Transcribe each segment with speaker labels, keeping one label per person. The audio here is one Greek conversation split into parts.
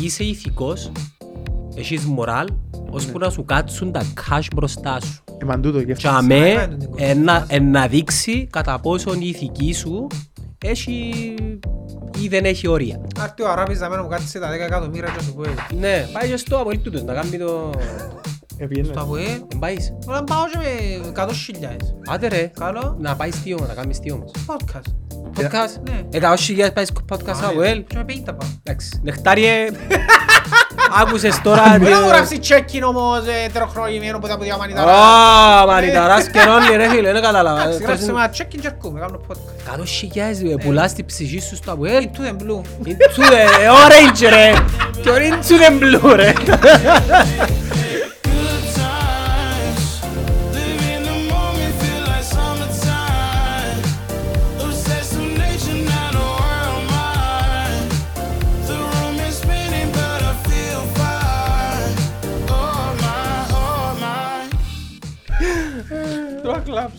Speaker 1: είσαι ηθικός, έχεις μοράλ,
Speaker 2: Ναι.
Speaker 1: ώσπου να σου κάτσουν τα cash μπροστά σου.
Speaker 3: Εμαν τούτο γι'
Speaker 1: Και
Speaker 3: αυτό.
Speaker 1: αμέ
Speaker 2: σημαίνει
Speaker 1: ε,
Speaker 2: την κοπή
Speaker 1: να-
Speaker 2: μας.
Speaker 1: ε, να δείξει κατά πόσον η ηθική σου έχει ή δεν έχει όρια.
Speaker 2: Άρτη ο Αράπης να μένω μου κάτσε τα 10 εκατομμύρια και να σου πω ε, εγώ.
Speaker 1: Ναι, πάει και στο απολύτου τους να κάνει το...
Speaker 3: Επήγαινε.
Speaker 2: Στο ΑΠΟΕ,
Speaker 1: Δεν πάεις.
Speaker 2: όλα πάω και με 100 χιλιάδες.
Speaker 1: Άντε ρε,
Speaker 2: Καλό,
Speaker 1: να πάεις τι όμως, να κάνεις τι όμως.
Speaker 2: podcast.
Speaker 1: Podcast,
Speaker 2: Ναι.
Speaker 1: εκατός χιλιάδες πάεις podcast
Speaker 2: Α, ναι.
Speaker 1: AOL.
Speaker 2: Και με 50 πάω.
Speaker 1: Εντάξει, νεκτάριε, άκουσες
Speaker 3: Ε,
Speaker 1: τώρα...
Speaker 2: Μπορεί να μου
Speaker 1: το-
Speaker 2: γράψει τσέκιν όμως ε, τεροχρονημένο που τα ποδιά μανιταράς.
Speaker 1: Α, μανιταράς και ρόλι ρε φίλε, δεν καταλαβαίνω.
Speaker 3: ε,
Speaker 2: Εντάξει, Ε, Γράψε με ένα τσέκιν και έρχομαι, κάνω podcast.
Speaker 1: Εκατός χιλιάδες ε, πουλάς την ψυχή σου στο Ε, AOL.
Speaker 2: Into the blue.
Speaker 1: Into the ε, orange ρε, και into the blue ρε.
Speaker 4: Good times, live in the moment, feel like summertime. Obsessed with nature, not a world mind. The room is spinning, but I feel fine. Oh my, oh my.
Speaker 2: Τώρα κλαψ.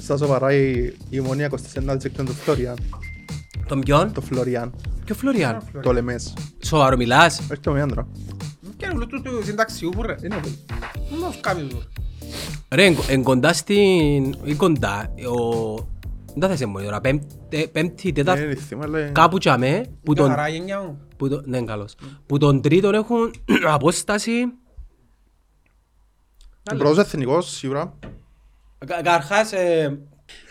Speaker 3: Στα σοβαρά η η Ομόνια 29 τσέκτον του Φλωριάν.
Speaker 1: Τον ποιον,
Speaker 3: Το Φλωριάν.
Speaker 1: ποιο Φλωριάν.
Speaker 3: Το Λεμές.
Speaker 1: Σοβαρό μιλάς.
Speaker 3: Όχι το Μιάντρα.
Speaker 2: Και είναι γλωτού του συνταξιού που ρε.
Speaker 3: Είναι
Speaker 2: Μόνος κάποιου του.
Speaker 1: Ρε, εν- εν κοντά στην... ή κοντά, ο... Δεν θα σε μόνο τώρα, πέμπτη, ε, πέμπτη, τέταρτη,
Speaker 3: Είναι θύμα, αλλά...
Speaker 1: κάπου τσαμέ, που
Speaker 2: Μια
Speaker 1: τον
Speaker 2: χαρά η γενιά μου.
Speaker 1: Που το, ναι, καλός. Που τον τρίτον έχουν απόσταση.
Speaker 3: Ο πρώτος εθνικός, σίγουρα.
Speaker 1: Κα, Καρχάς, ε,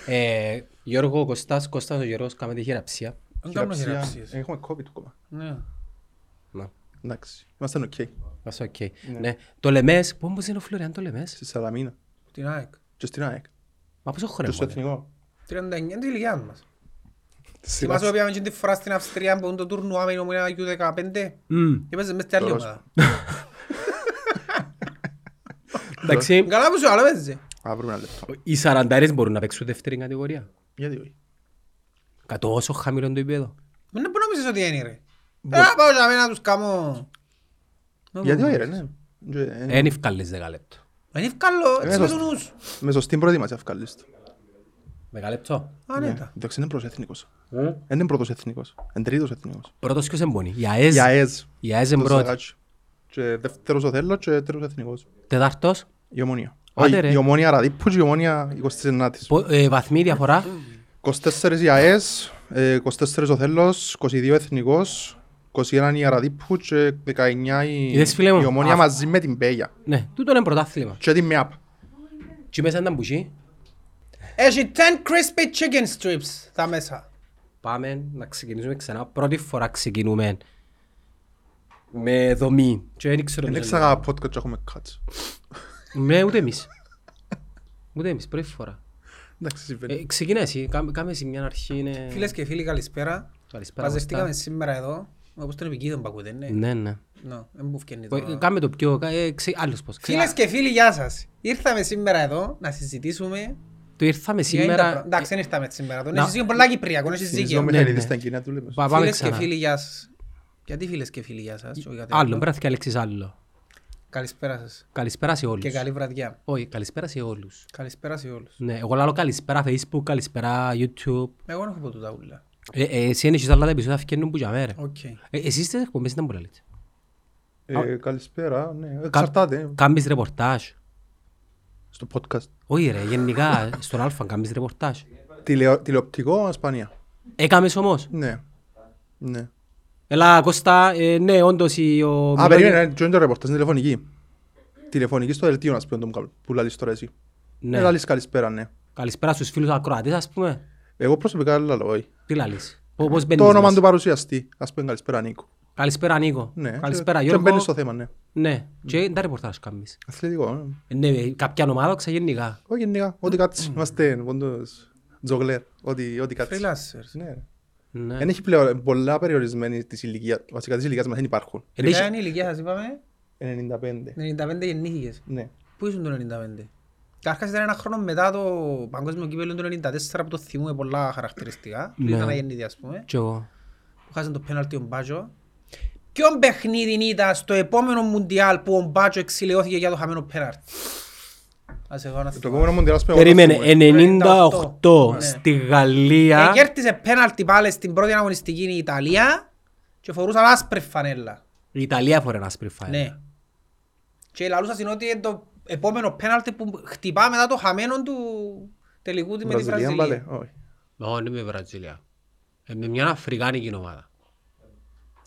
Speaker 1: ε, Γιώργο Κωστάς, Κωστάς ο Γιώργος, κάμε τη χειραψία.
Speaker 2: Δεν κάνω
Speaker 3: Χειραψία.
Speaker 2: χειραψίες.
Speaker 3: Έχουμε COVID ακόμα.
Speaker 2: Ναι.
Speaker 1: Να,
Speaker 3: Εντάξει. Είμαστε οκ.
Speaker 1: ας οκ. Ναι. Το Λεμές, πού όμως είναι ο Φλωριάν το Λεμές.
Speaker 3: Στη Σαλαμίνα.
Speaker 2: Την ΑΕΚ.
Speaker 3: Και στην ΑΕΚ.
Speaker 1: Μα πόσο
Speaker 3: Και
Speaker 1: χρόνο
Speaker 3: στο
Speaker 1: είναι.
Speaker 3: εθνικό.
Speaker 2: 39 είναι τη ηλικία μας.
Speaker 3: Της
Speaker 2: Θυμάσαι που
Speaker 3: Ελλάδας.
Speaker 2: πήγαμε και την φορά στην Αυστρία που το τουρνουά με ήμουν U15
Speaker 1: Μμμ.
Speaker 2: και παίζες μες στην άλλη
Speaker 3: Τέλος.
Speaker 2: ομάδα.
Speaker 1: Εντάξει,
Speaker 2: Καλά που σου άλλο παίζε.
Speaker 3: Α, βρούμε ένα λεπτό.
Speaker 1: οι σαραντάρες μπορούν να παίξουν δεύτερη κατηγορία.
Speaker 3: Γιατί όχι.
Speaker 1: Κατ' όσο χαμηλό είναι το επίπεδο.
Speaker 2: Μην που νομίζεις ότι είναι ρε. Α, πάω για μένα να τους κάνω.
Speaker 3: Γιατί όχι ρε, ναι. Και, ε,
Speaker 1: Εν ευκάλλες δεκαλέπτο.
Speaker 2: Ε, Είναι ευκάλλο,
Speaker 1: Ε,
Speaker 2: έτσι με
Speaker 3: σωστό.
Speaker 2: τον νου σου.
Speaker 3: Με σωστή προετοιμασία βγάλεις το.
Speaker 1: Δεκαλέπτο.
Speaker 3: ναι,
Speaker 2: Άνετα.
Speaker 3: Εντάξει, είναι πρώτος εθνικός. Δεν είναι πρώτος εθνικός. Είναι τρίτος εθνικός.
Speaker 1: Πρώτος ποιος εμπονεί. Η ΑΕΣ.
Speaker 3: Για ΕΣ.
Speaker 1: Η ΑΕΣ είναι
Speaker 3: Το
Speaker 1: πρώτη.
Speaker 3: Σαράτζι. Και δεύτερος ο Θέλος και τρίτος εθνικός.
Speaker 1: Τετάρτος.
Speaker 3: Η Ομόνια.
Speaker 1: Άντε,
Speaker 3: Όχι,
Speaker 1: ρε.
Speaker 3: η Ομόνια Ραδίππου και η Ομόνια 29ης.
Speaker 1: Πο- ε, Βαθμοί διαφορά.
Speaker 3: 24 η ΑΕΣ, ε, 24 ο Θέλος, 22 Εθνικός, 21 η Αραδίπου και 19 η,
Speaker 1: Είδες, φίλε μου,
Speaker 3: η Ομόνια
Speaker 1: α-
Speaker 3: μαζί με την Πέγια
Speaker 1: Ναι, τούτο είναι πρωτάθλημα.
Speaker 3: και την ΜΕΑΠ.
Speaker 1: Τι μέσα ήταν μπουζί.
Speaker 2: Έχει 10 crispy chicken strips τα μέσα.
Speaker 1: Πάμε να ξεκινήσουμε ξανά. Πρώτη φορά ξεκινούμε με δομή. Και δεν ξέρω
Speaker 3: Δεν
Speaker 1: ποιος
Speaker 3: ξέρω podcast και έχουμε κάτς.
Speaker 1: είναι. Ναι, ούτε εμείς. ούτε εμείς, πρώτη φορά.
Speaker 3: Εντάξει, συμβαίνει.
Speaker 1: Ε, ξεκινά εσύ, κάμε, κάμε εσύ μια αρχή. ναι. Είναι...
Speaker 2: Φίλες και φίλοι καλησπέρα.
Speaker 1: Καλησπέρα,
Speaker 2: Μαζευτήκαμε
Speaker 1: Κώστα.
Speaker 2: σήμερα εδώ. Όπως τον επικίδο που ακούτε, ναι.
Speaker 1: Ναι, ναι.
Speaker 2: Ναι, δεν μου φκένει
Speaker 1: Ε,
Speaker 2: τώρα.
Speaker 1: Κάμε το πιο... κα- Ε, ξε... Άλλος πώς. Ξε...
Speaker 2: Φίλες και φίλοι, γεια σας. Ήρθαμε σήμερα εδώ να συζητήσουμε
Speaker 1: Το ήρθαμε
Speaker 2: για τα
Speaker 1: σήμερα...
Speaker 2: προ- Εντάξει, δεν ήρθαμε σήμερα εδώ.
Speaker 1: να-
Speaker 2: Έχεις δίκιο, πολλά Κυπριακό, έχεις
Speaker 3: Συνήθως
Speaker 2: δίκιο.
Speaker 3: ο Μιχαηλίδης ήταν κοινά του λέμε.
Speaker 1: Ναι, Πα- πάμε
Speaker 2: Φίλες και
Speaker 1: ξανά.
Speaker 2: φίλοι, γεια σας. Γιατί φίλες και φίλοι, γεια σας. και όχι κάτι
Speaker 1: Άλλο,
Speaker 2: άλλο.
Speaker 1: μπράβο και Αλέξης άλλο.
Speaker 2: Καλησπέρα σας
Speaker 1: Καλησπέρα σε όλους.
Speaker 2: και καλή βραδιά.
Speaker 1: Όχι, καλησπέρα σε όλους.
Speaker 2: Καλησπέρα σε όλους.
Speaker 1: Ναι, εγώ λέω καλησπέρα Facebook, καλησπέρα YouTube.
Speaker 2: Εγώ δεν έχω πω τούτα ούλα.
Speaker 1: Ε, ε, εσύ είναι άλλα τα επεισόδια φκένουν που για μέρα.
Speaker 2: Οκ.
Speaker 1: Ε, Εσείς τις εκπομπές ήταν που λέτε.
Speaker 3: Ε, Καλησπέρα, ναι, εξαρτάται
Speaker 1: Κάμεις ρεπορτάζ.
Speaker 3: στο podcast.
Speaker 1: Όχι ρε, γενικά στον Αλφα κάμεις ρεπορτάζ.
Speaker 3: Τηλεο- Τηλεοπτικό Ασπανία.
Speaker 1: Έκαμες όμως.
Speaker 3: Ναι. Ναι.
Speaker 1: Έλα Κώστα, ε, ναι όντως η... Ο...
Speaker 3: Α, περίμενε, και είναι το ρεπορτάζ, είναι τηλεφωνική. Τηλεφωνική στο δελτίο, να σου πω, να το μου κάνω, που λαλείς τώρα εσύ. Ε,
Speaker 1: Ναι.
Speaker 3: λαλείς καλησπέρα, ναι.
Speaker 1: Καλησπέρα στους φίλους ακροατές ας πούμε.
Speaker 3: Εγώ προσωπικά λαλώ, όχι.
Speaker 1: Τι λαλείς. Πο- Πώς μπαίνεις
Speaker 3: Το όνομα
Speaker 1: μέσα.
Speaker 3: του παρουσιαστή. Ας πούμε καλησπέρα Νίκο.
Speaker 1: Καλησπέρα Νίκο.
Speaker 3: Ναι.
Speaker 1: Καλησπέρα
Speaker 3: και, Και
Speaker 1: Γιώργο.
Speaker 3: μπαίνεις στο θέμα, ναι.
Speaker 1: Ναι. Και τα ρεπορτάζ κάμεις.
Speaker 3: Αθλητικό. ναι.
Speaker 1: Ε, Ναι, κάποια ομάδα ξαγενικά.
Speaker 3: Όχι γενικά.
Speaker 1: Mm.
Speaker 3: Ό,τι κάτσεις. Είμαστε πόντος τζογλέρ. Ό,τι ό,τι κάτσεις.
Speaker 2: Freelancers.
Speaker 3: Ναι. ρε.
Speaker 1: Ναι.
Speaker 3: Δεν έχει πλέον πολλά περιορισμένη της ηλικίας. Βασικά της ηλικίας μας δεν υπάρχουν.
Speaker 1: Ε,
Speaker 2: Ποια
Speaker 1: δεν
Speaker 2: είναι η ηλικία σας είπαμε.
Speaker 3: 95.
Speaker 2: 95 γεννήθηκες.
Speaker 3: Ναι.
Speaker 2: Πού ήσουν το 95. Καταρχάς ήταν ένα χρόνο μετά το παγκόσμιο κύπελλο του 94 που το θυμούμε πολλά χαρακτηριστικά. Του
Speaker 1: Ναι.
Speaker 2: ήταν αγεννήθη ας πούμε.
Speaker 1: Κι εγώ.
Speaker 2: Που χάσαν το πέναλτι ο Μπάτσο. Ποιον παιχνίδι ήταν στο επόμενο Μουντιάλ που ο Μπάτσο εξηλαιώθηκε για το χαμένο πέναλτι. Ας εγώ να
Speaker 3: Το
Speaker 2: θυμάμαι.
Speaker 3: επόμενο μοντέλο ας πούμε,
Speaker 1: Περίμενε,
Speaker 3: εγώ θα σου πω,
Speaker 1: 98
Speaker 2: Ναι.
Speaker 1: στη Γαλλία.
Speaker 2: Ε, Κέρδισε πέναλτι πάλι στην πρώτη αγωνιστική η Ιταλία και φορούσαν άσπρη φανέλα.
Speaker 1: Η Ιταλία φορεί ένα άσπρη φάιλ.
Speaker 2: Ναι. Και λαλούσα στην ότι είναι το επόμενο πέναλτι που χτυπά μετά το χαμένο του τελικού τη με τη
Speaker 3: Βραζιλία,
Speaker 2: Βραζιλία.
Speaker 3: μπαλέ. Όχι.
Speaker 1: Εγώ είμαι με Βραζιλία. Ε, με μια αφρικάνικη ομάδα.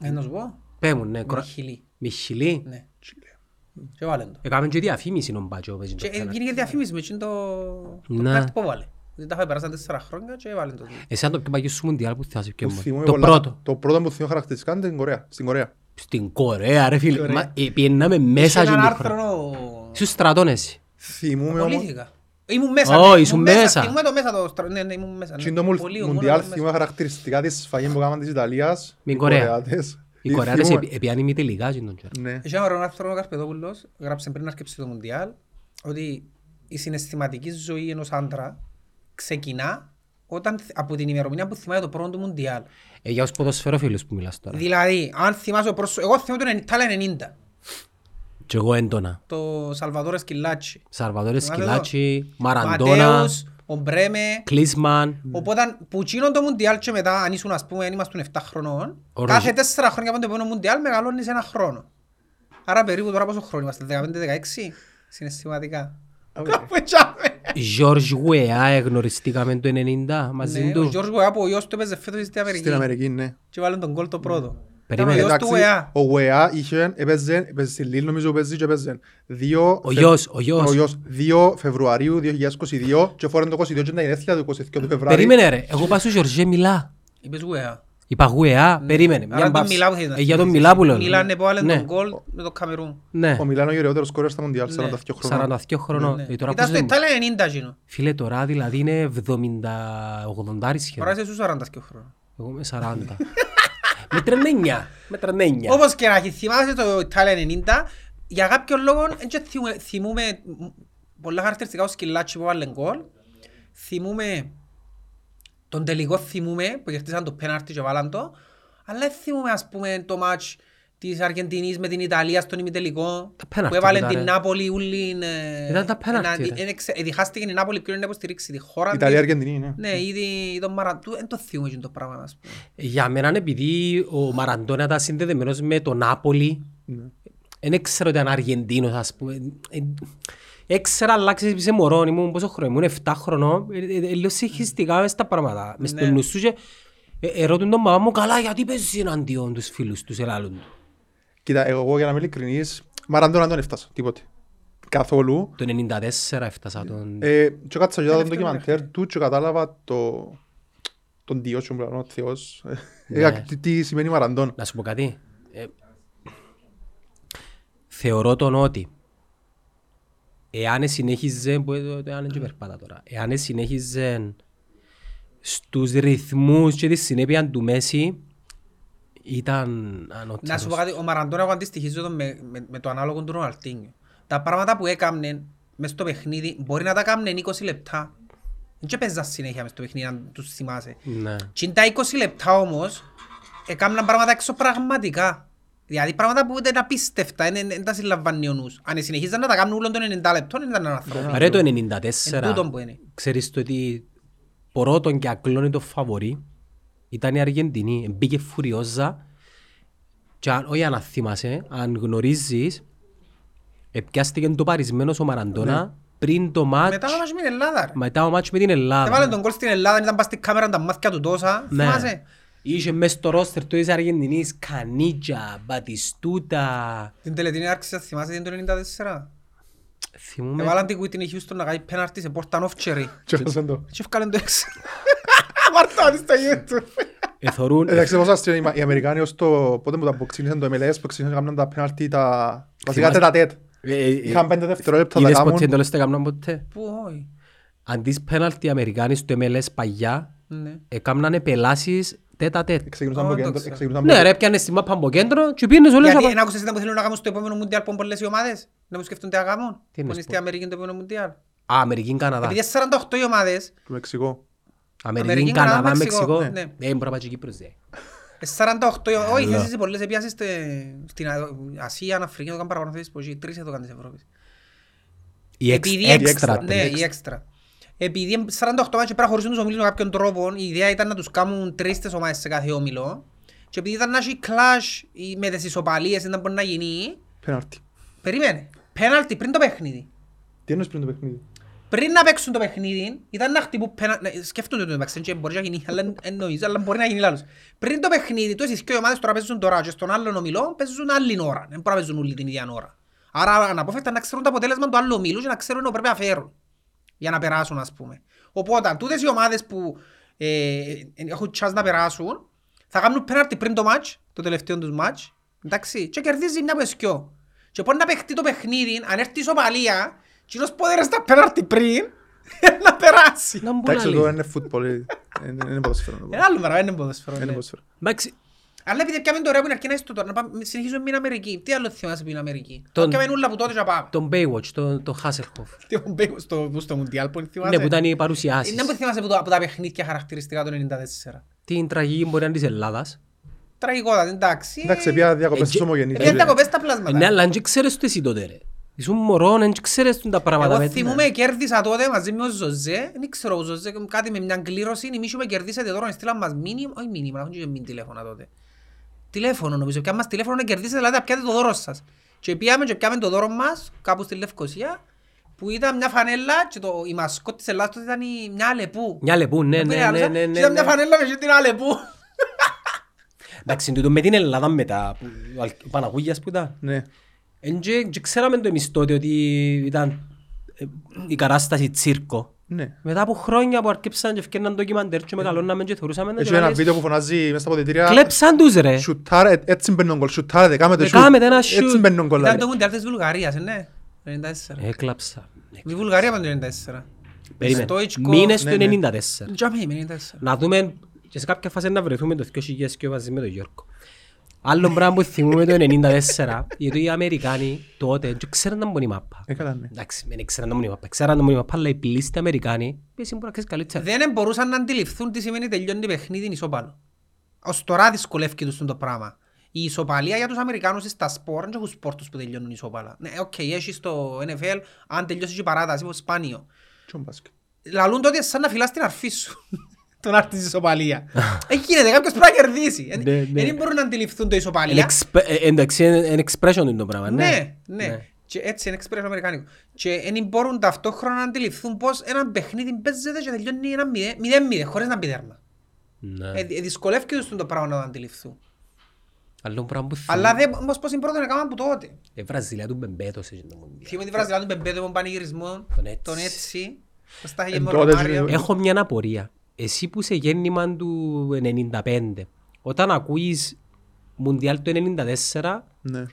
Speaker 2: Ε, Να σου πω.
Speaker 1: Πέ μου, ναι.
Speaker 2: Με
Speaker 1: Κροα...
Speaker 2: χιλί.
Speaker 1: Με χιλή.
Speaker 2: Ναι. Και βάλε το.
Speaker 1: Έκαμε και διαφήμιση τον Μπάτσο παίζει
Speaker 2: Και
Speaker 1: το πέναλτι.
Speaker 2: έγινε και διαφήμιση με εκείνο το- το
Speaker 1: Να.
Speaker 2: πέναλτι που βάλε. Δεν τα είχα περάσει τέσσερα χρόνια και βάλε το.
Speaker 1: Εσύ αν το πιο παγιό σου μουντιάλ που θυμάσαι πιο
Speaker 3: Που
Speaker 1: μόνο.
Speaker 3: θυμούμαι
Speaker 1: Το
Speaker 3: πολλά.
Speaker 1: πρώτο.
Speaker 3: Το πρώτο που θυμώ χαρακτηριστικά είναι την Κορέα. Στην Κορέα.
Speaker 1: Στην Κορέα ρε φίλε.
Speaker 3: Κορέα.
Speaker 1: Μα, ε, πιέναμε μέσα
Speaker 2: Είχε
Speaker 1: στην
Speaker 2: έναν
Speaker 1: Κορέα.
Speaker 2: άρθρο ο-
Speaker 1: Σου στρατών εσύ.
Speaker 3: Θυμούμαι όμως...
Speaker 2: Απολύθηκα. Ήμουν μέσα.
Speaker 1: Ω,
Speaker 2: ναι,
Speaker 1: ήσουν
Speaker 2: ήμουν
Speaker 1: μέσα.
Speaker 2: Θυμούμαι το μέσα το στρα- Ναι, ναι, ήμουν μέσα. ναι.
Speaker 3: Τι είναι το
Speaker 2: Πολύ,
Speaker 3: μουλ-
Speaker 2: ήμουν
Speaker 3: Μουντιάλ
Speaker 2: μέσα.
Speaker 3: θυμούμαι χαρακτηριστικά της σφαγής που κάναν της Ιταλίας.
Speaker 1: Με
Speaker 3: οι
Speaker 1: Κορέα.
Speaker 3: Κορεάτες.
Speaker 1: Οι
Speaker 3: Τι
Speaker 1: Κορεάτες
Speaker 3: θυμούμαι.
Speaker 1: επιάνε μη τελικά στον καιρό.
Speaker 3: Ναι.
Speaker 2: Είχε ένα ωραίο άρθρο ο Καρπεδόπουλος, γράψε πριν να αρκεψει το Μουντιάλ, ότι η συναισθηματική ζωή ενός άντρα ξεκινά όταν, θ- από την ημερομηνία που θυμάται το πρώτο του Μουντιάλ.
Speaker 1: Ε, για τους ποδοσφαιρόφιλους που μιλάς τώρα.
Speaker 2: Δηλαδή, αν θυμάσαι ο πρόσωπο, εγώ θυμάμαι τον Ιτάλια 90,
Speaker 1: Και εγώ έντονα.
Speaker 2: το Σαλβαδόρε Σκυλάτσι,
Speaker 1: Σαρβαδόρε
Speaker 2: Θυμάται εδώ.
Speaker 1: Σκυλάτσι, Μαραντόνα,
Speaker 2: Ματέους, ο Μπρέμε,
Speaker 1: Κλίσμαν.
Speaker 2: Οπότε που εκείνον το Μουντιάλ και μετά, αν ήσουν ας πούμε, αν ήμασταν 7 χρονών,
Speaker 1: Ο
Speaker 2: κάθε
Speaker 1: Ροζι-
Speaker 2: 4 χρόνια από το επόμενο Μουντιάλ μεγαλώνεις ένα χρόνο. Άρα περίπου τώρα πόσο χρόνο είμαστε, 15-16, συναισθηματικά. Κάπου έτσι άμε.
Speaker 1: Γιώργ Γουεά εγνωριστήκαμε το 90 μαζί
Speaker 2: Ναι, Ο
Speaker 1: του.
Speaker 2: Γιώργος Γουεά που ο γιος του έπαιζε φέτος στην Αμερική
Speaker 3: Στην Αμερική, ναι.
Speaker 2: και βάλε τον κόλ το πρώτο. Ήταν ο
Speaker 1: Περίμενε.
Speaker 2: γιος του Γουεά.
Speaker 3: ο Γουεά είχε, έπαιζε, έπαιζε στη Λίλ νομίζω παίζει και έπαιζε. Δύο,
Speaker 1: Ο γιος, ο γιος.
Speaker 3: 2 Φεβρουαρίου 2022 και φορέν το 22 και ήταν η γενέθλια του 22 του Φεβρουαρίου.
Speaker 1: Περίμενε ρε, εγώ πάω στο Γιωργέ Μιλά.
Speaker 2: Είπες Γουεά.
Speaker 1: Είπα Γουεά, περίμενε.
Speaker 2: Ναι. Άρα
Speaker 1: Ναι, Μια
Speaker 2: τον
Speaker 1: μπαύση.
Speaker 2: Μιλά που θέλει να
Speaker 1: Ε, Για τον
Speaker 2: θυμηθείς.
Speaker 1: Μιλά που λέω.
Speaker 2: Μιλάνε που βάλε
Speaker 1: Ναι,
Speaker 2: τον κόλ με το Καμερούν.
Speaker 1: Ναι,
Speaker 3: Ο Μιλάνο γεραιότερος κόρεας στα Μοντιάλ,
Speaker 2: Ναι.
Speaker 3: 42 χρόνια.
Speaker 1: 42 χρονών.
Speaker 2: Ναι.
Speaker 1: Ε, τώρα
Speaker 2: Ήταν
Speaker 1: πόσο
Speaker 2: στο
Speaker 1: είναι.
Speaker 2: Ιταλία 90 γίνο.
Speaker 1: Φίλε τώρα δηλαδή είναι 70-80
Speaker 2: Τώρα
Speaker 1: σχεδόν.
Speaker 2: είσαι στους 40 και χρόνο.
Speaker 1: Εγώ είμαι 40. Με τρενένια. Με τρενένια.
Speaker 2: Όπως και να έχει, θυμάσαι το Ιταλία 90, για κάποιον λόγο δεν και θυμούμε- θυμούμε πολλά χαρακτηριστικά ο σκυλάτσι που βάλε γκολ. Θυμούμε τον τελικό θυμούμε που χαιρτήσαν το πέναρτι και βάλαν το, αλλά δεν θυμούμε ας πούμε το μάτς της Αργεντινής με την Ιταλία στον ημιτελικό
Speaker 1: Τα πέναρτι
Speaker 2: που έβαλε
Speaker 1: ήταν,
Speaker 2: την
Speaker 1: ρε.
Speaker 2: Νάπολη ούλη ε,
Speaker 1: Ήταν τα πέναρτι,
Speaker 2: εναντί-
Speaker 1: ρε.
Speaker 2: εν εξε- ε, διχάστηκε η Νάπολη ποιον είναι να υποστηρίξει τη χώρα της.
Speaker 3: Ιταλία, Αργεντινή, ναι.
Speaker 2: Ναι, ήδη τον Μαραντού, δεν το θυμούμε εκείνο το πράγμα ας πούμε.
Speaker 1: Για μένα είναι επειδή ο Μαραντόνα ήταν συνδεδεμένος με τον Νάπολη. Δεν ξέρω ότι ήταν Αργεντίνος ας πούμε. Ε, Έξερα αλλάξεις σε μωρό, ήμουν πόσο χρόνο, ήμουν 7 χρονών. Ε, ε, ε, Λέω συγχυστικά μες στα πράγματα. Μες στο
Speaker 2: Ναι.
Speaker 1: νου σου και ε, ερώτουν τον μαμά μου καλά γιατί παίζεις εναντίον τους φίλους τους ελάλουν του.
Speaker 3: Κοίτα, εγώ για να είμαι ειλικρινής, Μαραντόνα δεν έφτασα, τίποτε. Καθόλου.
Speaker 1: Το 94 έφτασα τον...
Speaker 3: Ε, και κάτσα και είδα τον
Speaker 2: Τελευταίο
Speaker 3: ντοκιμαντέρ του και κατάλαβα το... τον Διό και ο Θεός.
Speaker 1: Ναι.
Speaker 3: Ε, τι- Τι σημαίνει Μαραντών.
Speaker 1: Να σου πω κάτι. Ε, θεωρώ τον ότι εάν συνέχιζε, που εδώ το εάν και περπάτα τώρα, εάν συνέχιζε στους ρυθμούς και τη συνέπεια του Μέση, ήταν ανώτερος.
Speaker 2: Να σου πω κάτι, ο Μαραντόνα εγώ αντιστοιχίζω τον με, με, με το ανάλογο του Ροναλτίνιο. Τα πράγματα που έκαμνε μες στο παιχνίδι μπορεί να τα έκαμνε 20 λεπτά. Δεν και παίζας συνέχεια μες στο παιχνίδι αν τους θυμάσαι.
Speaker 1: Ναι.
Speaker 2: Και τα 20 λεπτά όμως έκαμναν πράγματα εξωπραγματικά. Δηλαδή πράγματα που ήταν απίστευτα, δεν- δεν δεν τα συλλαμβάνει ο νους. Αν συνεχίζαν να τα κάνουν όλων των 90 λεπτών, δεν ήταν άνθρωποι.
Speaker 1: Ρε το
Speaker 2: Εν
Speaker 1: 94,
Speaker 2: τούτον που είναι.
Speaker 1: ξέρεις το ότι πρώτον και ακλώνει το φαβορή ήταν η Αργεντινή. Μπήκε φουριόζα και αν, όχι αν θυμάσαι, αν γνωρίζεις, επιάστηκε το παρισμένος ο Μαραντόνα πριν το μάτς,
Speaker 2: Ναι. Μετά όμως με την Ελλάδα. ρε.
Speaker 1: μετά ο μάτς με την Ελλάδα.
Speaker 2: Έβαλε τον κόλ στην Ελλάδα, ήταν πας στην κάμερα τα μάτια του τόσα.
Speaker 1: Ναι.
Speaker 2: Θυμάσαι.
Speaker 1: Είχε μέσα στο ρόστερ του της Αργεντινής Κανίτζα, Μπατιστούτα.
Speaker 2: Την τελετηνάρξη, θυμάσαι την το 94.
Speaker 1: Θυμούμε.
Speaker 2: Έβαλαν την Whitney Houston να κάνει πέναρτη σε πόρτα νόφτσερι.
Speaker 3: Και
Speaker 1: Ναι.
Speaker 3: έβαζαν το.
Speaker 2: Και έφκαλαν το έξω. Μαρτάνη στα YouTube.
Speaker 1: Εθωρούν.
Speaker 3: Ε, Εντάξει, πόσο αστείο είναι οι Αμερικάνοι ως το πότε που τα που ξεκίνησαν το MLS, που ξεκίνησαν να κάνουν τα πέναλτι, τα βασικά
Speaker 1: Θυμάστε-
Speaker 3: τέτα τέτ.
Speaker 1: Ε, ε, ε,
Speaker 3: Είχαν πέντε δευτερόλεπτα να
Speaker 1: Είδες
Speaker 3: τα
Speaker 1: ποτέ,
Speaker 3: κάνουν.
Speaker 1: το λες το έκαναν ποτέ.
Speaker 2: Πού, όχι.
Speaker 1: Αντί πέναλτι οι Αμερικάνοι στο MLS παγιά,
Speaker 2: Ναι.
Speaker 1: έκαναν πελάσεις τέτα τέτ.
Speaker 3: Ξεκινούσαν
Speaker 2: Α,
Speaker 3: από
Speaker 2: το
Speaker 3: κέντρο.
Speaker 2: ξέρω.
Speaker 3: ξεκινούσαν από
Speaker 1: Ναι ρε, έπιανε στη μάπα από κέντρο και πήγαινες όλες
Speaker 2: Γιατί
Speaker 1: από...
Speaker 2: δεν άκουσες ήταν που θέλουν να κάνουν στο επόμενο Μουντιάλ που είναι πολλές οι ομάδες. Να μου σκεφτούν τι να κάνουν. Που
Speaker 1: να
Speaker 2: είναι
Speaker 1: σου
Speaker 2: στη
Speaker 1: πω.
Speaker 2: Αμερική το επόμενο Μουντιάλ.
Speaker 1: Α, Αμερική, Καναδά.
Speaker 2: Επειδή είναι 48 οι ομάδες,
Speaker 3: Το Μεξικό.
Speaker 1: Αμερική,
Speaker 2: Αμερική,
Speaker 1: Καναδά,
Speaker 2: Καναδά,
Speaker 1: Μεξικό.
Speaker 2: Μεξικό, ναι.
Speaker 1: Ε, μπορεί να πάει και Κύπρος, δε.
Speaker 2: ε, 48 οι ομάδες. Όχι,
Speaker 1: Καλά.
Speaker 2: θέσεις οι πολλές επιάσεις στε- στην Α- Ασία, Αφρική, το κάνουν παραπάνω θέσεις που όχι. Τρεις εδώ κάνουν της Ευρώπης.
Speaker 1: Η εξ-
Speaker 2: Επειδή
Speaker 1: έξτρα.
Speaker 2: έξτρα, Ναι, η έξτρα. Επειδή είναι 48 μάτια πρέπει να χωρίσουν τους ομίλους με κάποιον τρόπο, η ιδέα ήταν να τους κάνουν τρεις τις ομάδες σε κάθε όμιλο Και επειδή ήταν να έχει clash ή με τις ισοπαλίες δεν μπορεί να γίνει,
Speaker 3: Πέναρτη.
Speaker 2: περίμενε. Πέναλτι πριν το παιχνίδι.
Speaker 3: Τι εννοείς πριν το παιχνίδι.
Speaker 2: Πριν να παίξουν το παιχνίδι, ήταν να χτυπούν πέναλτι. Σκέφτονται το εντάξει, και μπορεί να γίνει, αλλά εν- νομίζω, αλλά μπορεί να γίνει λάθος. Πριν το παιχνίδι, τόσες και οι ομάδες τώρα παίζουν τώρα και στον άλλον ομιλό παίζουν άλλη ώρα. Δεν μπορούν να παίζουν όλη την ίδια ώρα. Άρα αναπόφευκτα να ξέρουν το αποτέλεσμα του άλλου ομίλου και να ξέρουν ότι πρέπει να φέρουν για να περάσουν ας πούμε. Οπότε τούτες οι ομάδες που ε, έχουν chance να περάσουν θα κάνουν πέναρτη πριν το match, το τελευταίο τους match, εντάξει, και κερδίζει μια πεσκιό. Και μπορεί να παιχτεί το παιχνίδι, αν έρθει η ισοπαλία, κοινός πόδερε στα πέναρτη πριν, να περάσει.
Speaker 1: Να μπουν
Speaker 3: Εντάξει, εδώ
Speaker 1: άλλοι.
Speaker 3: είναι φούτμπολ. ε, ε, Είναι ποδοσφαίρο. να πω.
Speaker 2: Ένα άλλο πράγμα, είναι ποδοσφαιρό.
Speaker 3: Είναι
Speaker 2: ναι.
Speaker 3: ποδοσφαίρο.
Speaker 1: Εντάξει,
Speaker 2: Αλλά επειδή πιάμε το ωραίο που είναι αρκεί να είσαι το τώρα, να πάμε, συνεχίζουμε με την Αμερική. Τι άλλο θυμάσαι που είναι Αμερική.
Speaker 1: Τον-
Speaker 2: Πιάμε όλα που τότε και να πάμε.
Speaker 1: τον Baywatch, τον, τον Hasselhoff.
Speaker 2: Τι μου πει στο- στο Μουντιάλ που θυμάσαι.
Speaker 1: Ναι, που ήταν οι
Speaker 2: Είναι που
Speaker 1: παρουσιάσεις.
Speaker 2: θυμάσαι από, το, από τα παιχνίδια χαρακτηριστικά του 94.
Speaker 1: Την τραγική μπορεί να είναι της Ελλάδας.
Speaker 2: Τραγικότατα, εντάξει.
Speaker 3: Εντάξει, πια διακοπές
Speaker 1: Ε,
Speaker 3: της ομογενής.
Speaker 2: Επειδή τα κοπές τα πλάσματα.
Speaker 1: Ναι, αλλά αν και ξέρεις το εσύ τότε ρε. Ήσουν μωρό, αν και ξέρεις τα πράγματα.
Speaker 2: Εγώ
Speaker 1: με-
Speaker 2: θυμούμαι κέρδισα τότε μαζί με ο Ζωζέ, δεν ξέρω ο Ζωζέ, κάτι με μια κλήρωση, εμείς με κερδίσατε τώρα, στείλαν μας μήνυμα, όχι μήνυμα, έχουν και μην τηλέφωνα τότε. Τηλέφωνο νομίζω, πιάμε μας τηλέφωνο να κερδίσετε, δηλαδή να πιάτε το δώρο σας. Και πιάμε και πιάμε το δώρο μας, κάπου στη Λευκοσία, που ήταν μια φανέλα και το, η μασκότ της Ελλάδας τότε ήταν η, μια αλεπού.
Speaker 1: Μια λεπού, ναι,
Speaker 2: Που
Speaker 1: ναι,
Speaker 2: είναι
Speaker 1: ναι,
Speaker 2: άλλωσα,
Speaker 1: ναι,
Speaker 2: και
Speaker 1: ναι,
Speaker 2: Ήταν μια
Speaker 1: ναι.
Speaker 2: φανέλα με εκείνη την αλεπού.
Speaker 1: Εντάξει, τούτο με την Ελλάδα μετά, που- αλ- ο Παναγούγιας που ήταν.
Speaker 3: Ναι.
Speaker 1: Εν και- και ξέραμε το εμείς τότε ότι ήταν ε, η κατάσταση τσίρκο.
Speaker 3: Ναι.
Speaker 1: Μετά από χρόνια που αρκέψαν και ευκαιρναν ντοκιμαντέρ και μεγαλώναμε και θεωρούσαμε τα
Speaker 3: Έχει
Speaker 1: και
Speaker 3: ένα
Speaker 1: λες,
Speaker 3: βίντεο που φωνάζει μέσα στα ποδητήρια.
Speaker 1: Κλέψαν τους ρε.
Speaker 3: Σουτάρε, έτσι μπαίνουν γκολ. Σουτάρετε, κάμετε
Speaker 1: Ναι,
Speaker 3: σουτ.
Speaker 1: κάμετε ένα
Speaker 3: Έτσι
Speaker 1: σουτ.
Speaker 3: μπαίνουν γκολ.
Speaker 2: Ήταν το Μουντιάλ της Βουλγαρίας, ε, ναι, 94.
Speaker 1: Έκλαψα. ναι.
Speaker 2: Η Βουλγαρία πάνε το 94.
Speaker 1: Περίμενε.
Speaker 2: Στοϊτσκοφ,
Speaker 1: Μήνες
Speaker 3: ναι,
Speaker 1: του
Speaker 3: ναι.
Speaker 1: 94.
Speaker 2: Τζάμε, με 94.
Speaker 1: Να δούμε και σε κάποια φάση να βρεθούμε το 2000 και μαζί με τον Γιώργο. Άλλο πράγμα που θυμούμε το 94, γιατί οι Αμερικάνοι τότε δεν ξέραν να μπουν η μάπα.
Speaker 3: Ε, καλά, ναι.
Speaker 1: Εντάξει, δεν ξέραν να μπουν η μάπα. Ξέραν να μπουν η μάπα, αλλά οι πλήστοι Αμερικάνοι, πες μπορεί να ξέρεις καλύτερα.
Speaker 2: δεν μπορούσαν να αντιληφθούν τι σημαίνει τελειώνει παιχνίδι ισόπαλο. Ως τώρα δυσκολεύει τους το πράγμα. Η ισοπαλία για τους Αμερικάνους στα σπορ, δεν έχουν σπορ τους που τελειώνουν ισόπαλα. Ναι, οκ, έχει στο NFL, αν τελειώσει η παράταση, είναι σπάνιο.
Speaker 3: Τι ωραίο μπάσκετ.
Speaker 2: Λαλούν τότε σαν να φυλάς την αρφή σου. το να έρθεις ισοπαλίας. Ε, γίνεται, κάποιος πρέπει να κερδίσει. Ε,
Speaker 1: Ναι, ναι.
Speaker 2: Δεν μπορούν να αντιληφθούν το
Speaker 1: Εν
Speaker 2: ισοπαλία.
Speaker 1: εξπε- ε, Εντάξει, είναι expression είναι το πράγμα, ναι.
Speaker 2: Ναι, ναι. Και έτσι είναι εξπρέσιο αμερικάνικο. Και δεν μπορούν ταυτόχρονα να αντιληφθούν πως ένα παιχνίδι παίζεται και τελειώνει ένα 0-0 χωρίς να μπει τέρμα.
Speaker 1: Ναι.
Speaker 2: Ε, δυ- δυσκολεύκεται τους το πράγμα να το αντιληφθούν.
Speaker 1: Άλλο πράγμα που θυμούμε.
Speaker 2: Αλλά δεν όμως πως είναι πρώτον έκαναν που τότε.
Speaker 1: Η Βραζιλία του μπεμπέτωσε το Μουντιάλ.
Speaker 2: Θυμούμε τη Βραζιλία του Μπεμπέδο με τον πανηγυρισμό,
Speaker 1: Τον έτσι.
Speaker 2: τον έτσι, τον Στάχη
Speaker 3: Εν
Speaker 2: με
Speaker 3: τότε
Speaker 2: Ρωμάριο.
Speaker 3: γίνεται-
Speaker 1: Έχω μια απορία. Εσύ που είσαι γέννημα του 95, όταν ακούεις Μουντιάλ του 94,
Speaker 3: Ναι.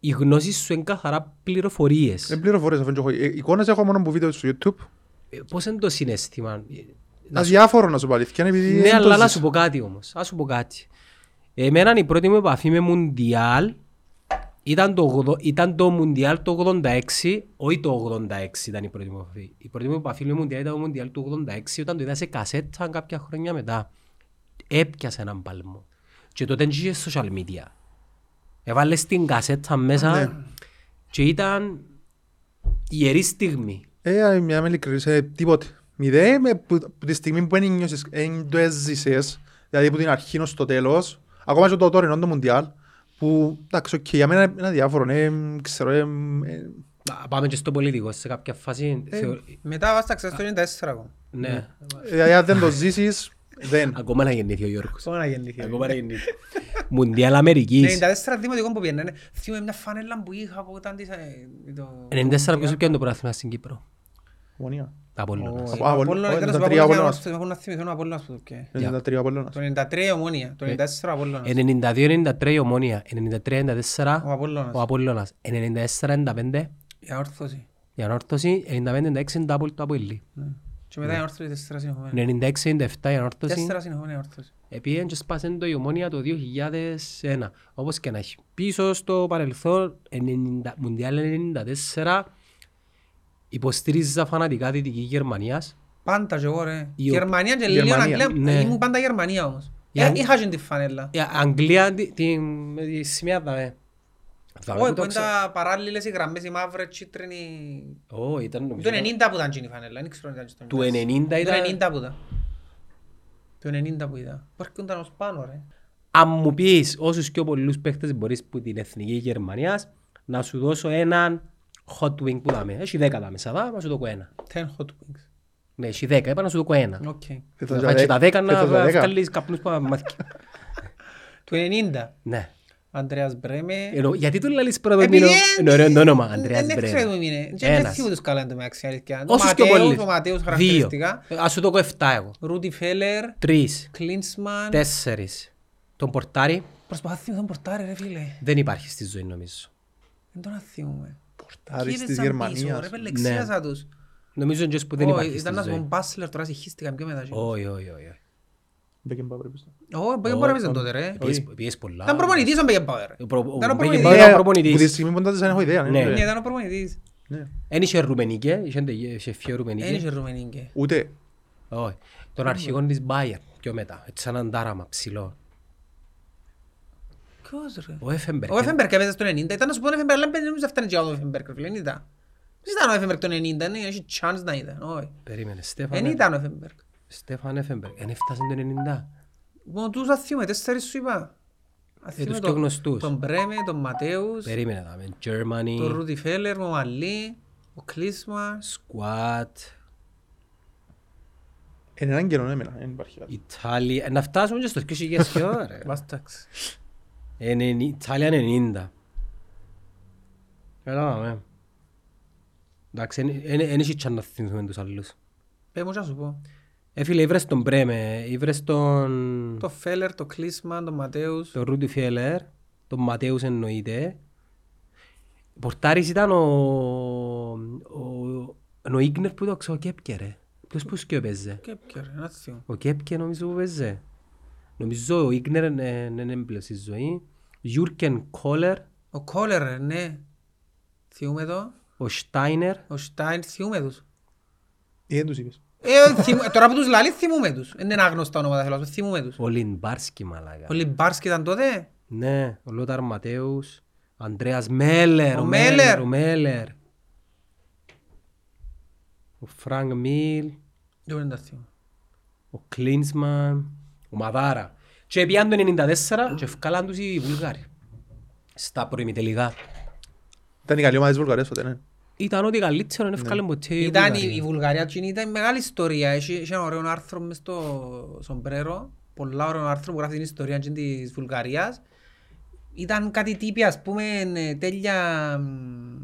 Speaker 1: οι γνώσεις σου είναι καθαρά πληροφορίες.
Speaker 3: Ε, πληροφορίες, αφού δεν έχω- ε, εικόνες έχω μόνο από βίντεο στο YouTube.
Speaker 1: Ε, Πώς είναι το συνέστημα. ε, να σου-
Speaker 3: Αδιάφορο να σου πω αλήθεια, είναι επειδή
Speaker 1: Ναι,
Speaker 3: δεν το
Speaker 1: αλλά να
Speaker 3: ζεις.
Speaker 1: σου πω κάτι όμως. Να σου πω κάτι. Εμένα η πρώτη μου επαφή με Μουντιάλ ήταν το, 80 ήταν το Μουντιάλ το 86, όχι το 86 ήταν η πρώτη μου επαφή. Η πρώτη μου επαφή με Μουντιάλ ήταν το Μουντιάλ του 86 όταν το είδα σε κασέτα κάποια χρόνια μετά. Έπιασα έναν παλμό. Και τότε δεν είχε social media. Έβαλες την κασέτα μέσα
Speaker 3: Ναι.
Speaker 1: και ήταν ιερή στιγμή.
Speaker 3: Ε, μια με ειλικρινής, ε, τίποτε. Μηδέ, με- που- που τη στιγμή που εν νιώσεις, εν το έζησες, δηλαδή που την αρχή ως το τέλος, ακόμα και το τωρινό το Μουντιάλ, που, εντάξει, οκ, για μένα είναι αδιάφορο, ε, μ, ξέρω, ε, μ, ε,
Speaker 1: Α, Πάμε και στο πολιτικό σε κάποια φάση. θεωρ-
Speaker 2: Μετά βάσταξα στο 94 ακόμα.
Speaker 1: Ναι.
Speaker 3: δηλαδή, αν δεν το ζήσεις, δεν.
Speaker 1: Ακόμα να γεννήθει ο Γιώργος.
Speaker 2: Σώμα να γεννηθεί.
Speaker 1: Ακόμα να γεννήθει. Μουντιάλ Αμερικής.
Speaker 2: 94 δημοτικό που πιένε. Θυμούμε μια φανέλα που είχα που ήταν της... ε, το-
Speaker 1: 94 ποιος έπιανε το πρωτάθλημα στην Κύπρο.
Speaker 3: Ομονία.
Speaker 1: Τα Απόλλωνας.
Speaker 3: Ο-
Speaker 2: Ο Απόλλων-
Speaker 3: Απόλλων-
Speaker 2: ήταν στο
Speaker 3: 93
Speaker 2: Απόλλωνας,
Speaker 3: Απόλλωνας.
Speaker 2: να- να θυμηθώ τον Απόλλωνας που το πιέ.
Speaker 1: Για.
Speaker 3: 93 Απόλλωνας.
Speaker 2: Το 93 η Ομόνια, το 94 ο Απόλλωνας.
Speaker 1: 92-93 η Ομόνια. 93-94
Speaker 2: Ο Απόλλωνας.
Speaker 1: ο Απόλλωνας. 94-95
Speaker 2: Η ανόρθωση.
Speaker 1: η Ανόρθωση. 95-96 το Απόλλη- το Απόλλη.
Speaker 2: Και μετά η ανόρθωση τέσσερα συνεχόμενα.
Speaker 1: 96-97 η Ανόρθωση.
Speaker 2: Ναι. Τέσσερα συνεχόμενα η ανόρθωση.
Speaker 1: Επίεν και σπάσεν το η Ομόνια το 2001. Όπως και να έχει. Πίσω στο παρελθόν, 90, Μουντιάλ 94, υποστήριζα φανατικά Δυτική Γερμανίας.
Speaker 2: Πάντα και εγώ ρε.
Speaker 1: Η-
Speaker 2: Γερμανία και λίγο
Speaker 3: Γερμανία,
Speaker 2: Αγγλία.
Speaker 1: ναι.
Speaker 2: Ήμουν πάντα Γερμανία όμως.
Speaker 1: Η
Speaker 2: Ε,
Speaker 1: Αγγ-
Speaker 2: Είχα και τη φανέλα.
Speaker 1: Η Αγγλία, τη- τη με τη σημαία δαμε. Δαμε
Speaker 2: Όχι,
Speaker 1: που το
Speaker 2: που είναι
Speaker 1: ξέρω.
Speaker 2: τα παράλληλες οι γραμμές, οι μαύρες, τσίτρινοι.
Speaker 1: Ω, ήταν νομίζω.
Speaker 2: Το 90 που ήταν και η φανέλα, δεν ξέρω αν ήταν και στο
Speaker 1: Του 90 ήταν.
Speaker 2: 90 που ήταν. Το 90 που είδα. Που έρχονταν ως πάνω ρε.
Speaker 1: Αν μου πεις όσους πιο πολλούς παίχτες μπορείς που την εθνική Γερμανίας, να σου δώσω έναν hot wing που δάμε. Έχει 10 τα μέσα, δά, να σου δω ένα.
Speaker 2: 10 hot wings.
Speaker 1: Ναι, έχει 10, είπα να σου δω ένα.
Speaker 2: Οκ.
Speaker 3: Θες
Speaker 1: Να φάει τα 10 να
Speaker 3: θες τα δέκα.
Speaker 1: βγάλεις καπνούς που μαθαίνει.
Speaker 2: Το 90.
Speaker 1: Ναι.
Speaker 2: Αντρέας Μπρέμε.
Speaker 1: Ενώ, γιατί το λαλείς πρώτο μήνο, είναι ωραίο το όνομα, Αντρέας
Speaker 2: Ε, Δεν
Speaker 1: Μπρέμε.
Speaker 2: ξέρω τι είναι. Δεν
Speaker 1: Ένας.
Speaker 2: ξέρω τους καλά το μεταξύ αλήθεια. Ο
Speaker 1: Όσους πιο
Speaker 2: Ματέος,
Speaker 1: πολλούς.
Speaker 2: Ο Ματέος
Speaker 1: Δύο.
Speaker 2: χαρακτηριστικά.
Speaker 1: Ε, Ας σου το έχω 7 εγώ.
Speaker 2: Ρούτι Φέλερ.
Speaker 1: Τρεις,
Speaker 2: Κλίντσμαν.
Speaker 1: τέσσερις. Τον πορτάρι
Speaker 2: Προσπαθώ να θυμηθώ τον πορτάρι ρε φίλε.
Speaker 1: δεν υπάρχει στη ζωή νομίζω.
Speaker 2: Δεν τον αθιούμαι.
Speaker 3: Πορτάρι της Γερμανίας.
Speaker 2: Επελεξίασα τους.
Speaker 1: Νομίζω είναι και που Ναι. δεν
Speaker 2: Ω,
Speaker 1: υπάρχει στη
Speaker 2: Ήταν ένας
Speaker 1: ζωή.
Speaker 2: μπομπάσλερ τώρα συγχύστηκα πιο μετά.
Speaker 1: Όχι, όχι, όχι.
Speaker 3: Μπέκεμπαουερ, πες το.
Speaker 2: Ω, Μπέκεμπαουερ έπαιζε τότε ρε.
Speaker 1: Πιες- Πιες πολλά.
Speaker 2: Ήταν προπονητής ο Μπέκεμπαουερ.
Speaker 1: Ο προ- ο
Speaker 2: Ήταν ο
Speaker 1: Μπέκεμπαουερ ήταν
Speaker 2: προπονητής.
Speaker 1: ο
Speaker 3: Ε, Που τη
Speaker 1: προπονητής.
Speaker 3: στιγμή που ήταν δεν έχω ιδέα. ναι,
Speaker 1: Ναι.
Speaker 2: Ναι,
Speaker 3: ναι.
Speaker 2: ήταν ο προπονητής.
Speaker 3: Ναι.
Speaker 1: Εν είχε Ρουμενικέ, είχε τε- είχε φιο
Speaker 2: Δεν είχε
Speaker 1: Ρουμενικέ.
Speaker 2: Ρουμενίκε.
Speaker 3: Ούτε.
Speaker 1: Όχι. Των αρχηγών της Bayern, πιο μετά. Έτσι σαν αντάραμα ψηλό.
Speaker 2: Ποιος ρε.
Speaker 1: Ο Εφέμπερκ.
Speaker 2: Ο Εφέμπερκ έπαιζε στο 90. Ήταν να σου πω ο Εφέμπερκ, αλλά δεν νομίζω αυτά είναι ο Εφέμπερκ. ρε φίλε, Δεν ήταν. Δεν ήταν ο Εφέμπερκ το 90, ναι, έχει chance να ήταν. Όχι.
Speaker 1: Περίμενε,
Speaker 2: Δεν
Speaker 1: Στέφαν.
Speaker 2: ήταν ο Εφέμπερκ.
Speaker 1: Στέφαν Εφέμπερκ. Εν έφτασε το 90.
Speaker 2: Μόνο τους αθιούμε, τέσσερις σου είπα. Αθιούμε
Speaker 1: τους
Speaker 2: τον-
Speaker 1: πιο γνωστούς.
Speaker 2: Τον Μπρέμε, τον Ματέους,
Speaker 1: Περίμενε να δούμε.
Speaker 2: τον
Speaker 1: Germany,
Speaker 2: Ρούτι Φέλερ, τον Μαλί, ο Κλίσμα.
Speaker 1: Squad,
Speaker 3: Εν έναν καιρό έμενα. Δεν υπάρχει κάτι.
Speaker 1: Ιταλία. Να φτάσουμε και στο 2000 ρε.
Speaker 2: Βάσταξ.
Speaker 1: Ενεν- Ιταλία 90. Έλα να με. Εντάξει, δεν είχε τσάν να θυμηθούμε τους άλλους.
Speaker 2: Πες μου τι να σου πω.
Speaker 1: Ε, φίλε, ήβρες τον Μπρέμε, ήβρες τον...
Speaker 2: Το Φέλερ, το Κλίσμα, τον Ματέους.
Speaker 1: τον Ρούντι Φιέλερ, τον Ματέους εννοείται. Πορτάρης ήταν ο... ο... ο Ίγνερ που το ξέρω, ο Κέπκε ρε. Ποιος που σκιο παίζε.
Speaker 2: Και ποιο ρε, να θυμώ.
Speaker 1: Ο Κέπκε νομίζω που παίζε. Νομίζω ο Ίγνερ είναι είναι έμπλεο στη ζωή. Γιούρκεν Κόλερ,
Speaker 2: Ο Κόλερ, ρε, ναι. Θυμούμε το.
Speaker 1: ο Στάινερ.
Speaker 2: Ο Στάιν, θυμούμε τους.
Speaker 3: Ή δεν τους είπες.
Speaker 2: Ε, θυμ- Τώρα που τους λαλείς, θυμούμε τους. Δεν είναι άγνωστα ονόματα, θέλω να σου πω, θυμούμε τους.
Speaker 1: Ο Λιμπάρσκι μαλάκα.
Speaker 2: Ο Λιμπάρσκι ήταν τότε.
Speaker 1: Ναι, ο Λόταρ Ματέους. Ανδρέας Μέλερ.
Speaker 2: Ο Μέλερ.
Speaker 1: Ο Μέλερ. Ο Φρανκ Μίλ.
Speaker 2: Δεν μπορεί να τα θυμώ.
Speaker 1: Ο Κλίνσμαν. Ο Μαδάρα. Και πήγαν το 94 και ευκάλαν τους οι Βουλγάροι. Στα προημιτελικά.
Speaker 3: Ήταν η καλή ομάδα της Βουλγαρίας τότε, ναι.
Speaker 1: Ήταν ό,τι καλύτερο να ευκάλαν ποτέ οι
Speaker 2: Ναι. Ήταν η,
Speaker 1: Βουλγαροί.
Speaker 2: η Βουλγαρία εκείνη ήταν μεγάλη ιστορία. Έχει, έχει ένα ωραίο άρθρο μες στο σομπρέρο. Πολλά ωραίο άρθρο που γράφει την ιστορία εκείνη της Βουλγαρίας. Ήταν κάτι τύποι ας πούμε ε, τέλεια... μ,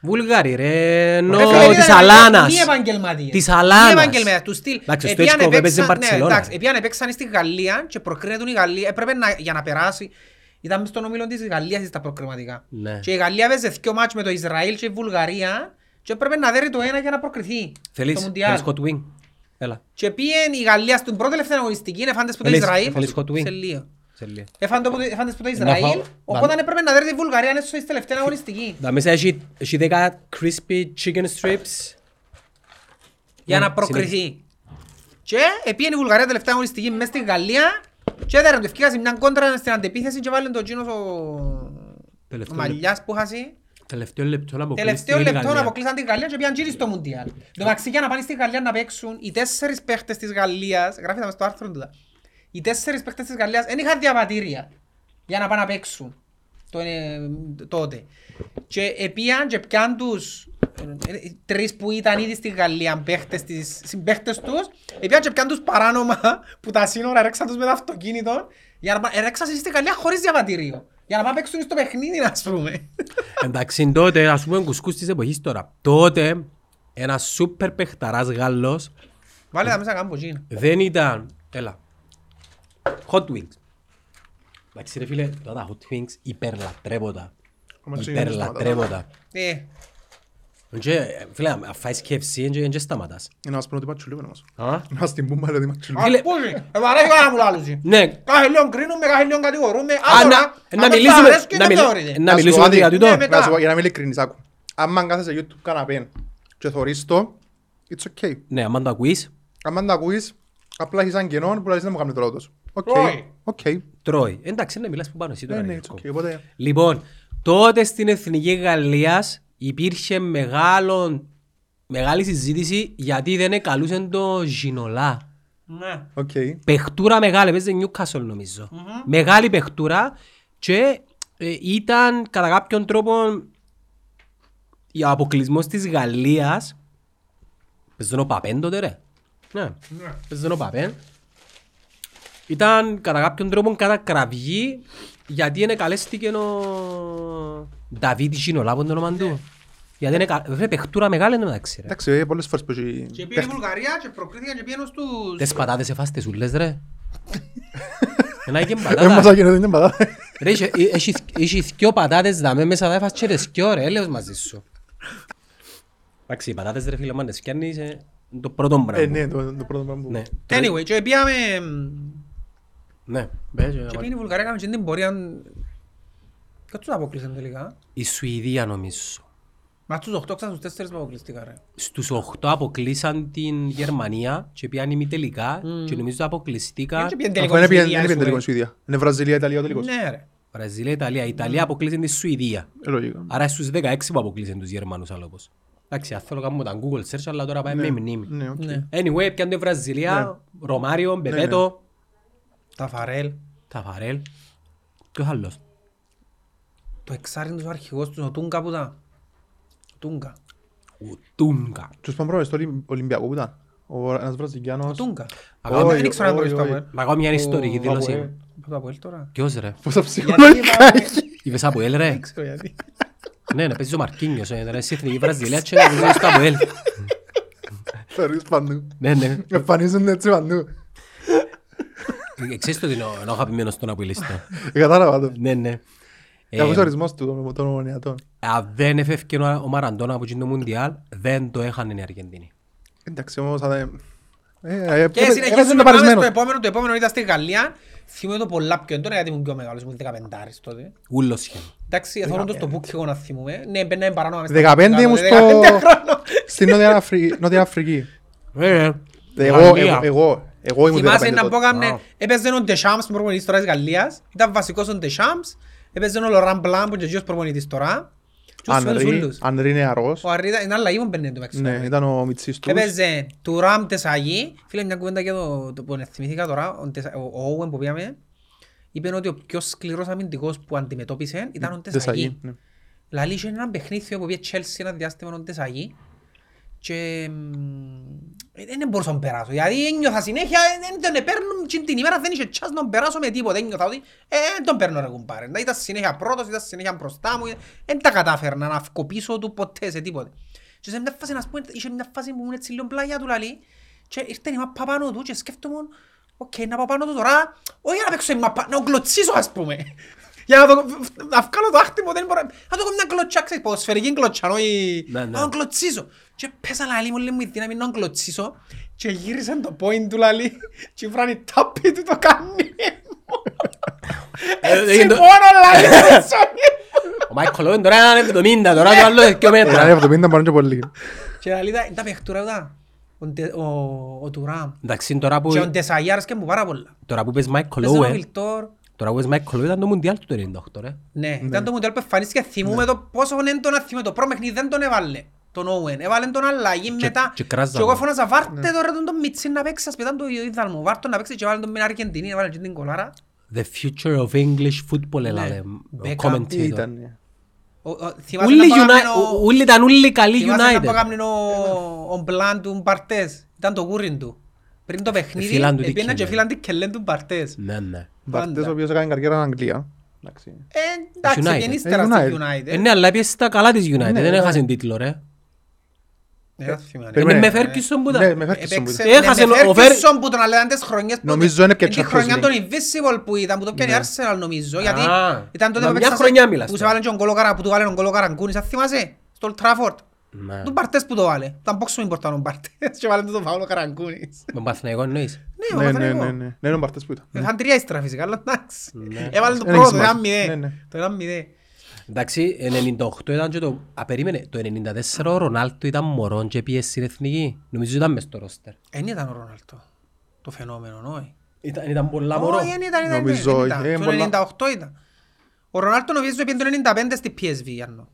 Speaker 1: Βουλγάροι ρε, νο,
Speaker 2: ρε φίλε, ήταν
Speaker 1: της
Speaker 2: επαγγελ-
Speaker 1: Αλάνας.
Speaker 2: Μη επαγγελματίες.
Speaker 1: Της Αλάνας.
Speaker 2: Μη επαγγελματίες. Του στυλ.
Speaker 1: Εντάξει, στο
Speaker 2: Επίαν
Speaker 1: Hitchcock έπαιζε
Speaker 2: επέξαν-
Speaker 1: Μπαρτσελώνα.
Speaker 2: Ναι, εντάξει, επίαν επέξαν στη Γαλλία και προκρίνετουν η Γαλλία. Έπρεπε να, για να περάσει. Ήταν μες στον ομίλο της Γαλλίας στα προκριματικά.
Speaker 1: Ναι.
Speaker 2: Και η Γαλλία παίζει δυο μάτς με το Ισραήλ και η Βουλγαρία και έπρεπε να δέρει το ένα για να προκριθεί.
Speaker 1: Θέλεις,
Speaker 2: στο Μουντιάλ.
Speaker 1: θέλεις hot wing. Έλα,
Speaker 2: Και πήγαινε η Γαλλία στην πρώτη τελευταία αγωνιστική, έφαντες που το
Speaker 1: Θέλεις-
Speaker 2: Ισραήλ.
Speaker 1: θέλεις hot wing?
Speaker 2: Σε λίγο.
Speaker 1: σε λίγο.
Speaker 2: Έφαντε που το- έφαντες που το
Speaker 1: φάω-
Speaker 2: Ισραήλ, οπότε
Speaker 1: να-
Speaker 2: έπρεπε να δέρει τη Βουλγαρία είναι στη τελευταία αγωνιστική.
Speaker 1: Τα μέσα έχει, έχει 10 crispy chicken strips.
Speaker 2: για
Speaker 1: Ναι,
Speaker 2: να προκριθεί. Και επίενε η Βουλγαρία τελευταία αγωνιστική μέσα στη Γαλλία και έδεραν του ευκαιρία σε μια κόντρα στην αντεπίθεση και βάλουν τον Τζίνος ο... ο
Speaker 1: Τελευταίο
Speaker 2: Μαλλιάς που χάσει.
Speaker 1: Τελευταίο λεπτό να αποκλειστεί
Speaker 2: Τελευταίο
Speaker 1: η
Speaker 2: λεπτό να
Speaker 1: Γαλλία.
Speaker 2: αποκλείσαν την Γαλλία και πήγαν τζίρι στο Μουντιάλ. Εν τω μεταξύ για να πάνε στη Γαλλία να παίξουν οι τέσσερις παίχτες της Γαλλίας, γράφεται μες στο άρθρο του, τα. οι τέσσερις παίχτες της Γαλλίας δεν είχαν διαβατήρια για να πάνε να παίξουν το, ε, τότε. Και επίαν και πιάν τους ε, ε, τρεις που ήταν ήδη στη Γαλλία παίχτες της, συμπαίχτες τους, επίαν και πιάν τους παράνομα που τα σύνορα ρέξαν τους με το αυτοκίνητο για να πάνε- ε, ρέξαν στη Γαλλία χωρίς διαβατήριο. Για να πάνε να παίξουν στο παιχνίδι, ας πούμε.
Speaker 1: Εντάξει, τότε, ας πούμε, κουσκούς της εποχής τώρα. Τότε, ένας σούπερ παιχταράς Γάλλος
Speaker 2: Βάλε τα μέσα κάμπο, Τζίνα.
Speaker 1: δεν ήταν... Έλα. Hot wings. Εντάξει ρε φίλε, τώρα τα hot wings υπερλατρεύοντα.
Speaker 3: Ακόμα έτσι είναι
Speaker 1: Υπερλατρεύοντα.
Speaker 2: Ε,
Speaker 1: Και, Φίλε, αν φάεις KFC, δεν σταματάς.
Speaker 3: Ε, Να μας πούνε ότι μάτσου λίγο, να μας.
Speaker 1: Α?
Speaker 3: Να μας την πούμε αλλά ότι μάτσου λίγο.
Speaker 1: Φίλε-
Speaker 2: Φίλε... Ε, μ' αρέσει πάρα πολύ άλλο εσύ.
Speaker 1: Ναι,
Speaker 2: Κάθε λίγο κρίνουμε, κάθε λίγο κατηγορούμε.
Speaker 1: Α,
Speaker 2: Άντορα,
Speaker 1: να-
Speaker 2: αν
Speaker 1: να
Speaker 2: δεν
Speaker 1: μιλήσουμε-
Speaker 2: τα αρέσει και
Speaker 1: να
Speaker 2: δεν
Speaker 1: μιλ-
Speaker 2: τα όριδε.
Speaker 1: να- μιλήσουμε
Speaker 3: Άδη,
Speaker 1: για τούτο.
Speaker 3: ναι,
Speaker 2: μετά.
Speaker 3: να σου πω, Για να είμαι ειλικρινής, άκου. Άμα κάθεσαι σε YouTube καναπέν και θωρείς το, it's okay.
Speaker 1: ναι, άμα το ακούεις,
Speaker 3: Άμα τα ακούεις, απλά έχεις έναν κενό που λες να μου κάνεις τρότος. Οκ,
Speaker 2: Τρώει.
Speaker 3: οκ.
Speaker 1: τρώει. Εντάξει, να μιλάς που πάνω εσύ
Speaker 3: Ναι,
Speaker 1: τώρα.
Speaker 3: ναι,
Speaker 1: Γιώργο.
Speaker 3: it's okay. Οπότε,
Speaker 1: Λοιπόν, τότε στην Εθνική Γαλλίας υπήρχε μεγάλο, μεγάλη συζήτηση γιατί δεν εκαλούσαν το Γινολά.
Speaker 2: Ναι.
Speaker 3: Οκ.
Speaker 1: Παιχτούρα μεγάλη, παίζει Newcastle νομίζω. Μεγάλη παιχτούρα και ε, ήταν κατά κάποιον τρόπο ο αποκλεισμός της Γαλλίας παίζουν ο Παπέν τότε ρε. Ναι, παίζουν ο Παπέν. Ήταν κατά κάποιον τρόπο κατακραυγή γιατί ενεκαλέστηκε ο Νταβίτ Γινολά από το όνομα
Speaker 3: Ναι.
Speaker 1: του. Γιατί είναι κα... Βρε παιχτούρα μεγάλη εν τω μεταξύ ρε.
Speaker 3: Εντάξει, ε, πολλές φορές που έχει
Speaker 2: Και πήγε η
Speaker 3: παίχτη.
Speaker 2: Βουλγαρία και προκρίθηκαν και πήγαινε στους...
Speaker 1: Τες πατάτες εφάστες ούλες ρε. Ένα και
Speaker 3: Ε, μας
Speaker 1: πατάτα.
Speaker 3: άγινε, δεν είναι πατάτα.
Speaker 1: Ρε, είχε- ε, έχει- έχει δυο πατάτες δαμέ μέσα, θα έφας και τις δυο ρε, έλεος μαζί σου. Εντάξει, οι πατάτες ρε φίλε μου, αν τις φτιάνεις, ε, είναι το πρώτο
Speaker 3: Ε,
Speaker 1: πράγμα.
Speaker 3: ναι, το το πρώτο πράγμα που...
Speaker 1: Ναι.
Speaker 2: Anyway, και πήγαμε...
Speaker 1: Ναι. Μπες, ε,
Speaker 2: Και πήγαινε η Βουλγαρία, κάναμε και την πορεία... Κάτι τους αποκλείσαν τελικά.
Speaker 1: Η Σουηδία νομίζω.
Speaker 2: Μα στους 8 ξανά στους 4 που αποκλειστικά ρε.
Speaker 1: Στους 8 αποκλείσαν την Γερμανία και πήγαν ημιτελικά και νομίζω αποκλειστήκαν
Speaker 2: Και πήγαινε
Speaker 3: Αφού
Speaker 2: τελικό
Speaker 3: είναι
Speaker 2: στη
Speaker 3: πήγαινε- είναι πήγαινε τελικό
Speaker 2: Σουηδία, ας πούμε.
Speaker 3: η Σουηδία. Είναι Βραζιλία, Ιταλία, ο τελικός.
Speaker 2: Ναι ρε.
Speaker 1: Βραζιλία, Ιταλία. Η Ιταλία αποκλείσαν τη Σουηδία.
Speaker 3: Ε, λογικά.
Speaker 1: Άρα στους 16 που αποκλείσαν τους Γερμανούς άλλοπως. Εντάξει, αν θέλω κάνουμε τα Google search, αλλά τώρα πάει με μνήμη.
Speaker 3: Ναι, οκ.
Speaker 2: Ναι.
Speaker 1: Anyway, πιάνε τη Βραζιλία, Ρωμάριο, Μπεπέτο,
Speaker 2: Τα Φαρέλ.
Speaker 3: ναι.
Speaker 1: Ταφαρέλ. Και ο άλλος.
Speaker 2: Το εξάρι είναι ο αρχηγός τους, ο Τούγκα που ήταν. Ο Τούγκα.
Speaker 1: Ο Τούγκα.
Speaker 3: Τους πάμε πρώτα στο Ολυμ- Ολυμπιακό που ήταν. Ο ένας Βραζιλιάνος.
Speaker 2: Ο Τούγκα.
Speaker 1: Αγάπη,
Speaker 3: Όχι,
Speaker 2: Δεν ήξερα να
Speaker 3: όχι,
Speaker 2: μπορείς το ε.
Speaker 3: όχι.
Speaker 2: Αποέλ.
Speaker 1: Μα κάνω μια ιστορική
Speaker 3: Ο-
Speaker 1: δήλωση.
Speaker 3: ε,
Speaker 2: Το Αποέλ τώρα.
Speaker 1: Ποιος ρε,
Speaker 3: Πόσα ψυχολογικά έχει.
Speaker 1: είπες από ελ ρε.
Speaker 2: Ξέρω γιατί.
Speaker 1: Ναι, να παίζεις ο Μαρκίνιος, ε, ρε, σε εθνική Βραζιλία και να παίζεις από ελ.
Speaker 3: Θεωρείς παντού.
Speaker 1: Ναι, ναι.
Speaker 3: Εμφανίζονται έτσι παντού.
Speaker 1: Ε, Ξέρεις το ότι είναι ο- είναι ο αγαπημένος στον Αποελίστα.
Speaker 3: Κατάλαβα το.
Speaker 1: Ναι, ναι. Ε,
Speaker 3: Καθώς ο ορισμός του των- των ομονιατών.
Speaker 1: Αν δεν έφευκε ο ο Μαραντόνα από εκείνο το Μουντιάλ, δεν το έχανε η Αργεντινή.
Speaker 3: Εντάξει όμως θα... Ε, ε, ε,
Speaker 2: Και
Speaker 3: έπαιζε- έπαιζε
Speaker 2: συνεχίζουμε
Speaker 3: το
Speaker 2: πάμε
Speaker 3: παρισμένο.
Speaker 2: στο επόμενο, το επόμενο ήταν στη Γαλλία. Θυμούμαι το πολλά πιο έντονα γιατί ήμουν πιο μεγάλος, ήμουν 15 τότε.
Speaker 1: Ούλος είχε.
Speaker 2: Εντάξει, εθώροντος το πούκιο να θυμούμαι. Ναι, μπαίναμε παράνομα μες στα δηλαδή,
Speaker 3: 15
Speaker 2: πούκια,
Speaker 3: ήμουν
Speaker 2: τότε,
Speaker 3: στο...
Speaker 2: 15 χρόνο.
Speaker 3: Στην Νότια Αφρική. Νότια Αφρική.
Speaker 2: Ε,
Speaker 1: Εγώ,
Speaker 3: Εγώ, εγώ, εγώ, εγώ ήμουν
Speaker 2: Θυμάσαι
Speaker 3: 15
Speaker 2: να
Speaker 3: τότε.
Speaker 2: πω κάμνε,
Speaker 1: Μπράβο.
Speaker 2: έπαιζε ο Ντεσάμς που προπονητής τώρα της Γαλλίας. Ήταν βασικός ο Ντεσάμς. Έπαιζε ο Λοράν Μπλάν που είναι και ο προπονητής τώρα. Και ο Σφένος
Speaker 3: Ανρί,
Speaker 2: Ούλους.
Speaker 3: Ανρί νεαρός.
Speaker 2: Ο Αρρίτα είναι άλλα ήμουν μπαινε το μεταξύ.
Speaker 3: Ναι, ήταν ο Μιτσής τους.
Speaker 2: Έπαιζε του Ραμ Τεσαγή. Φίλε, μια κουβέντα και το, το που θυμήθηκα τώρα, ο Τεσα- ο Όουεν που πήγαμε, είπε ότι ο πιο σκληρός αμυντικός που αντιμετώπισε ήταν ο Τεσαγή.
Speaker 3: Τεσαγή, ναι.
Speaker 2: Λαλή είχε έναν παιχνίδι που πήγε Chelsea ένα διάστημα ο Τεσαγή και μ, ε, δεν μπορούσα να περάσω. Γιατί ένιωθα συνέχεια, ε, δεν τον παίρνουν και την ημέρα δεν είχε τσάς να περάσω με τίποτα. Ένιωθα ότι ε, δεν τον παίρνω ρε κουμπάρε. Να Ήταν συνέχεια πρώτος, ήταν συνέχεια μπροστά μου. ε, Δεν τα κατάφερνα να φκοπίσω του ποτέ σε τίποτα. Και σε μια φάση, να σου πω, είχε μια φάση που ήμουν έτσι λίγο πλάγια του λαλή και ήρθε η μαπά πάνω του και σκέφτομαι «Οκ, να πάω πάνω του τώρα, όχι να παίξω η μαπά, να τον κλωτσίσω ας πούμε». Για να το, να βγάλω το άχτιμο, δεν μπορώ, να το κάνω μια κλωτσιά, ξέρεις, ποδοσφαιρική κλωτσιά, όχι
Speaker 1: Ναι, ναι.
Speaker 2: να τον κλωτσίσω. Και πέσα λαλί μου, λέει μου η δύναμη να τον κλωτσίσω και γύρισαν το point του λαλί και βράνει τάπη του το κάνει.
Speaker 1: Ε,
Speaker 2: Έτσι
Speaker 1: έγινε το-
Speaker 2: μόνο λαλί μου, sorry.
Speaker 1: Ο Μάικλ Όεν τώρα είναι 70, τώρα το άλλο είναι 2 μέτρα.
Speaker 2: Ε,
Speaker 3: Ήταν 70 πάνω και πολύ.
Speaker 2: Και λαλί τα- τα παιχτούρα τα, ο Ντε- ο- ο Τουράμ.
Speaker 1: Εντάξει, τώρα
Speaker 2: Και ο
Speaker 1: που,
Speaker 2: Ντεσαγιάρ και μου πάρα πολλά.
Speaker 1: τώρα που πες Μάικλ
Speaker 2: Παίζει ο
Speaker 1: Όεν,
Speaker 2: Βιλτόρ.
Speaker 1: τώρα που πες Μάικλ Όεν ήταν το Μουντιάλ του 98, ρε.
Speaker 2: Ναι, ήταν το μοντέλο που εμφανίστηκε. Θυμούμε το πόσο έντονα θυμούμε. Το πρώτο παιχνίδι δεν τον έβαλε. Τον Όουεν. Έβαλε τον αλλαγή μετά.
Speaker 1: και κράζαμε. Ναι.
Speaker 2: εγώ φώναζα βάρτε τώρα τον τον Μιτσί να παίξει. Ας πετάνε το είδα μου. Βάρτε τον να παίξει και βάλε τον με Αργεντινή. Έβαλε και την κολάρα.
Speaker 1: The future of English football, έλαλε ο
Speaker 2: Beckham
Speaker 1: commentator.
Speaker 3: Ήταν. ναι.
Speaker 2: Ο- ο- θυμάσαι
Speaker 1: Ούλοι
Speaker 2: να το έκαμε
Speaker 1: Uni-
Speaker 2: ο-
Speaker 1: ο- ούλοι ήταν όλοι καλοί
Speaker 2: θυμάσαι να το
Speaker 1: United.
Speaker 2: έκαμε ο- ο Μπλάν του Μπαρτές. Ήταν το γούριν του. Πριν
Speaker 1: Ε,
Speaker 2: το παιχνίδι,
Speaker 1: φίλαν του
Speaker 2: επήγαιναν και
Speaker 1: Ντικελέν.
Speaker 2: φίλαν Ντικελέν του Μπαρτές.
Speaker 1: Ναι, ναι.
Speaker 3: Μπαρτές
Speaker 2: Πάντα.
Speaker 3: ο οποίος έκανε καριέρα στην Αγγλία. Εντάξει.
Speaker 2: Ε, εντάξει,
Speaker 1: United.
Speaker 2: πήγαινε ύστερα
Speaker 3: Ε,
Speaker 2: στη
Speaker 3: United.
Speaker 1: Ε,
Speaker 2: United.
Speaker 1: Ναι, αλλά έπιεσαι τα καλά της United,
Speaker 3: Ναι,
Speaker 1: δεν
Speaker 3: ναι.
Speaker 1: έχασε τίτλο, ρε.
Speaker 2: Ε, δεν θυμάμαι.
Speaker 1: Είναι
Speaker 3: Περίμενε.
Speaker 1: με Ferguson που
Speaker 3: Ναι,
Speaker 1: ήταν.
Speaker 3: με Ferguson που
Speaker 2: Έπαιξε
Speaker 3: ήταν.
Speaker 1: ήταν. Έχασε
Speaker 2: με
Speaker 1: ο
Speaker 2: Ferguson
Speaker 1: Βέρ-
Speaker 2: που τον αλέγαν τις χρονιές που-
Speaker 3: Νομίζω είναι Ναι. πια
Speaker 2: Είναι η
Speaker 3: Champions
Speaker 2: χρονιά
Speaker 3: League.
Speaker 2: των Invisible που ήταν, που το πιάνει η Arsenal νομίζω. Γιατί
Speaker 1: Α,
Speaker 2: ήταν τότε
Speaker 1: μα
Speaker 2: που
Speaker 1: μια
Speaker 2: έπαιξαν σε-
Speaker 1: χρονιά μιλάς
Speaker 2: Που σε
Speaker 1: τώρα.
Speaker 2: βάλαν και τον Κολο Καρα- που του βάλαν τον Κολο Καραγκούνη, σας θυμάσαι, στο Old Trafford.
Speaker 1: Ναι.
Speaker 2: Του Μπαρτές που το βάλε. Ήταν boxing important ο Μπαρτές και βάλαν του τον Παύλο Καραγκούνης.
Speaker 1: Με Παθηναϊκό εννοείς.
Speaker 2: Ναι, ο
Speaker 3: Ναι, ναι,
Speaker 2: Παναθηναϊκός.
Speaker 3: ναι, ναι. Ναι, είναι ο Μπαρτές που ήταν.
Speaker 2: Είχαν τρία ύστερα φυσικά, αλλά εντάξει.
Speaker 1: Ναι.
Speaker 2: Έβαλε το
Speaker 3: Ένα
Speaker 2: πρώτο,
Speaker 3: έχει
Speaker 2: το
Speaker 3: σημασία.
Speaker 2: 1-0.
Speaker 3: Ναι, ναι.
Speaker 2: Το 1-0.
Speaker 1: Εντάξει, 98 ήταν και το... Α, περίμενε, το 94 ο Ρονάλτο ήταν μωρόν και πιέσει στην εθνική. Νομίζω ήταν μες στο ρόστερ.
Speaker 2: Εν Ε, ήταν ο Ρονάλτο. Το φαινόμενο, όχι.
Speaker 1: Ήταν, ήταν πολλά μωρό.
Speaker 2: Όχι, δεν ήταν, ήταν,
Speaker 3: Νομίζω,
Speaker 2: ήταν,
Speaker 3: όχι.
Speaker 2: ήταν.
Speaker 3: Ε,
Speaker 2: Το
Speaker 3: πολλά-
Speaker 2: 98 ήταν. Ο Ρονάλτο νομίζω πήγε το 95 στη PSV, Γιάννο.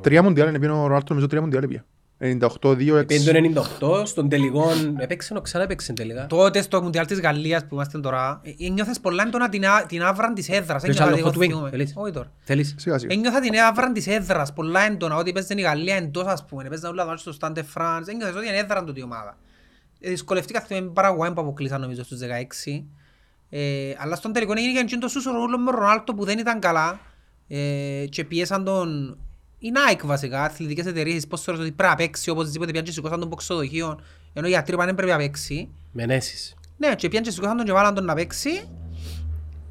Speaker 3: Τρία μουντιάλ είναι πήγαινε ο Ρονάλτο, νομίζω τρία μουντιάλ πήγε. 98-2-6.
Speaker 1: Επίεν το 98, στον τελικό έπαιξε, ξανά έπαιξε τελικά.
Speaker 2: Τότε στο Μουντιάλ της Γαλλίας που είμαστε τώρα, ε, ε, νιώθες πολλά έντονα την, α- την άβρα της έδρας.
Speaker 1: Θέλεις
Speaker 2: Ένιωθα
Speaker 1: άλλο
Speaker 2: λίγο
Speaker 1: hot wing,
Speaker 2: θυμούμαι.
Speaker 1: θέλεις.
Speaker 2: Όχι τώρα.
Speaker 1: Θέλεις.
Speaker 3: Σιγά σιγά.
Speaker 2: Ένιωθα την άβρα της έδρας πολλά έντονα, ότι παίζανε η Γαλλία εντός ας πούμε, παίζανε όλα τα μάτια στο Stade de France, ένιωθες ότι είναι έδρα τούτη η ομάδα. Ε, Δυσκολευτήκα θυμάμαι με την Παραγουάη που αποκλείσαν νομίζω στους 16. Ε, αλλά στον τελικό έγινε και εκείνο το σούσορολο με τον Ρονάλτο που δεν ήταν καλά ε, και πιέσαν τον... Η Nike βασικά, αθλητικές εταιρείες, πώς θεωρείς ότι πρέπει να παίξει οπωσδήποτε πιάνε και σηκώσαν τον ποξοδοχείο, ενώ οι γιατροί είπαν δεν πρέπει να παίξει.
Speaker 1: Μενέσεις.
Speaker 2: Ναι, και πιάνε και σηκώσαν τον και βάλαν τον να παίξει.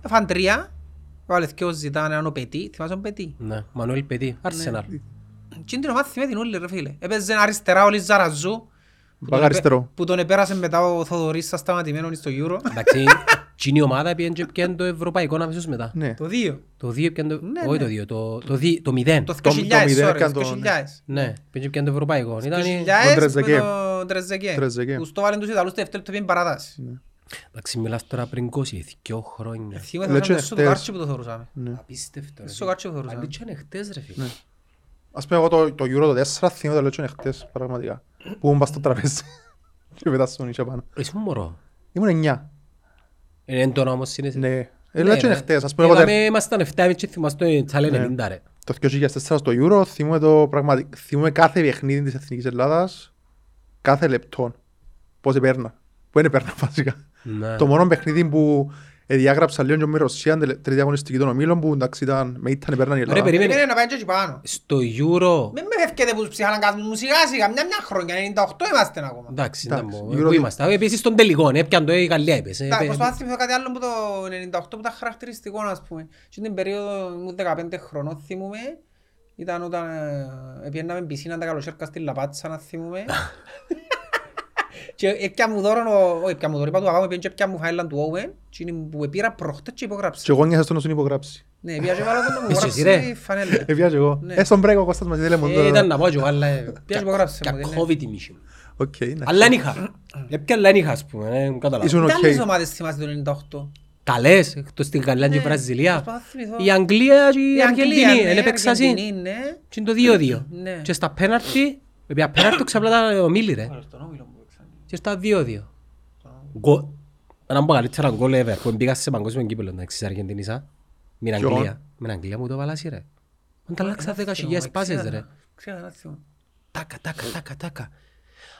Speaker 2: Φαν τρία. Βάλε δυο ζητάνε έναν ο Πετή. Θυμάσαι τον Πετή.
Speaker 1: Ναι. Μανουέλ Πετή, Αρσενάλ.
Speaker 2: Τι είναι το μάθημα με την όλη ρε φίλε. Έπαιζε αριστερά ο Λις Ζαραζού. που τον
Speaker 3: Μπακ αριστερό.
Speaker 2: επέ- Που τον επέρασε μετά ο Θοδωρής σαν σταματημένο στο Euro.
Speaker 3: Ναι.
Speaker 1: Εντάξει, κοινή ομάδα πιέν και πιέν το ευρωπαϊκό αμέσως μετά.
Speaker 3: Ναι.
Speaker 2: Το δύο.
Speaker 1: Το 2 πιέν το...
Speaker 2: Ναι,
Speaker 1: Όχι
Speaker 2: ναι.
Speaker 1: το 2, το, το, δι- το 0.
Speaker 2: Το
Speaker 3: το
Speaker 2: 2000,
Speaker 3: μηδέν
Speaker 2: sorry,
Speaker 3: έκανε
Speaker 2: το
Speaker 3: το-
Speaker 2: 2000.
Speaker 1: Ναι, πιέν και πιέν το ευρωπαϊκό.
Speaker 2: Το
Speaker 1: ναι. Ήταν...
Speaker 2: 2000
Speaker 3: Ο
Speaker 2: με
Speaker 3: Τρεζεκέ.
Speaker 2: τον Τρεζεκέ.
Speaker 3: Τρεζεκέ.
Speaker 2: Που στο βάλαν τους Ιταλούς τελευταίο του πήγαινε παράταση.
Speaker 3: Ναι.
Speaker 1: Εντάξει, μιλάς τώρα πριν 22 χρόνια.
Speaker 2: Θυμάμαι
Speaker 3: Λέω και
Speaker 2: θυμάμαι το Σοκάρτσι
Speaker 3: χτες.
Speaker 2: που το θεωρούσαμε.
Speaker 3: Ναι.
Speaker 1: Απίστευτο. ρε
Speaker 2: Στο
Speaker 1: φίλε.
Speaker 2: Γάρτσιο θεωρούσα.
Speaker 1: Αντί και είναι χτες ρε φίλε.
Speaker 3: Ας πούμε εγώ το, το Euro το 4 θυμώ τα λέτσον εχθές πραγματικά. Που ήμουν πας στο τραπέζι. Και μετά στον ίσια πάνω.
Speaker 1: Ήσουν μωρό. Ε,
Speaker 3: Ήμουν 9.
Speaker 1: Είναι έντονα όμως συνέχεια.
Speaker 3: Ναι. Ε, λέτσον
Speaker 1: ρε.
Speaker 3: εχθές. Ας πούμε Ναι. εγώ
Speaker 1: Είδαμε, ήμασταν 7 εμείς και θυμάστε το τσάλε 90 ρε.
Speaker 3: το 2004 στο Euro θυμούμε, το, πραγματι- θυμούμε κάθε παιχνίδι της Εθνικής Ελλάδας. Κάθε λεπτό. Πώς επέρνα. Που δεν επέρνα βασικά.
Speaker 1: Ναι.
Speaker 3: Το μόνο παιχνίδι που διάγραψα λίγο και με Ρωσία, τε- τρίτη αγωνιστική των ομίλων, που εντάξει ήταν, με ήταν επέρναν η Ελλάδα.
Speaker 1: περίμενε.
Speaker 2: Περίμενε να πάει και εκεί πάνω.
Speaker 1: Στο Euro...
Speaker 2: Μην με φεύγετε από τους ψυχαναγκασμούς μου σιγά σιγά, μια μια χρόνια, 98 είμαστε ακόμα.
Speaker 1: Εντάξει,
Speaker 3: Εντάξει,
Speaker 1: να μου-
Speaker 3: Euro
Speaker 1: πού
Speaker 3: δύο.
Speaker 1: είμαστε. Επίσης στον τελικό, ναι, έπιαν το η Γαλλία έπαιζε.
Speaker 2: Τα
Speaker 1: Έπαι-
Speaker 2: προσπαθώ να θυμηθώ κάτι άλλο που το 98 που ήταν χαρακτηριστικό ας πούμε. Και την περίοδο μου 15 χρονών θυμούμε. Ήταν όταν ε, πιέναμε πισίνα τα καλοσέρκα στη Λαπάτσα να θυμούμε. Και έπια μου δώρο, ο- όχι έπια μου δώρο, είπα του αγάπη, και έπια μου Highland του Owen. Και είναι που πήρα προχτές και υπόγραψε.
Speaker 3: Και εγώ νιώσα στον να τον υπογράψει.
Speaker 2: Ναι, πήγα και βάλα τον να μου
Speaker 1: Εσύ,
Speaker 2: υπογράψει
Speaker 1: ρε.
Speaker 2: η φανέλα.
Speaker 3: Εβιά και εγώ.
Speaker 2: Ναι.
Speaker 3: Ε, στον Μπρέκο, ο Κώστας μας είδε μου.
Speaker 1: Ε, Ήταν να πάω και εγώ, αλλά... ε,
Speaker 2: Ποιος
Speaker 1: κα-
Speaker 2: υπογράψε μου, δεν είναι.
Speaker 1: Κακόβητη μίση μου.
Speaker 3: Οκ, Ναι, ναι.
Speaker 1: Αλλά είχα. Έπια αλλά είχα, ας πούμε, ε, μου καταλάβω.
Speaker 3: Ήσουν
Speaker 2: Τι άλλες
Speaker 3: οκ.
Speaker 2: ομάδες θυμάσαι το 98.
Speaker 1: Καλές, εκτός στην Γαλλία και η
Speaker 2: Ναι,
Speaker 1: Βραζιλία.
Speaker 2: προσπαθώ να θυμηθώ.
Speaker 1: Η Αγγλία και η
Speaker 2: Η Αγγλία,
Speaker 1: Αργεντινή,
Speaker 2: ναι,
Speaker 1: εν έπαιξα εσύ.
Speaker 2: Αργεντινή, ναι.
Speaker 1: Και είναι το 2-2.
Speaker 2: Ναι.
Speaker 1: Και στα πέναρτι, επειδή απέναρτι ξαπλά τα ομίλη ρε. Και στα 2-2. Γκο- Ένα από τα καλύτερα γκολ ever που μπήκα σε παγκόσμιο κύπελλο εντάξει, της Αργεντινής. α. Με την
Speaker 3: Ποιον?
Speaker 1: Αγγλία. Με την Αγγλία μου το βάλασαι ρε. Μου τα αλλάξα 10.000 πάσες ρε.
Speaker 2: Ξέρω, να θυμώ.
Speaker 1: Τάκα, τάκα, τάκα, τάκα.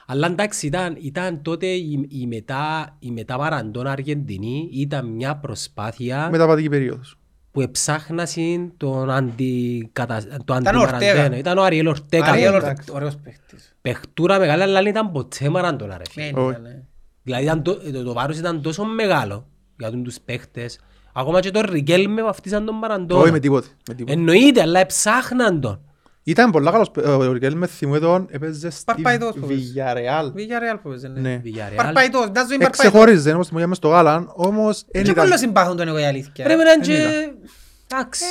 Speaker 1: Αλλά εντάξει, ήταν, ήταν τότε η, η μετά, η μετά Μαραντόνα Αργεντινή ήταν μια προσπάθεια
Speaker 3: Μεταπατική περίοδος.
Speaker 1: που εψάχνασαν τον αντικατα... το
Speaker 2: Ήταν ο Ορτέγα.
Speaker 1: αντιμαραντένο. Ήταν ο Αριέλ Ορτέγα.
Speaker 2: Άρα,
Speaker 1: Αριέλ
Speaker 2: ωραίος
Speaker 1: Ορτέγα.
Speaker 2: παίκτης, Ωραίος παίκτης.
Speaker 1: Πεχτούρα μεγάλα, αλλά δεν ήταν ποτέ Μαραντόνα ρε φίλε.
Speaker 2: Ναι,
Speaker 3: Όχι.
Speaker 2: ναι, ναι.
Speaker 1: Δηλαδή ήταν το, το, το βάρος ήταν τόσο μεγάλο για τον τους παίχτες. Ακόμα και τον Ρικέλ με βαφτίσαν τον
Speaker 3: Όχι με
Speaker 1: Μαραντόνα.
Speaker 3: τίποτε. με
Speaker 1: Ε,
Speaker 3: τίποτε.
Speaker 1: Εννοείται, αλλά εψάχναν τον.
Speaker 3: Ήταν πολλά καλός. παι- Ο Ρικέλ με θυμούμε τον έπαιζε στη
Speaker 2: Παρπαϊδός που παίζει.
Speaker 3: Villarreal.
Speaker 2: Βίγια Ρεάλ που έπαιζε, ναι.
Speaker 3: Ναι. Ε,
Speaker 1: Villarreal.
Speaker 2: Παρπαϊτός, να ζωή παρπαϊτός.
Speaker 3: Εξεχώριζε όμως μου είχαμε στο Γάλαν, όμως δεν
Speaker 2: Και
Speaker 3: ήταν.
Speaker 2: πολλούς συμπάθουν τον εγώ η αλήθεια.
Speaker 1: Πρέπει να είναι και... Εντάξει.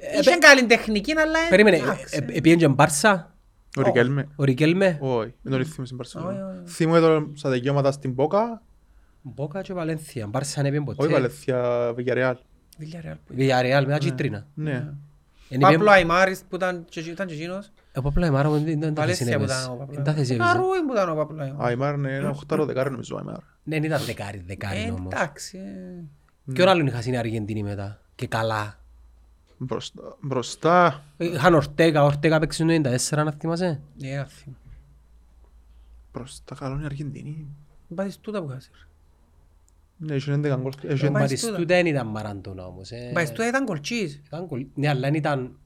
Speaker 2: Ε,
Speaker 1: Ε,
Speaker 2: Είχε καλή τεχνική, αλλά... ε,
Speaker 1: Περίμενε,
Speaker 2: εντάξει.
Speaker 1: επίεν και Μπάρσα,
Speaker 3: Ο Ρικέλ με.
Speaker 1: ο Ρικέλμε.
Speaker 3: Όχι, δεν τον θυμούμε στην
Speaker 2: Όχι, όχι,
Speaker 3: Παρσελόνα. Θυμούμε τον στα δικαιώματα στην Πόκα,
Speaker 1: Μπόκα και Βαλένθια, Μπάρσα δεν επίεν
Speaker 3: όχι
Speaker 1: ποτέ.
Speaker 3: Βαλεθία, Villarreal.
Speaker 2: Βίγια Ρεάλ που
Speaker 1: Villarreal με τα κίτρινα.
Speaker 3: Ναι.
Speaker 1: Εν
Speaker 2: έπαιζε.
Speaker 1: επίεν-
Speaker 2: Παπλο Αϊμάρης που ήταν και- ήταν και εκείνος.
Speaker 1: Ο Παπλό Αιμάρο δεν δεν τα θέση
Speaker 2: Βαλένθια
Speaker 1: να
Speaker 2: που
Speaker 1: έπαιζε.
Speaker 2: ήταν ο Παπλο
Speaker 1: Δεν τα θέση
Speaker 2: Αϊμάρης.
Speaker 1: έπαιζε.
Speaker 2: Αρούι που ήταν ο Παπλο Αϊμάρης.
Speaker 3: Αϊμάρ είναι ένα οχτάρο δεκάρι νομίζω ο Αϊμάρ.
Speaker 1: Δεν ήταν δεκάρι, δεκάρι
Speaker 2: Ε,
Speaker 1: όμως.
Speaker 2: Εντάξει. ε.
Speaker 1: Και ο άλλον είχα στην Αργεντινή μετά. Και καλά.
Speaker 3: Μπροστά- Μπροστά.
Speaker 1: Είχαν Ορτέγα, Ορτέγα παίξει το 94 να θυμάσαι.
Speaker 2: Ναι, ένα θύμα.
Speaker 3: Μπροστά καλό είναι η Αργεντινή.
Speaker 2: Μην πάθεις τούτα που χάσεις.
Speaker 3: Ναι, είχε 11 γκολ. Είχε-
Speaker 1: Ο
Speaker 2: Μπαριστούτα.
Speaker 1: Μπαριστούτα δεν ήταν Μαραντόνα όμως. ε.
Speaker 2: Μπαϊστούτα ήταν κολτσής.
Speaker 1: Ήταν κολλή- Ναι, αλλά δεν ήταν...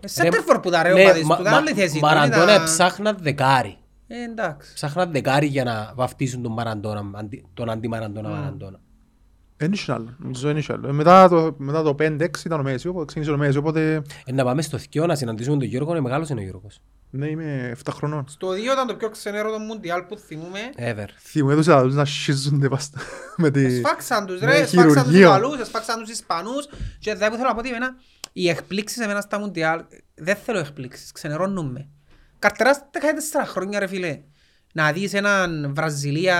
Speaker 2: Ε, Σέντερφορ που τα ρε ο
Speaker 1: Ναι,
Speaker 2: Μπαϊστούτα,
Speaker 1: μα-
Speaker 2: ήταν
Speaker 1: μα-
Speaker 2: άλλη θέση του,
Speaker 1: Μαραντόνα
Speaker 2: ήταν-
Speaker 1: ψάχνα δεκάρι.
Speaker 2: Ε, Εντάξει.
Speaker 1: Ψάχναν δεκάρι για να βαφτίσουν τον Μαραντόνα, αντι- τον αντιμαραντόνα Μαραντόνα.
Speaker 3: Δεν είχε άλλο. Νομίζω δεν είχε άλλο. Ε, Μετά το, μετά το 5-6 ήταν ο Μέση, οπότε ξεκίνησε ο Μέση, οπότε
Speaker 1: Ε, να πάμε στο θκιό να συναντήσουμε τον Γιώργο, είναι μεγάλος είναι ο Γιώργος.
Speaker 3: ναι, είμαι 7 χρονών.
Speaker 2: Στο 2 ήταν το πιο ξενέρο το Μουντιάλ που θυμούμε.
Speaker 1: Ever.
Speaker 3: Θυμούμε τους άλλους να σχίζονται πάστα με τη...
Speaker 2: Σφάξαν τους
Speaker 3: Ναι,
Speaker 2: ρε, σφάξαν τους
Speaker 3: χειρουργείο.
Speaker 2: Ιταλούς, σφάξαν τους Ισπανούς. Και δεν θέλω να πω ότι εμένα, οι εκπλήξεις εμένα στα Μουντιάλ, δεν θέλω εκπλήξεις, ξενερώνουν με. Καρτεράς τα κάνει τέσσερα χρόνια ρε φίλε. Να δεις έναν Βραζιλία,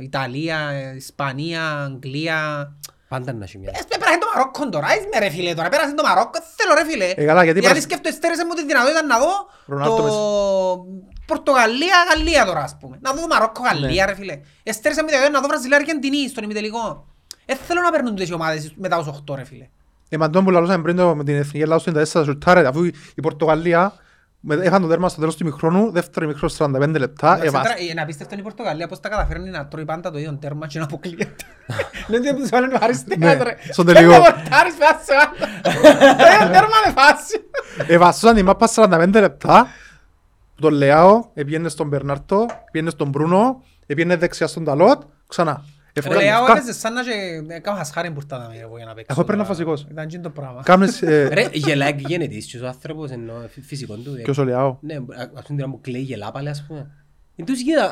Speaker 2: Ιταλία, Ισπανία, Αγγλία,
Speaker 1: Πάντα να έχει μια.
Speaker 2: Έσπε πέρασε το Μαρόκο τώρα, είσαι με ρε φίλε τώρα, πέρασε το Μαρόκο, θέλω ρε φίλε.
Speaker 3: Ε, καλά, γιατί
Speaker 2: Γιατί
Speaker 3: πέρασε-
Speaker 2: σκέφτομαι, στέρεσε μου τη δυνατότητα να δω
Speaker 3: Ρονάλντο
Speaker 2: το
Speaker 3: μέσα.
Speaker 2: Πορτογαλία-Γαλλία τώρα ας πούμε. Να δω Μαρόκο-Γαλλία ρε φίλε. Ε, Στέρεσε μου τη δυνατότητα να δω Βραζιλία-Αργεντινή στον ημιτελικό. Ε, θέλω να παίρνουν τις ομάδες μετά τους 8 ρε φίλε.
Speaker 3: Ε, μα τον που λαλούσαμε πριν το- με την Εθνική Ελλάδα στο 94 σουτάρε, αφού η Πορτογαλία με- έχαν το τέρμα στο τέλος του ημιχρόνου, δεύτερο ημιχρόνο 45 λεπτά,
Speaker 2: Εντάξει,
Speaker 3: εβάσ-
Speaker 2: τώρα, Είναι απίστευτο η Πορτογαλία πώς τα καταφέρνει να τρώει πάντα το ίδιο τέρμα και να αποκλείεται. Δεν είναι που τους βάλουν αριστερά,
Speaker 3: Ναι,
Speaker 2: ρε.
Speaker 3: στον
Speaker 2: Παίρνει
Speaker 3: τελικό.
Speaker 2: ο Πορτάρης, φάση, άλλο. Το ίδιο τέρμα με φάση.
Speaker 3: εβασούσαν η μάπα 45 λεπτά, που τον Λεάο, επήγαινε στον Μπερνάρτο, επήγαινε στον Μπρούνο, επήγαινε δεξιά στον Ταλότ, ξανά. Ε,
Speaker 2: Ο
Speaker 3: Εύκολα,
Speaker 2: Λεάο
Speaker 3: εύκολα.
Speaker 2: έπαιζε σαν να και- ε, κάμα χασχάριν που ήρθαμε, εγώ, για να παίξω.
Speaker 3: Εγώ έπαιρνα
Speaker 2: τώρα.
Speaker 3: βασικός.
Speaker 2: Ήταν τζιν το πράγμα.
Speaker 3: Κάμνες, ε,
Speaker 1: Ρε, γελάει και γενετής και ο άνθρωπος εννοώ φυ- φυσικό του. ε.
Speaker 3: ποιος ο Λεάο.
Speaker 1: Ναι, α- ας πούμε μου κλαίει γελά πάλι ας πούμε. Εν τους γελά. α,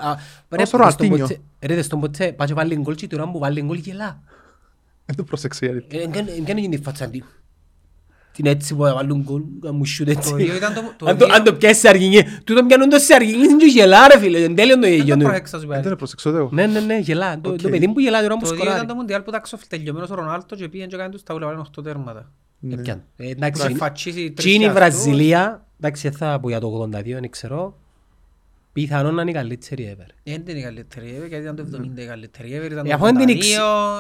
Speaker 1: Ρε,
Speaker 3: Όσο
Speaker 1: δες τον
Speaker 3: Ροναλντίνιο.
Speaker 1: Ποτσέ- ρε, δες τον Ποτσέ, πάει και βάλει γκολ και τώρα που βάλει γκολ γελά.
Speaker 3: Δεν το προσεξεί, γιατί.
Speaker 1: Ε, εν κάνει- εν κάνει γίνει η φάτσα του. Την έτσι που βάλουν γκολ, να μου σιούτ έτσι.
Speaker 2: Το ίδιο ήταν το- το
Speaker 1: Αν το-
Speaker 2: ίδιο-
Speaker 1: Αν το πιάσεις σε αργινή, του το πιάνουν το σε αργινή, είναι και γελά ρε φίλε, εν τέλειον το
Speaker 2: Δεν
Speaker 1: γεγιό
Speaker 2: το
Speaker 1: του.
Speaker 2: προέξα σου
Speaker 3: Δεν
Speaker 2: πάλι.
Speaker 3: Ε, το προσεξώ, δεν έχω.
Speaker 1: Ναι, ναι, ναι, γελά. Το το
Speaker 3: Οκ.
Speaker 1: παιδί μου που γελάει τώρα μου
Speaker 2: Το ίδιο
Speaker 1: σκοράρει.
Speaker 2: ήταν το Μουντιάλ που τα ξοφ- τελειωμένος ο Ρονάλτο και πήγαινε και έκανε τους ταούλα, βάλανε οχτώ τέρματα.
Speaker 1: Ε,
Speaker 3: Ναι.
Speaker 1: πιάνει. Ε,
Speaker 2: Που να
Speaker 1: Εντάξει,
Speaker 2: φατσίσει τρεις
Speaker 1: Τι είναι η
Speaker 2: και
Speaker 1: Βραζιλία, εντάξει θα πω για το 82, δεν ξέρω, πιθανόν να είναι η καλύτερη ever.
Speaker 2: αυτούς. Ε, Δεν είναι η καλύτερη ever, γιατί ήταν το 70 η καλύτερη ever, ήταν
Speaker 1: Ε,
Speaker 2: το
Speaker 1: αφού δεν την
Speaker 2: 82,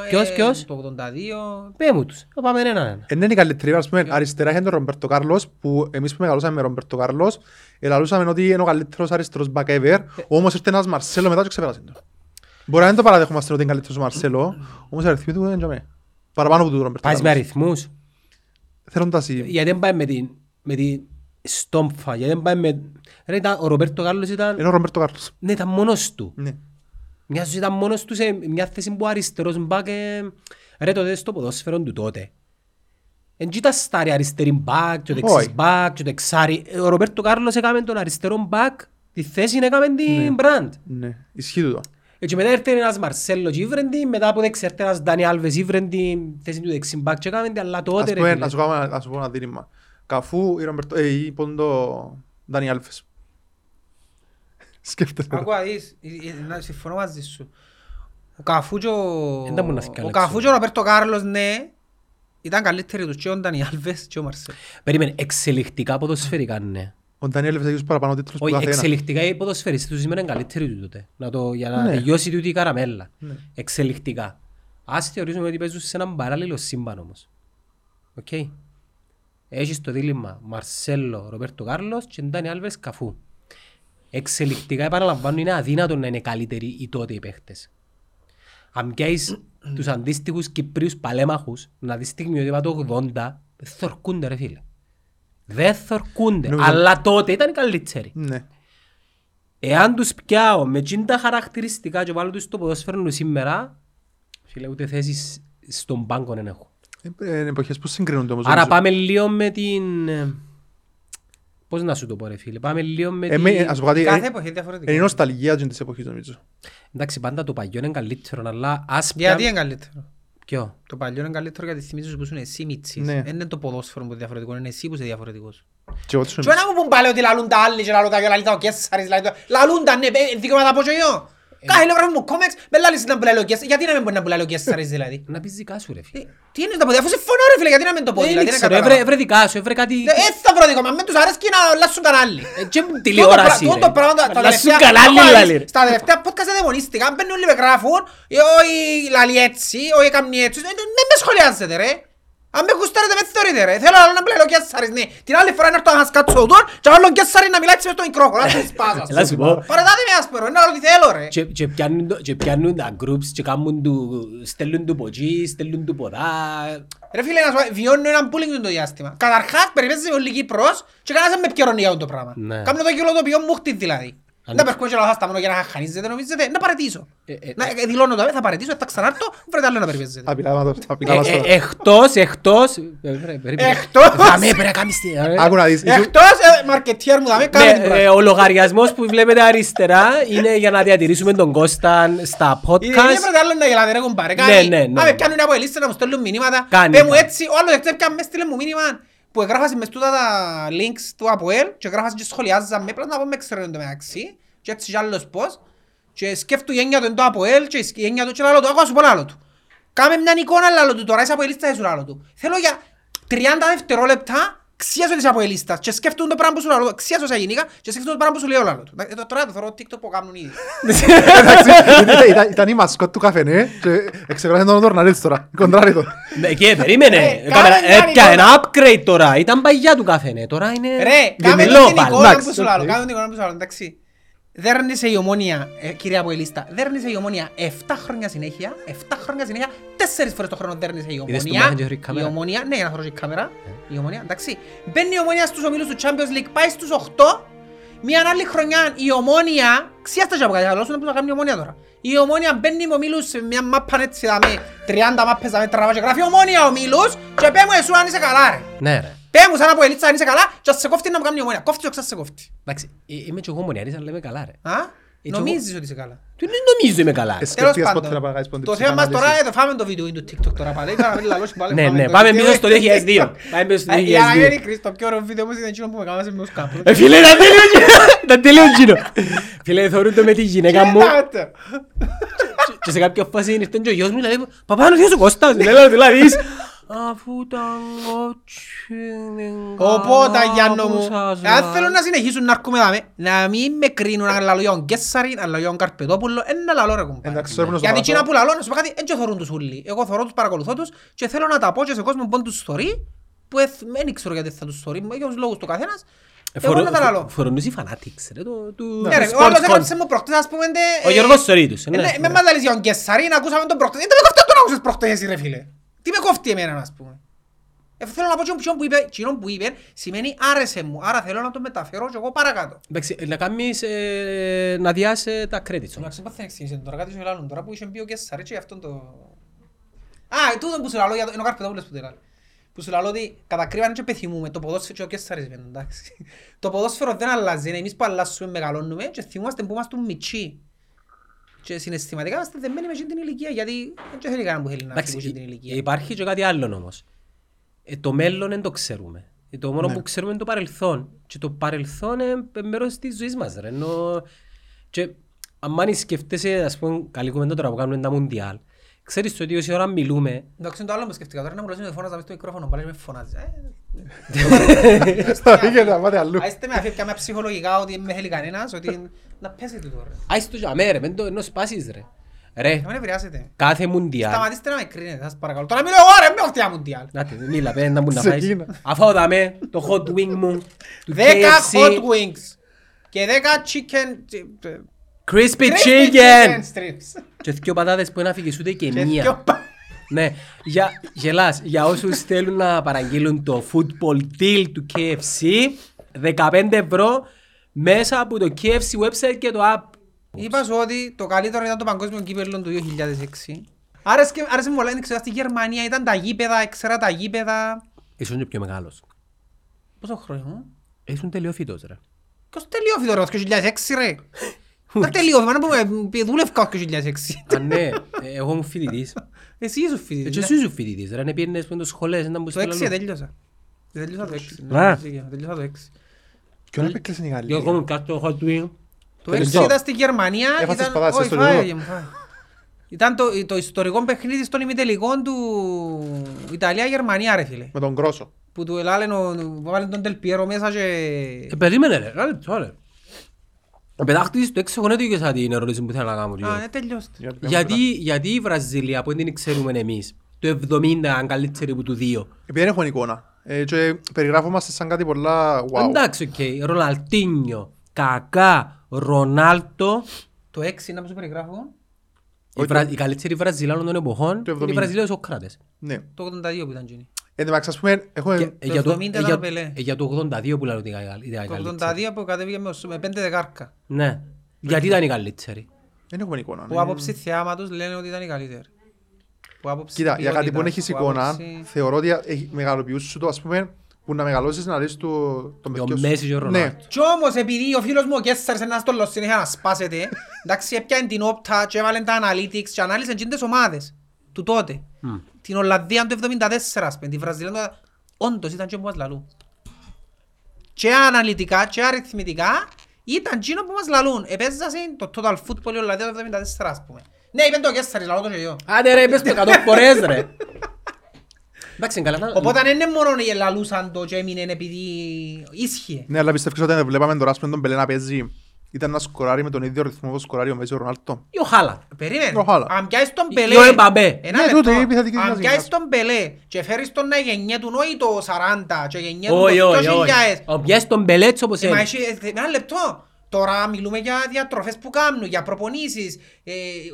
Speaker 1: εξ- Ποιος,
Speaker 2: ε,
Speaker 1: ποιος?
Speaker 2: το 82.
Speaker 1: Πέ μου τους, θα πάμε έναν έναν.
Speaker 3: Ε, ναι, Είναι η καλύτερη, ας πούμε, αριστερά είχε τον Ρομπερτο Κάρλος, που εμείς που μεγαλώσαμε με Ρομπερτο Κάρλος, ελαλούσαμε ότι είναι ο καλύτερος αριστερός back ever, όμως ήρθε ένας Μαρσέλο μετά και ξεπέρασε τον. Μπορεί να μην το παραδεχόμαστε ότι είναι καλύτερος ο Μαρσέλο, όμως οι αριθμοί του είναι για μένα. Παραπάνω από του Ρομπερτο
Speaker 1: Πας με
Speaker 3: Κάρλος.
Speaker 1: αριθμούς,
Speaker 3: Θέλοντας οι...
Speaker 1: γιατί δεν πάει με την, με την στόμφα, γιατί δεν πάει με... Ρε, ήταν, ο Ρομπέρτο Κάρλος ήταν,
Speaker 3: Είναι ο Ρομπερτο Κάρλος.
Speaker 1: ναι, ήταν μόνος του.
Speaker 3: Ναι.
Speaker 1: Μιας σου ήταν μόνος του σε μια θέση που ο αριστερός μπακ, ε, ρε, το δες στο ποδόσφαιρο του τότε. Εν και ήταν στάρι αριστερή μπακ, και ο δεξής
Speaker 3: Όχι.
Speaker 1: μπακ, και ο δεξάρι. Ε, Ο Ρομπέρτο Κάρλος έκαμε τον αριστερό μπακ, τη θέση έκαμε την μπραντ.
Speaker 3: Ναι. Ισχύει τούτο.
Speaker 1: Και μετά έρθει ένας Μαρσέλος και ήβρεντη, μετά από δεξιά έρθει ένας Ντάνι Άλβες ήβρεντη, θέση του δεξιμπάκ και έκαμε την, αλλά
Speaker 3: Ας
Speaker 1: τότε ρε
Speaker 3: πούμε,
Speaker 1: φίλε.
Speaker 3: να σου κάνω ένα- να σου πω ένα δίλημμα. Καφού ή Ρομπερτο... Ε, ή πόντο Ντάνι Άλφες. Σκέφτεσαι.
Speaker 2: Άκουα, δεις, ε, ε, να συμφωνώ μαζί σου. Ο Καφού και ο-
Speaker 1: Εν τα μου να θυκαλέξω.
Speaker 2: ο Καφού και ο Ροπέρτο Κάρλος, ναι, ήταν καλύτεροι τους και ο Ντανι Άλβες και ο Μαρσέλ.
Speaker 1: Περίμενε, εξελιχτικά ποδοσφαιρικά ναι.
Speaker 3: Ο Ντάνι Άλφες έχει τους παραπάνω τίτλους του
Speaker 1: Όχι,
Speaker 3: καθένα.
Speaker 1: εξελιχτικά οι ποδοσφαιριστές τους σήμερα είναι καλύτεροι του τότε. Να το, για να
Speaker 3: Ναι.
Speaker 1: τελειώσει τούτη η καραμέλα. Εξελιχτικά. Ας θεωρήσουμε ότι παίζουν σε έναν παράλληλο σύμπαν όμως. Οκ. Έχεις το δίλημμα Μαρσέλο, Ροπέρτο Κάρλος και Ντάνι Άλβες Καφού. Εξελιχτικά επαναλαμβάνω είναι αδύνατο να είναι καλύτεροι οι τότε οι παίχτες. Αν πιάσεις τους αντίστοιχους Κυπρίους παλέμαχους να δεις στιγμιότυπα το 80 δεν θορκούνται ρε φίλε. Δεν θορκούνται.
Speaker 3: Νομίζω-
Speaker 1: Αλλά τότε ήταν οι καλύτεροι.
Speaker 3: Ναι.
Speaker 1: Εάν τους πιάω με τζιν τα χαρακτηριστικά και βάλω τους στο ποδόσφαιρο του σήμερα, φίλε ούτε θέσεις στον πάγκο δεν έχω.
Speaker 3: Ε, Είναι εποχές που συγκρίνονται όμως.
Speaker 1: Άρα
Speaker 3: νομίζω.
Speaker 1: πάμε λίγο με την... ε, Πώς να σου το πω ρε φίλε, πάμε λίγο με
Speaker 3: Ε, με-
Speaker 1: την...
Speaker 3: ας πω κάτι,
Speaker 2: Κάθε
Speaker 3: ε,
Speaker 2: εποχή είναι διαφορετική.
Speaker 3: Είναι η νοσταλγία της εποχής νομίζω.
Speaker 1: Εντάξει πάντα το παλιό είναι καλύτερο, αλλά ας
Speaker 2: Γιατί είναι
Speaker 1: πιάμε-
Speaker 2: καλύτερο.
Speaker 1: Ποιο?
Speaker 2: Το παλιό είναι καλύτερο γιατί θυμίζεις που ήσουν εσύ μίτσις.
Speaker 3: Ναι.
Speaker 2: Δεν είναι το ποδόσφαιρο που είναι διαφορετικό, είναι εσύ που είσαι διαφορετικός.
Speaker 3: Και εγώ τους
Speaker 2: Και να μου πούν πάλι ότι λαλούν τα άλλοι και λαλούν τα λαλούν τα ο Κέσσαρης, λαλούν τα- λαλούν τα ναι, ε, δικαιώματα από και εγώ. Κάθε λόγο μου κόμεξ, με λαλείς να μπουλάει ο Κέσσαρης. Γιατί να μην μπορεί να μπουλάει ο Κέσσαρης δηλαδή.
Speaker 1: Να πεις δικά σου ρε
Speaker 2: Ε,
Speaker 1: φίλε. Ε,
Speaker 2: Τι είναι το πόδι, αφού συμφωνώ ρε φίλε, γιατί να μην το πω,
Speaker 1: Δεν
Speaker 2: δηλαδή, δεν
Speaker 1: ξέρω,
Speaker 2: κατάλαβα.
Speaker 1: έβρε- έβρε δικά σου, έβρε κάτι...
Speaker 2: Ε, ε, θα βρω δικό μας, μην τους αρέσκει να λάσουν κανάλι.
Speaker 1: Ε, Και μου τηλεόραση
Speaker 2: Τούτο
Speaker 1: ρε.
Speaker 2: πράγμα, τα- τα
Speaker 1: Αλλάσουν
Speaker 2: τελευταία-
Speaker 1: κανάλι
Speaker 2: Άκουα,
Speaker 1: λαλή ρε.
Speaker 2: ε, Στα τελευταία podcast δεν δαιμονίστηκα, μπαίνουν όλοι με γράφουν, ε, όχι λαλεί έτσι, όχι έκαμνει έτσι, δεν δεν με σχολιάζετε ρε. Αν με γουστάρετε με θεωρείτε ρε, θέλω άλλο να μπλέω Κιάσσαρης, ναι. Την άλλη φορά να έρθω να σας κάτσω τον και άλλο Κιάσσαρη να μιλάει έτσι μες στο μικρόφωνο, να σας σπάσω.
Speaker 1: Έλα σου πω.
Speaker 2: Παρατάτε με άσπερο, είναι άλλο τι θέλω ρε.
Speaker 1: Και- και πιάνουν το- και πιάνουν τα groups και κάνουν του, στέλνουν του ποτζί, στέλνουν του ποδά.
Speaker 2: Ρε φίλε, να σου πω, βιώνω έναν bullying το διάστημα. Καταρχάς, περιπέζεσαι όλη η Κύπρος και κανένας δεν με επικαιρονεί για το πράγμα.
Speaker 1: Ναι.
Speaker 2: Κάμνω το κυλοτοπιό μου χτύπη, δηλαδή.
Speaker 1: Αν-
Speaker 2: Να περκούμε και να χάστα μόνο για να χανίζετε, νομίζετε, να παρετήσω.
Speaker 1: Ε, ε,
Speaker 2: Να ε, δηλώνω το, ε, θα παρετήσω, θα ξανάρθω, βρε τα άλλο να περιπέζεσαι.
Speaker 3: Απειλάμα το-
Speaker 1: Ε,
Speaker 3: απειλά μας
Speaker 1: ε,
Speaker 3: τώρα.
Speaker 1: Εκτός, εκτός. Ε, βρε, περίμενε.
Speaker 2: Εκτός.
Speaker 1: Θα με πρέπει να κάνεις τη- ε,
Speaker 3: Άκου να δεις. ήσου-
Speaker 2: Εκτός, ε, μαρκετιέρ μου, θα με
Speaker 1: Ναι,
Speaker 2: κάνει την
Speaker 1: ε,
Speaker 2: πράξη.
Speaker 1: ο λογαριασμός που βλέπετε αριστερά είναι για να διατηρήσουμε τον Κώσταν στα
Speaker 2: Είναι είναι
Speaker 1: podcast.
Speaker 2: βρε τα άλλο να γελάτε, ρε κουμπάρε,
Speaker 1: Ναι,
Speaker 2: κάνει.
Speaker 1: ναι, ναι.
Speaker 2: Να με πιάνουν από ελίστες, να μου στέλνουν μηνύματα.
Speaker 1: Κάνει,
Speaker 2: Πέ μου
Speaker 1: κάνει.
Speaker 2: έτσι, ο άλλος εξέπιαν μες, στείλε μου μήνυμα που εγγράφασε μες τούτα τα links του ΑΠΟΕΛ και εγγράφασε και σχολιάζα με, πρέπει να πω με ξέρω εν τω μεταξύ. Και έτσι κι άλλος πώς. Και σκέφτου η έννοια του είναι το ΑΠΟΕΛ και η έννοια του και λαλό του, άκου να σου πω λαλό του. Κάμε μια εικόνα λάλο του τώρα, είσαι από η λίστα, είσαι λάλο του. Θέλω για 30 δευτερόλεπτα ξίασω τις από η λίστα και σκέφτομαι το πράγμα που σου λάλο του. Ξίασω σαν γυναίκα και σκέφτομαι το πράγμα που σου λέω λάλο του. Ε, το- Τώρα το θεωρώ TikTok που κάνουν ήδη.
Speaker 3: Εντάξει, ήταν- ήταν- Ήταν η μασκότ του καφενέ και εξεγράφει τον οδόρ να ρίξει τώρα. Κοντράρει το.
Speaker 1: Ναι, και περίμενε.
Speaker 2: Ε,
Speaker 1: Κάμε ένα-
Speaker 2: κάμε μια
Speaker 1: έπια
Speaker 2: εικόνα.
Speaker 1: ένα upgrade τώρα. Ήταν παγιά του καφενέ. Τώρα είναι
Speaker 2: Ρε, κάμε
Speaker 1: γεμιλό,
Speaker 2: την
Speaker 1: πάλι.
Speaker 2: εικόνα
Speaker 1: Εντάξει,
Speaker 2: που σου
Speaker 1: οκ.
Speaker 2: λάλο, κάμε την εικόνα που σου λάλο, εντάξει. Δέρνησε η ομόνια, ε, κύριε από η λίστα, δέρνησε η ομόνια 7 χρόνια συνέχεια, 7 χρόνια συνέχεια, 4 φορές το χρόνο δέρνησε η
Speaker 1: Είδες το
Speaker 2: ομόνια.
Speaker 1: Messenger η κάμερα? Ε.
Speaker 2: Η ομόνια, ναι, να θωρώ και η κάμερα, η ομόνια, εντάξει. Μπαίνει η ομόνια στους ομίλους του Champions League, πάει στους 8, μια άλλη χρονιά η ομόνια, ξιάστα και από κάτι άλλο, σου να πού θα κάνει η ομόνια τώρα. Η ομόνια μπαίνει με ομίλους σε μια μάπα έτσι, δάμε, 30 μάπες, δάμε, τραβά και γράφει ομόνια ομίλους και πέμω εσύ αν είσαι καλά ρε.
Speaker 1: Ναι, ρε.
Speaker 2: Πέ μου σαν από ελίτσα αν είσαι καλά και ας σε κόφτει να μου κάνει η ομόνια. Κόφτει και ξάς σε κόφτει.
Speaker 1: Εντάξει, ε, είμαι και εγώ μονιάρης, αλλά είμαι καλά, ρε.
Speaker 2: Α,
Speaker 1: Έτσι
Speaker 2: νομίζεις ότι είσαι καλά.
Speaker 1: Τι είναι νομίζω είμαι καλά. ρε.
Speaker 3: Εσύ
Speaker 2: Τέλος
Speaker 3: σκέφτηκες πότε
Speaker 2: πάντων,
Speaker 3: να παραγάγεις πόντι
Speaker 2: το θέμα μας τώρα
Speaker 3: ψυχανάλυσης.
Speaker 2: είναι το φάμε το βίντεο είναι του TikTok τώρα πάλι. Είπα να μην λαλώσουμε πάλι,
Speaker 1: Ναι,
Speaker 2: φάμε
Speaker 1: ναι,
Speaker 2: το
Speaker 1: πάμε
Speaker 2: βίντεο.
Speaker 1: πίσω στο 2002. Πάμε πίσω στο
Speaker 2: Ε, Για να
Speaker 1: 2002.
Speaker 2: γίνει Χρήστο, πιο ωραίο βίντεο όμως είναι εκείνο που με κάνασαι με τους καπνούς.
Speaker 1: Ε, φίλε, ήταν τέλειο γίνο. Ήταν τέλειο γίνο. Φίλε, θεωρούν το με τη γυναίκα μου
Speaker 2: Κοιτάξτε.
Speaker 1: και σε κάποια φάση ήρθε και ο γιος μου και λέει «Παπά, είναι ο θείος ο Κώστας». Λέει, «Λέω, δηλαδή, είσαι». Αφού τα κότσινε
Speaker 2: Οπότε,
Speaker 1: καλά
Speaker 2: Γιάννο
Speaker 1: που
Speaker 2: μου,
Speaker 1: σας
Speaker 2: αν
Speaker 1: βάζω.
Speaker 2: θέλουν να συνεχίσουν να αρκούμε δάμε, να μην με κρίνουν αν λαλώ για τον Γκέσσαρη, αν λαλώ για τον Καρπετόπουλο, εν να λαλώ ρε κουμπάρε.
Speaker 3: Εντάξει, τώρα πρέπει να
Speaker 2: Γιατί
Speaker 3: σου
Speaker 2: εκείνα
Speaker 3: παραθώ.
Speaker 2: που λαλώ, να σου πω κάτι, δεν και θωρούν τους ούλοι. Εγώ θωρώ τους, παρακολουθώ τους και θέλω να τα πω και σε κόσμο που δεν τους θωρεί, που εθ- δεν ξέρω γιατί θα τους θωρεί, για τους λόγους του καθένας,
Speaker 1: Ε,
Speaker 2: εγώ
Speaker 1: φορο-
Speaker 2: να τα λαλώ.
Speaker 1: Φορονούς οι fanatics, ρε, το- του-
Speaker 2: Ναι, ρε,
Speaker 1: sports
Speaker 2: Ο άλλος
Speaker 1: content.
Speaker 2: έγραψε μου προχτές, ας πούμε, ντε,
Speaker 1: Ο
Speaker 2: ε,
Speaker 1: Γιώργος Σωρίδης,
Speaker 2: ε,
Speaker 1: ναι,
Speaker 2: ναι,
Speaker 1: ναι.
Speaker 2: Με μάλλαλες για τον Κεσσαρή να ακούσαμε τον προχτές. Ε, Δεν με κοφτεί τον άκουσες προχτές εσύ ρε φίλε. Τι με κοφτεί εμένα ας πούμε. Ε, Θέλω να πω και ποιον που είπε, κοινόν που είπε σημαίνει άρεσε μου, άρα θέλω να το μεταφέρω και εγώ παρακάτω.
Speaker 1: Εντάξει, να κάνεις, ε, να διάσεις, ε, τα credits σου.
Speaker 2: Εντάξει, πότε θα εξηγήσει τώρα, κάτι σου λάλλον τώρα που είχε μπει ο Κεσσαρή και αυτόν το... Α, ε, τούτο που σου λαλώ, για το- είναι ο Καρπετόπουλος που το λάλλει. Που σου λαλώ ότι κατακρύβανε και πεθυμούμε, το ποδόσφαιρο και ο Κεσσαρής βέβαια, εντάξει. Το ποδόσφαιρο δεν αλλάζει, είναι εμείς που αλλάσουμε, μεγαλώνουμε και θυμούμαστε που είμαστε μητσί. Και συναισθηματικά είμαστε δεμένοι μες εκείνη την ηλικία, γιατί δεν θέλει κανένα που θέλει να φύγει
Speaker 1: Εντάξει, ε,
Speaker 2: από εκείνη την
Speaker 1: υ-
Speaker 2: ηλικία.
Speaker 1: Υπάρχει και κάτι άλλο όμως. Ε, το μέλλον δεν το ξέρουμε. Ε, το μόνο που ξέρουμε είναι το παρελθόν. Και το παρελθόν είναι μέρος της ζωής μας. Ενώ... Και αν σκεφτέσαι, ας πούμε, καλή κουβέντα τώρα που κάνουμε τα Μουντιάλ, ξέρεις ότι όση ώρα μιλούμε,
Speaker 2: Εντάξει, το άλλο που σκεφτήκα τώρα είναι να μου λες ότι φώναζα μες στο μικρόφωνο, πάλι με φωνάζεις. Ε,
Speaker 3: Στα πήγε να πάτε αλλού.
Speaker 2: α, είστε με αφήπια με ψυχολογικά ότι δεν με θέλει κανένας, ότι να πέσετε τώρα.
Speaker 1: άι το γιαμέ, ρε, μεν το ενώ σπάσεις ρε. Ρε,
Speaker 2: Να μην επηρεάσετε.
Speaker 1: κάθε Μουντιάλ.
Speaker 2: Σταματήστε να με κρίνετε, σας παρακαλώ. Τώρα μιλώ εγώ ρε, μην οχτιά μουντιάλ.
Speaker 1: Να τη μίλα, πέντε να μου να φάεις.
Speaker 3: Ξεκίνα.
Speaker 1: Αφάω τα με, το hot wing μου, του
Speaker 2: Δέκα
Speaker 1: KFC,
Speaker 2: hot wings και δέκα chicken...
Speaker 1: crispy
Speaker 2: crispy
Speaker 1: chicken.
Speaker 2: strips.
Speaker 1: Και δυο πατάτες που δεν αφήγεις ούτε και
Speaker 2: Και
Speaker 1: μία.
Speaker 2: δυο πα-
Speaker 1: Ναι, για, γελάς. Για όσους θέλουν να παραγγείλουν το football deal του KFC, 15 ευρώ μέσα από το KFC website και το app.
Speaker 2: Είπα σου ότι το καλύτερο ήταν το παγκόσμιο κύπελλο του 2006. Άρεσε, και- άρεσε μου πολλά, δεν ξέρω, στη Γερμανία ήταν τα γήπεδα, ξέρα τα γήπεδα.
Speaker 1: Ήσουν και πιο μεγάλος.
Speaker 2: Πόσο χρόνο ήμουν?
Speaker 1: Ήσουν τελειοφύτος ρε.
Speaker 2: Ποιος τελειώθηκε το 2006 ρε. Τα τελειώθηκε, που με- δούλευκα το 2006.
Speaker 1: Α, ναι, ε, εγώ ήμουν φοιτητής.
Speaker 2: Εσύ είσαι
Speaker 1: Ε, Και
Speaker 2: φοιτητής.
Speaker 1: εσύ ήσουν φοιτητής ρε, να πήγαινες με το σχολές, να μπούς
Speaker 2: Το
Speaker 1: στο
Speaker 2: 6
Speaker 1: λαλό.
Speaker 2: τελειώσα. Τελειώσα το 6.
Speaker 1: Α.
Speaker 2: Τελειώσα το 6.
Speaker 3: Ποιον επέκλεισε η
Speaker 1: Και εγώ
Speaker 3: Γαλλία.
Speaker 1: ήμουν κάτω στο hot wing.
Speaker 2: Το
Speaker 1: Τέλος
Speaker 2: 6
Speaker 1: πάντων.
Speaker 2: ήταν στη Γερμανία.
Speaker 3: Έχασες
Speaker 2: ήταν-
Speaker 3: παγάσεις
Speaker 2: όχι,
Speaker 3: στο
Speaker 2: φάγε
Speaker 3: λιγμό.
Speaker 2: μου, φάγε. Ήταν το, το ιστορικό παιχνίδι στον ημιτελικό του Ιταλία-Γερμανία ρε φίλε.
Speaker 3: Με τον Κρόσο.
Speaker 2: Που του ελάλεν ο- που βάλε τον Τελπιέρο μέσα και...
Speaker 1: Ε, περίμενε ρε, ένα λεπτό ρε. Ε, Πετάχτηκες στο έξω γονέτιο και σαν την ερώτηση που ήθελα να κάνω.
Speaker 2: Α,
Speaker 1: λίγο.
Speaker 2: ναι τελειώστε.
Speaker 1: Γιατί, γιατί η Βραζιλία που δεν την ξέρουμε εμείς, το 70 αν καλύτερη που του 2.
Speaker 3: Επειδή δεν έχω εικόνα. Ε, και περιγράφομαστε σαν κάτι πολλά wow.
Speaker 1: Εντάξει, οκ. Ροναλτίνιο, Κακά, Ρονάλτο.
Speaker 2: Το 6 να μου σου περιγράφω.
Speaker 1: Η, Βρα... η καλύτερη Βραζιλία όλων των εποχών
Speaker 3: Το
Speaker 1: είναι η
Speaker 3: 70.
Speaker 1: Βραζιλία ο Σοκράτες.
Speaker 3: Ναι.
Speaker 2: Το 82 που ήταν γίνει.
Speaker 3: Εν τω μεταξύ, ας πούμε, έχουμε...
Speaker 1: Και- ε,
Speaker 2: Το
Speaker 1: για
Speaker 2: 70 ήταν
Speaker 1: για-
Speaker 2: ο Πελέ.
Speaker 1: ε, για το 82 που λέω ότι ήταν η καλ- ήταν η
Speaker 2: Το
Speaker 1: καλύτερη.
Speaker 2: 82 που κατέβηκε με, ως- με 5 δεκάρκα.
Speaker 1: Ναι. Γιατί ήταν η καλύτερη.
Speaker 3: Δεν έχουμε εικόνα. ναι.
Speaker 2: Που άποψη θεάματος λένε ότι ήταν η καλύτερη. Που άποψη
Speaker 3: Κοίτα, για κάτι που δεν
Speaker 2: ποιότητας,
Speaker 3: έχεις
Speaker 2: που
Speaker 3: εικόνα,
Speaker 2: άποψη-
Speaker 3: θεωρώ ότι έχει- μεγαλοποιούς σου το, ας πούμε, που να μεγαλώσεις να δεις το... Το μεθκιό σου.
Speaker 1: Μέση και ο Ρονάλντο.
Speaker 3: Ναι.
Speaker 2: Κι όμως επειδή ο φίλος μου ο Κέσσαρης ένας τόλος συνέχεια να σπάσεται, εντάξει έπιανε την όπτα και έβαλε τα analytics και ανάλυσαν και τις ομάδες του τότε. Την Ολλανδία του 74, ας πούμε, τη Βραζιλία του... Όντως ήταν και που μας λαλούν. Και αναλυτικά και αριθμητικά ήταν εκείνος που μας λαλούν. Επέζασε το total football η Ολλανδία του 74, ας πούμε. Ναι, είπε το Κέσσαρης, λαλό το και εγώ.
Speaker 1: Άντε ρε, είπες το 100 φορές ρε. Εντάξει, καλά. να-
Speaker 2: Οπότε δεν είναι μόνο οι λαλούσαν το και έμεινε επειδή ίσχυε.
Speaker 3: Ναι, αλλά πιστεύεις ότι αν βλέπαμε τον Ράσπεν τον Πελέ να παίζει, ήταν να σκοράρει με τον ίδιο ρυθμό που σκοράρει ο Μέση ο Ρονάλτο.
Speaker 1: Ή ο Χάλαντ.
Speaker 2: Περίμενε.
Speaker 3: Οχάλα.
Speaker 2: Αν πιάσεις τον
Speaker 1: Ή-
Speaker 2: Πελέ...
Speaker 1: ή ο Εμπαμπέ.
Speaker 2: Ένα
Speaker 3: Ναι,
Speaker 2: λεπτό.
Speaker 3: τούτο, η επιθετική
Speaker 2: Αν
Speaker 3: συνεργασία.
Speaker 2: πιάσεις τον Πελέ και φέρεις τον να γεννιέτουν όχι το 40 και γεννιέτουν το
Speaker 1: Όχι, όχι,
Speaker 2: 2000.
Speaker 1: όχι. Ο πιέσεις τον Μπελέτσο όπως
Speaker 2: Ε, Μα
Speaker 1: είναι.
Speaker 2: έχει, ε, ένα λεπτό. Τώρα μιλούμε για διατροφές που κάνουν, για προπονήσεις, ε,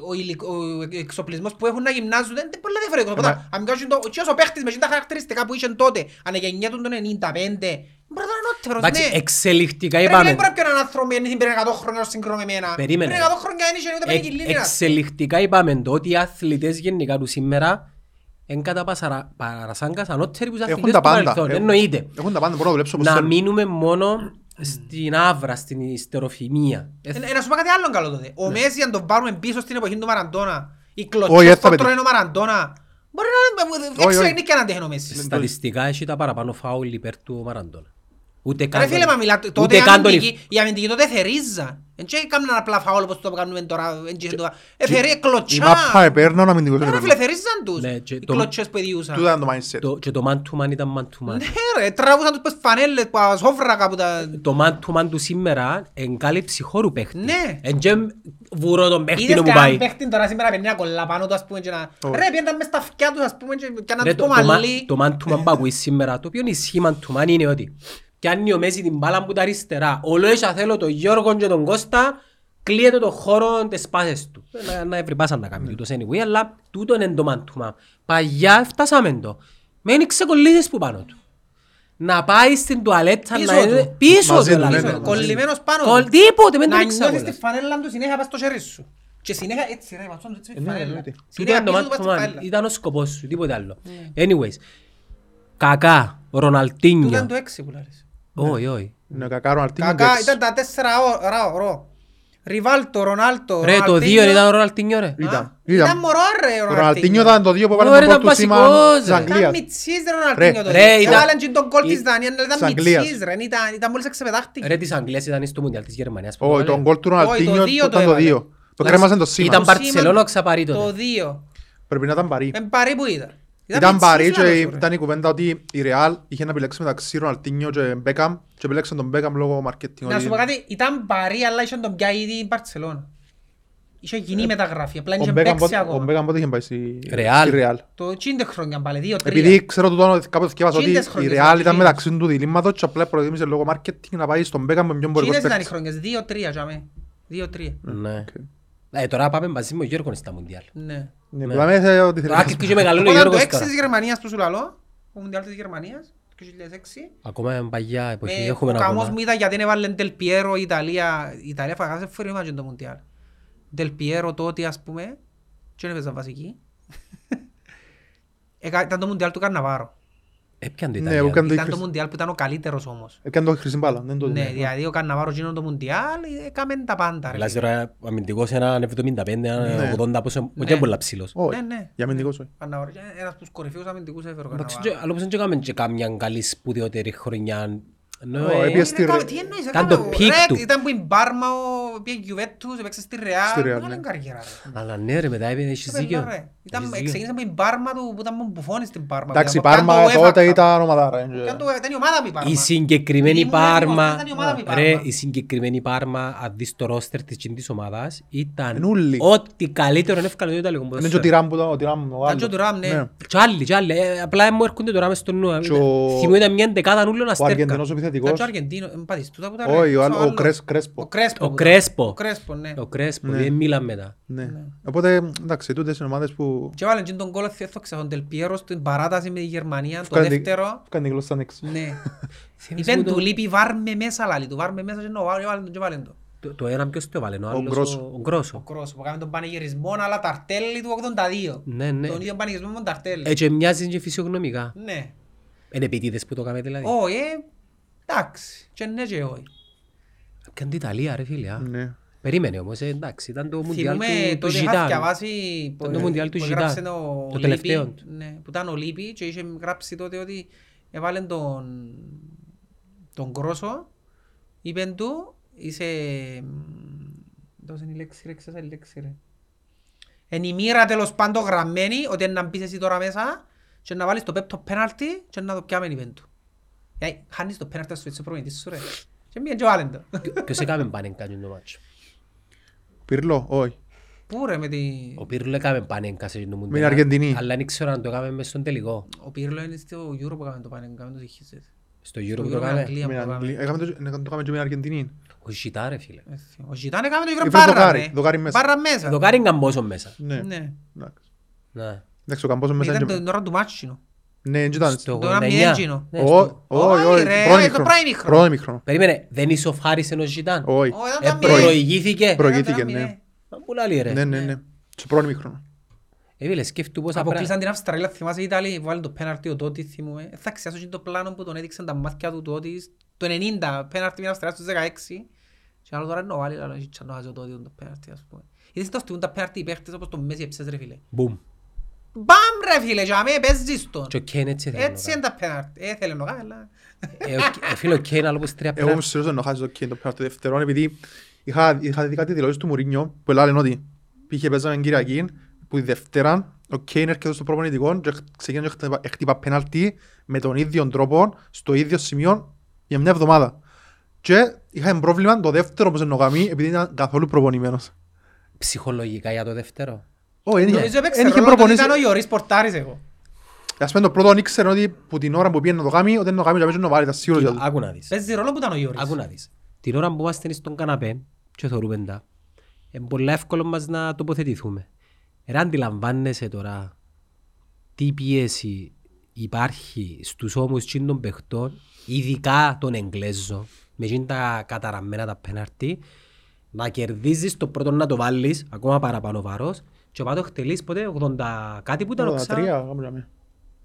Speaker 2: ο, υλικ, ο εξοπλισμός που έχουν να γυμνάζονται, είναι πολλά διαφορετικό.
Speaker 3: Ε, μα-
Speaker 2: Οπότε, αν κάνουν το, και ο παίχτης με εκείνα τα χαρακτηριστικά που είχε τότε, αν γεννιέτουν τον 95, μπορεί να ήταν ανώτερος,
Speaker 1: Εντάξει,
Speaker 2: ναι.
Speaker 1: εξελιχτικά
Speaker 2: Πρέπει να
Speaker 1: είπαμε.
Speaker 2: πρέπει να πιω έναν άνθρωπο είναι πριν 100 χρόνια ως σύγκρο με εμένα.
Speaker 1: Περίμενε. Ε,
Speaker 2: Πριν 100 χρόνια δεν είχε ούτε πέντε
Speaker 1: Εκ-
Speaker 2: κιλίνιρα.
Speaker 1: Εξελιχτικά είπαμε το ότι οι αθλητές γενικά του σήμερα είναι κατά πασαρα- παρασάγκας ανώτεροι που τους
Speaker 3: Έχουν
Speaker 1: αθλητές
Speaker 3: τα
Speaker 1: του
Speaker 3: πάντα.
Speaker 1: παρελθόν.
Speaker 3: Έχουν-
Speaker 1: Εννοείται.
Speaker 3: Έχουν τα πάντα, μπορώ να δουλέψω όπως
Speaker 1: Να
Speaker 3: θέλουν.
Speaker 1: μείνουμε μόνο στην άβρα, στην ιστεροφημία. Ε,
Speaker 2: Ε, Να σου πω κάτι άλλο καλό τότε. Ο Μέση αν τον πάρουμε πίσω στην εποχή του Μαραντόνα, οι
Speaker 3: Όχι,
Speaker 2: κλωτσές
Speaker 3: έτσι θα
Speaker 2: που
Speaker 3: πετύχει.
Speaker 2: τρώνε ο Μαραντόνα, μπορεί να
Speaker 3: Όχι,
Speaker 2: έξω
Speaker 3: όχι.
Speaker 2: είναι και αν τέχνει ο
Speaker 1: Ναι,
Speaker 2: Μέση.
Speaker 1: ε, Στατιστικά έχει τα παραπάνω φάουλ υπέρ του Μαραντόνα. Ούτε
Speaker 2: Ρε
Speaker 1: καν
Speaker 2: φίλε,
Speaker 1: τον-
Speaker 2: μα μιλά, τότε
Speaker 1: ούτε
Speaker 2: η
Speaker 1: καν τον
Speaker 2: αμυντική, η αμυντική τότε θερίζα. Δεν και έκαναν απλά φαόλ όπως το κάνουμε τώρα. εν και το- Ε, θερί,
Speaker 3: Η
Speaker 2: κλωτσιά.
Speaker 3: μάπα επέρνα ο αμυντικός
Speaker 2: Ε, Ρε
Speaker 3: επέρνα.
Speaker 2: φίλε, θερίζαν τους.
Speaker 1: Ναι, και
Speaker 2: Οι
Speaker 1: το-
Speaker 2: κλωτσές που διούσαν.
Speaker 3: Τούτο ήταν το mindset.
Speaker 1: Το- Και το man to man ήταν man to man.
Speaker 2: Ναι ρε, τραβούσαν τους πως φανέλες, πως σόφρακα που τα...
Speaker 1: Το man to man του σήμερα εγκάλυψη χώρου παίχτη.
Speaker 2: Ναι.
Speaker 1: Εν και βουρώ τον παίχτη
Speaker 2: Είδες
Speaker 1: να μου
Speaker 2: κανέναν
Speaker 1: πάει.
Speaker 2: παίχτην τώρα σήμερα παίρνει ένα κολλά πάνω του ας πούμε και να...
Speaker 3: Όχι.
Speaker 2: Ρε πιένταν μες στα αυτιά τους ας πούμε και
Speaker 1: Ρε,
Speaker 2: κάναν
Speaker 1: Ναι, το,
Speaker 2: το
Speaker 1: το, man,
Speaker 2: μαλλί.
Speaker 1: το man to man που ακούεις σήμερα, το οποίο είναι ισχύ man to man είναι ότι πιάνει ο Μέση την μπάλα που τα αριστερά. Ολόισα θέλω τον Γιώργο και τον Κώστα, κλείεται το χώρο της πάσης του. Ε, Να, να ευρυπάσαν να
Speaker 2: Ναι.
Speaker 1: κάνει τούτος anyway, αλλά τούτο είναι το man to man. Παγιά φτάσαμε το. Μένει ξεκολλήσεις που πάνω του. Να πάει στην τουαλέτα
Speaker 2: Πίσω
Speaker 1: να
Speaker 2: του.
Speaker 1: είναι πίσω
Speaker 3: Μαζί
Speaker 1: του.
Speaker 3: του,
Speaker 1: λαλείς
Speaker 3: ναι,
Speaker 1: μου.
Speaker 3: ναι.
Speaker 2: Κολλημένος πάνω
Speaker 1: Κολ-
Speaker 2: του.
Speaker 1: Τίποτε, μην
Speaker 2: Να
Speaker 1: τον
Speaker 2: νιώθεις τη
Speaker 1: εξακολουθείς.
Speaker 2: φανέλα του συνέχεια πας στο χέρι σου. Και συνέχεια έτσι ρε, ματσόν, έτσι με
Speaker 3: Ε, ναι,
Speaker 2: φανέλα.
Speaker 3: εννοείται.
Speaker 1: Τούτο
Speaker 2: Συνέχεια
Speaker 1: είναι το
Speaker 2: πίσω του πας
Speaker 1: μάτι
Speaker 2: στη Ναι.
Speaker 1: του Μαν.
Speaker 2: φανέλα.
Speaker 1: Ήταν ο σκοπός σου, τίποτε άλλο. Anyways, κακά,
Speaker 2: Του ήταν
Speaker 1: Ροναλτίνιο.
Speaker 2: το έξι που λάρεις.
Speaker 1: Όχι, όχι.
Speaker 3: Είναι ο Κακάρο, Αρτίνιο,
Speaker 2: Κακά,
Speaker 3: Ναι, εντάξει.
Speaker 2: ήταν τα τέσσερα ω- ρα, ρο. Ριβάλτο, Ρονάλτο,
Speaker 1: Ρε, το
Speaker 2: Ροναλντίνιο.
Speaker 1: δύο ήταν ο Ροναλτίνιο, ρε.
Speaker 2: Α,
Speaker 3: Ήταν.
Speaker 2: Ήταν
Speaker 3: Ήταν.
Speaker 2: μωρό ρε ο
Speaker 3: Ο Ροναλτίνιο
Speaker 2: Ροναλτίνιο.
Speaker 3: ήταν το δύο που έβαλε
Speaker 1: Ωραία,
Speaker 3: τον
Speaker 1: ήταν
Speaker 3: κόλ του Σίμαν
Speaker 1: βασικός,
Speaker 3: της
Speaker 1: ρε.
Speaker 2: Ήταν
Speaker 3: Αγγλίας.
Speaker 2: μητσής ρε ο Ροναλτίνιο τότε.
Speaker 1: ρε, ήταν-
Speaker 2: Έβαλαν και τον κόλ της
Speaker 1: Ή-
Speaker 2: Δανίας, αλλά
Speaker 3: της
Speaker 2: ήταν
Speaker 3: Αγγλίας.
Speaker 2: μητσής ρε. Ήταν ήταν μόλις εξεπετάχτηκε.
Speaker 1: Ρε της Αγγλίας ήταν στο Μουντιάλ της Γερμανίας. που
Speaker 3: Όχι,
Speaker 1: έβαλε.
Speaker 3: τον κόλ του
Speaker 2: Όχι, το
Speaker 3: Ροναλτίνιο
Speaker 2: δύο το
Speaker 3: ήταν το
Speaker 2: έβαλε.
Speaker 3: δύο. Το
Speaker 1: Εντάξει,
Speaker 3: κρέμασαν το Σίμαν.
Speaker 1: Ήταν
Speaker 2: Το
Speaker 1: Μπαρτσελόνα
Speaker 2: Σίμαν,
Speaker 1: ξαπαρί
Speaker 2: Το
Speaker 1: τότε.
Speaker 2: δύο.
Speaker 3: Πρέπει να ήταν παρή.
Speaker 2: Εν παρή που ήταν.
Speaker 3: Ήταν
Speaker 2: μητσής,
Speaker 3: παρή και
Speaker 2: λαλείς, ρε.
Speaker 3: ήταν η κουβέντα ότι η Ρεάλ είχε να επιλέξει μεταξύ Ροναλτίνιο και Μπέκαμ και επιλέξαν τον Μπέκαμ λόγω μαρκετινγκ.
Speaker 2: Να σου πω κάτι, ήταν παρή αλλά είχαν τον πια ήδη η Μπαρτσελώνα. Είχε γίνει μεταγραφή, απλά είχε
Speaker 3: Ε, Ο Μπέκαμ
Speaker 2: παίξει
Speaker 3: πότε- ο
Speaker 2: ακόμα.
Speaker 3: Μπέκαμ πότε είχε πάει στη
Speaker 1: Ρεάλ.
Speaker 3: στη Ρεάλ.
Speaker 2: Το 50 χρόνια πάλι, δύο-τρία.
Speaker 3: Επειδή ξέρω τούτο κάποτε θυκεύασα ότι
Speaker 2: Χίλιες
Speaker 3: η
Speaker 2: χρονιές,
Speaker 3: Ρεάλ ήταν
Speaker 2: χίλιες.
Speaker 3: μεταξύ του διλήμματος και απλά προτίμησε λόγω marketing να πάει στον Μπέκαμ με ποιον μπορεί
Speaker 2: Εκείνες
Speaker 3: να
Speaker 2: ήταν οι
Speaker 3: παίξει.
Speaker 2: χρονιές, δύο-τρία για μέ. Δύο-τρία.
Speaker 1: Ναι. Ε, τώρα πάμε μαζί με ο Γιώργος στα Μουντιάλ.
Speaker 2: Ναι.
Speaker 3: Ναι, που δάμε, ε, ότι θέλεις.
Speaker 1: Άκη και μεγαλώνει ο
Speaker 2: Όταν το
Speaker 1: Γιώργος
Speaker 2: 6
Speaker 1: τώρα.
Speaker 2: της Γερμανίας τους σου λαλώ, ο Μουντιάλ της Γερμανίας, το 2006,
Speaker 1: Ακόμα είναι παγιά εποχή,
Speaker 2: ε,
Speaker 1: έχουμε
Speaker 2: ο
Speaker 1: να
Speaker 2: καμός
Speaker 1: πούμε.
Speaker 2: μου ήταν γιατί έβαλε Del Piero η Ιταλία, η Ιταλία φάγα κάθε φορή μάτια το Μουντιάλ. Del Piero τότε ας πούμε, και έπαιζαν βασική. Εκα- Ήταν το Μουντιάλ του Καρναβάρο.
Speaker 1: Έπιαν Ε, το
Speaker 3: Ναι,
Speaker 1: Ιταλία.
Speaker 3: που κάνει-
Speaker 2: Ήταν
Speaker 3: Χρυσ-
Speaker 2: το Μουντιάλ που ήταν ο καλύτερος όμως.
Speaker 3: Έκανε το Ε, χρυσή μπάλα, δεν το
Speaker 2: Ναι,
Speaker 3: δούμε.
Speaker 2: δηλαδή ο Καρναβάρος γίνον το Μουντιάλ, έκαμε τα πάντα. ρε.
Speaker 1: Μιλάς τώρα ο αμυντικός έναν 75,
Speaker 3: Ναι.
Speaker 1: έναν 80, πόσο... Όχι, είναι πολύ ψηλός.
Speaker 3: Όχι,
Speaker 2: Ναι, ναι.
Speaker 3: για αμυντικός, όχι.
Speaker 2: Καρναβάρος, ήταν ε, ένας από τους κορυφαίους αμυντικούς έφερε ο
Speaker 1: Εντάξει,
Speaker 2: Καρναβάρος.
Speaker 1: και- αλλά όπως δεν έκαμε και κάμια καλή σπουδαιότερη χρονιά. Ενώ,
Speaker 3: Ω,
Speaker 1: ε,
Speaker 3: έπιες-
Speaker 2: Είναι
Speaker 3: στη
Speaker 2: κάπου-
Speaker 3: Ρε-
Speaker 2: Τι εννοείς,
Speaker 1: Κάντο
Speaker 2: έκαμε-
Speaker 1: πικ
Speaker 2: ρε,
Speaker 1: του.
Speaker 2: Ήταν που η Μπάρμα, ο- πήγε η Γιουβέτους, έπαιξε στη Ρεάλ.
Speaker 3: Στη Ρεάλ,
Speaker 2: Μεγάλη
Speaker 3: ναι.
Speaker 2: καριέρα, ρε.
Speaker 1: Αλλά ναι ρε, μετά έπιε- έχεις
Speaker 2: Έπαιζε,
Speaker 1: δίκιο.
Speaker 2: ρε. Ήταν-
Speaker 1: Έχεις δίκιο.
Speaker 2: Ξεκίνησε με την Πάρμα του που ήταν με μπουφόνι στην Πάρμα.
Speaker 3: Εντάξει, η
Speaker 2: Ήταν το
Speaker 3: Πάρμα
Speaker 2: UEFA
Speaker 3: τότε
Speaker 2: Cup.
Speaker 3: ήταν ομαδάρα. ε,
Speaker 2: Ήταν το- Ήταν η ομάδα μου η Πάρμα.
Speaker 1: Η συγκεκριμένη
Speaker 2: Επειδή ήμουν έτοιμος,
Speaker 1: Πάρμα,
Speaker 2: ήταν η ομάδα μου η Πάρμα.
Speaker 1: ρε, η συγκεκριμένη Πάρμα, αν δεις το ρόστερ της κοινής ομάδας, ήταν
Speaker 3: Ενούλη.
Speaker 1: ό,τι καλύτερο έφκανε το Ιταλικό
Speaker 3: Είναι Ναι, και ο
Speaker 1: ποδόσφαιρο.
Speaker 3: Τιράμ που ήταν, ο Τιράμ, ο
Speaker 2: Ήταν και
Speaker 3: άλλος.
Speaker 2: ο Τουράμ, ναι.
Speaker 3: Ναι.
Speaker 1: Κι άλλοι, κι άλλοι. Ε, Απλά μου έρχονται τώρα μες στο νου.
Speaker 3: Και ο-
Speaker 1: Θυμώ ήταν μια εντεκάδα νουλων
Speaker 3: Ο
Speaker 1: αστέρκα.
Speaker 3: Αργεντινός ο
Speaker 2: Ήταν και
Speaker 3: επιθετικός.
Speaker 2: ο Αργεντίνο, ε, πάτε, τούτα που τα
Speaker 3: Όχι,
Speaker 2: ρε.
Speaker 3: ο άλλο-
Speaker 2: άλλος.
Speaker 3: ο Κρέσ- Κρέσπο.
Speaker 2: Ο Κρέσπο.
Speaker 1: Ο
Speaker 2: που
Speaker 1: Κρέσπο.
Speaker 2: ήταν. Ο Κρέσπο, ναι.
Speaker 1: Ο Κρέσπο, δεν μίλαμε μετά.
Speaker 3: Ναι. Οπότε, εντάξει, τούτες είναι ομάδες που
Speaker 2: Και βάλαν και τον κόλλο θέλω ξεχόν Τελπιέρο στην παράταση με τη Γερμανία, το
Speaker 3: Φκάνε τη-
Speaker 2: δεύτερο.
Speaker 3: φκάνε τη γλώσσα έξω.
Speaker 2: Ναι.
Speaker 1: Θυμάσαι
Speaker 2: Είπεν
Speaker 1: που
Speaker 2: του
Speaker 1: το-
Speaker 2: λείπει βάρμε μέσα λάλη του, βάρμε μέσα και νο, βάλε βάλε τον και βάλε τον.
Speaker 1: το- Το ένα ποιος το έβαλε, ο άλλος,
Speaker 3: Γκρόσο.
Speaker 1: ο- ο
Speaker 2: Ο
Speaker 1: Γκρόσο.
Speaker 2: Κρός που κάνει τον πανηγυρισμό, αλλά τα αρτέλη του 82.
Speaker 1: Ναι, ναι. Ε-
Speaker 2: Τον ίδιο πανηγυρισμό με τα αρτέλη.
Speaker 1: Έτσι μοιάζει και φυσιογνωμικά.
Speaker 2: Ναι.
Speaker 1: Είναι επιτίδες που το κάνουμε δηλαδή.
Speaker 2: Όχι, ε, εντάξει. Και ναι και όχι.
Speaker 1: Κάνει την Ιταλία ρε φίλε. α.
Speaker 3: Ναι.
Speaker 1: Περίμενε όμως, ε, εντάξει, ήταν το Μουντιάλ
Speaker 2: Θυμούμε
Speaker 1: του- του
Speaker 2: τότε είχα
Speaker 1: Ζιτάν.
Speaker 2: διαβάσει που-
Speaker 1: Το Μουντιάλ του
Speaker 2: που
Speaker 1: Ζιτάν.
Speaker 2: έγραψε ο
Speaker 1: Το
Speaker 2: Λίπη,
Speaker 1: τελευταίο του.
Speaker 2: ναι, Που ήταν ο Λίπη και είχε γράψει τότε ότι έβαλε τον τον Κρόσο είπεν του είσαι μ, δώσε η λέξη ρε ξέρεις η λέξη ρε Εν η μοίρα τέλος πάντων γραμμένη ότι να μπεις εσύ τώρα μέσα και να βάλεις το πέπτο πέναλτι και να το πιάμε η πέντου. Γιατί χάνεις το πέναλτι στο έτσι προπονητής σου ρε. Και μην και βάλεν το.
Speaker 1: Ποιος έκαμε πάνε κάτι το μάτσο.
Speaker 3: Πυρλό, όχι.
Speaker 2: Πού ρε με τη...
Speaker 1: Ο Πύρλο έκαμε πάνε κάτι το μουντιάλ.
Speaker 3: Με την Αργεντινή.
Speaker 1: Αλλά δεν ξέρω αν το έκαμε μες στον τελικό.
Speaker 2: Ο Πύρλο είναι στο Euro που κάνουμε το πάνε, κάνουμε το συγχύσεις.
Speaker 1: Στο
Speaker 2: Το
Speaker 1: Euro που
Speaker 2: Euro
Speaker 1: το
Speaker 2: με
Speaker 1: έκαμε.
Speaker 2: Αγγλία
Speaker 3: Με
Speaker 2: που
Speaker 3: την
Speaker 2: το κάναμε.
Speaker 3: Αγγλία. Έκαμε το- να το κάνουμε και με την Αργεντινή.
Speaker 1: Ο Ζητά ρε φίλε.
Speaker 2: Ε, θεέ. Ο Ζητάν έκαμε το
Speaker 3: Ε,
Speaker 2: Euro μπάρα
Speaker 3: δοκάρι,
Speaker 2: ρε.
Speaker 3: δοκάρι μέσα.
Speaker 2: Μπάρα μέσα.
Speaker 1: Το κάνει καμπόσο μέσα.
Speaker 3: Ναι.
Speaker 2: Ναι.
Speaker 3: Εντάξει.
Speaker 1: Ναι.
Speaker 3: Εντάξει, ο Καμπός μέσα
Speaker 2: Ήταν
Speaker 3: είναι και-
Speaker 2: την ώρα του μάτσινου.
Speaker 3: Ναι, έτσι ήταν.
Speaker 1: Στο
Speaker 2: Το ένα
Speaker 1: 89.
Speaker 2: μηδέν.
Speaker 1: Ναι,
Speaker 3: Ω-
Speaker 1: στο-
Speaker 3: Όχι,
Speaker 2: Όχι,
Speaker 3: όχι.
Speaker 2: ρε,
Speaker 3: Πρώην
Speaker 2: το
Speaker 3: ημίχρονο.
Speaker 2: πρώην ημίχρονο.
Speaker 3: Πρώην ημίχρονο.
Speaker 1: Περίμενε, δεν ισοφάρισε ο Ζητάν.
Speaker 3: Όχι.
Speaker 2: Ω, ήταν
Speaker 1: Ε,
Speaker 2: τα μηδέν.
Speaker 1: Προηγήθηκε.
Speaker 3: Προ- Προηγήθηκε,
Speaker 2: Ήταν
Speaker 3: ναι.
Speaker 2: μηδέν.
Speaker 1: Που λαλεί ρε.
Speaker 3: Ναι, ναι, ναι. Στο πρώην ημίχρονο.
Speaker 1: Ε, φίλε, σκέφτου πόσα πράγματα.
Speaker 2: Αποκλείσαν την Αυστραλία, θυμάσαι οι Ιταλοί, βάλουν το πέναρτι ο Τότης, θυμούμε. Ε, Θα ξεχάσω και το πλάνο που τον έδειξαν τα μάτια του Τότης, το 90, πέναρτι με Αυστραλία στους 16. Και άλλο τώρα είναι ο Άλλη, αλλά έτσι να βάζει ο Τότης το πέναρτι, ας πούμε. Είδες το αυτοί τα πέναρτι οι παίχτες όπως το Μέση έψες ρε φίλε.
Speaker 1: Μπουμ.
Speaker 2: Μπαμ ρε φίλε, για μέ, παίζεις τον.
Speaker 1: Και ο Κέν έτσι θέλει να
Speaker 2: Έτσι είναι τα πέναρτι. Ε, θέλει να κάνει, αλλά...
Speaker 1: κάνει. Ε, ο Κ- ε, Φίλε, ο Κέν άλλο πως τρία
Speaker 3: Εγώ είμαι
Speaker 1: πέναλτι.
Speaker 3: σίγουρος ότι να χάσει το κέντρο πέρα το δεύτερο, επειδή είχα, είχα δει κάτι δηλώσεις του Μουρίνιο που έλεγαν ότι πήγε παίζαμε Κυριακή, που η Δευτέρα ο Κέιν έρχεται στο προπονητικό και ξεκίνησε και χτύπα- χτύπα πέναλτι με τον ίδιο τρόπο, στο ίδιο σημείο για μια εβδομάδα. Και είχα πρόβλημα το δεύτερο που εννοεί επειδή ήταν καθόλου προπονημένος.
Speaker 1: Ψυχολογικά για το δεύτερο.
Speaker 3: Όχι, δεν είχε-
Speaker 2: Νομίζω έπαιξε
Speaker 3: δεν είχε
Speaker 2: ρόλο ότι
Speaker 3: προπονήσει.
Speaker 2: ήταν ο Ιωρής Πορτάρης εγώ.
Speaker 3: Ας πούμε το πρώτο ήξερε ότι που την ώρα που πήγαινε να το κάνει, ότι δεν το κάνει, και να το βάλει, ήταν σίγουρος για το.
Speaker 1: Άκου να δεις.
Speaker 2: Παίζει ρόλο που ήταν ο Ιωρής.
Speaker 1: Άκου να δεις. Την ώρα που είμαστε στον καναπέ και θεωρούμε τα, είναι πολύ εύκολο μας να τοποθετηθούμε. Ρε αντιλαμβάνεσαι τώρα τι πίεση υπάρχει στους ώμους τσιν των παιχτών, ειδικά των Εγγλέζων, με τσιν τα καταραμμένα τα πέναρτι, να κερδίζεις το πρώτο να το βάλεις, ακόμα παραπάνω βάρος, και ο Πάτο χτελείς ποτέ 80 κάτι που ήταν ο Ξα.
Speaker 3: 83, κάπου τζαμί.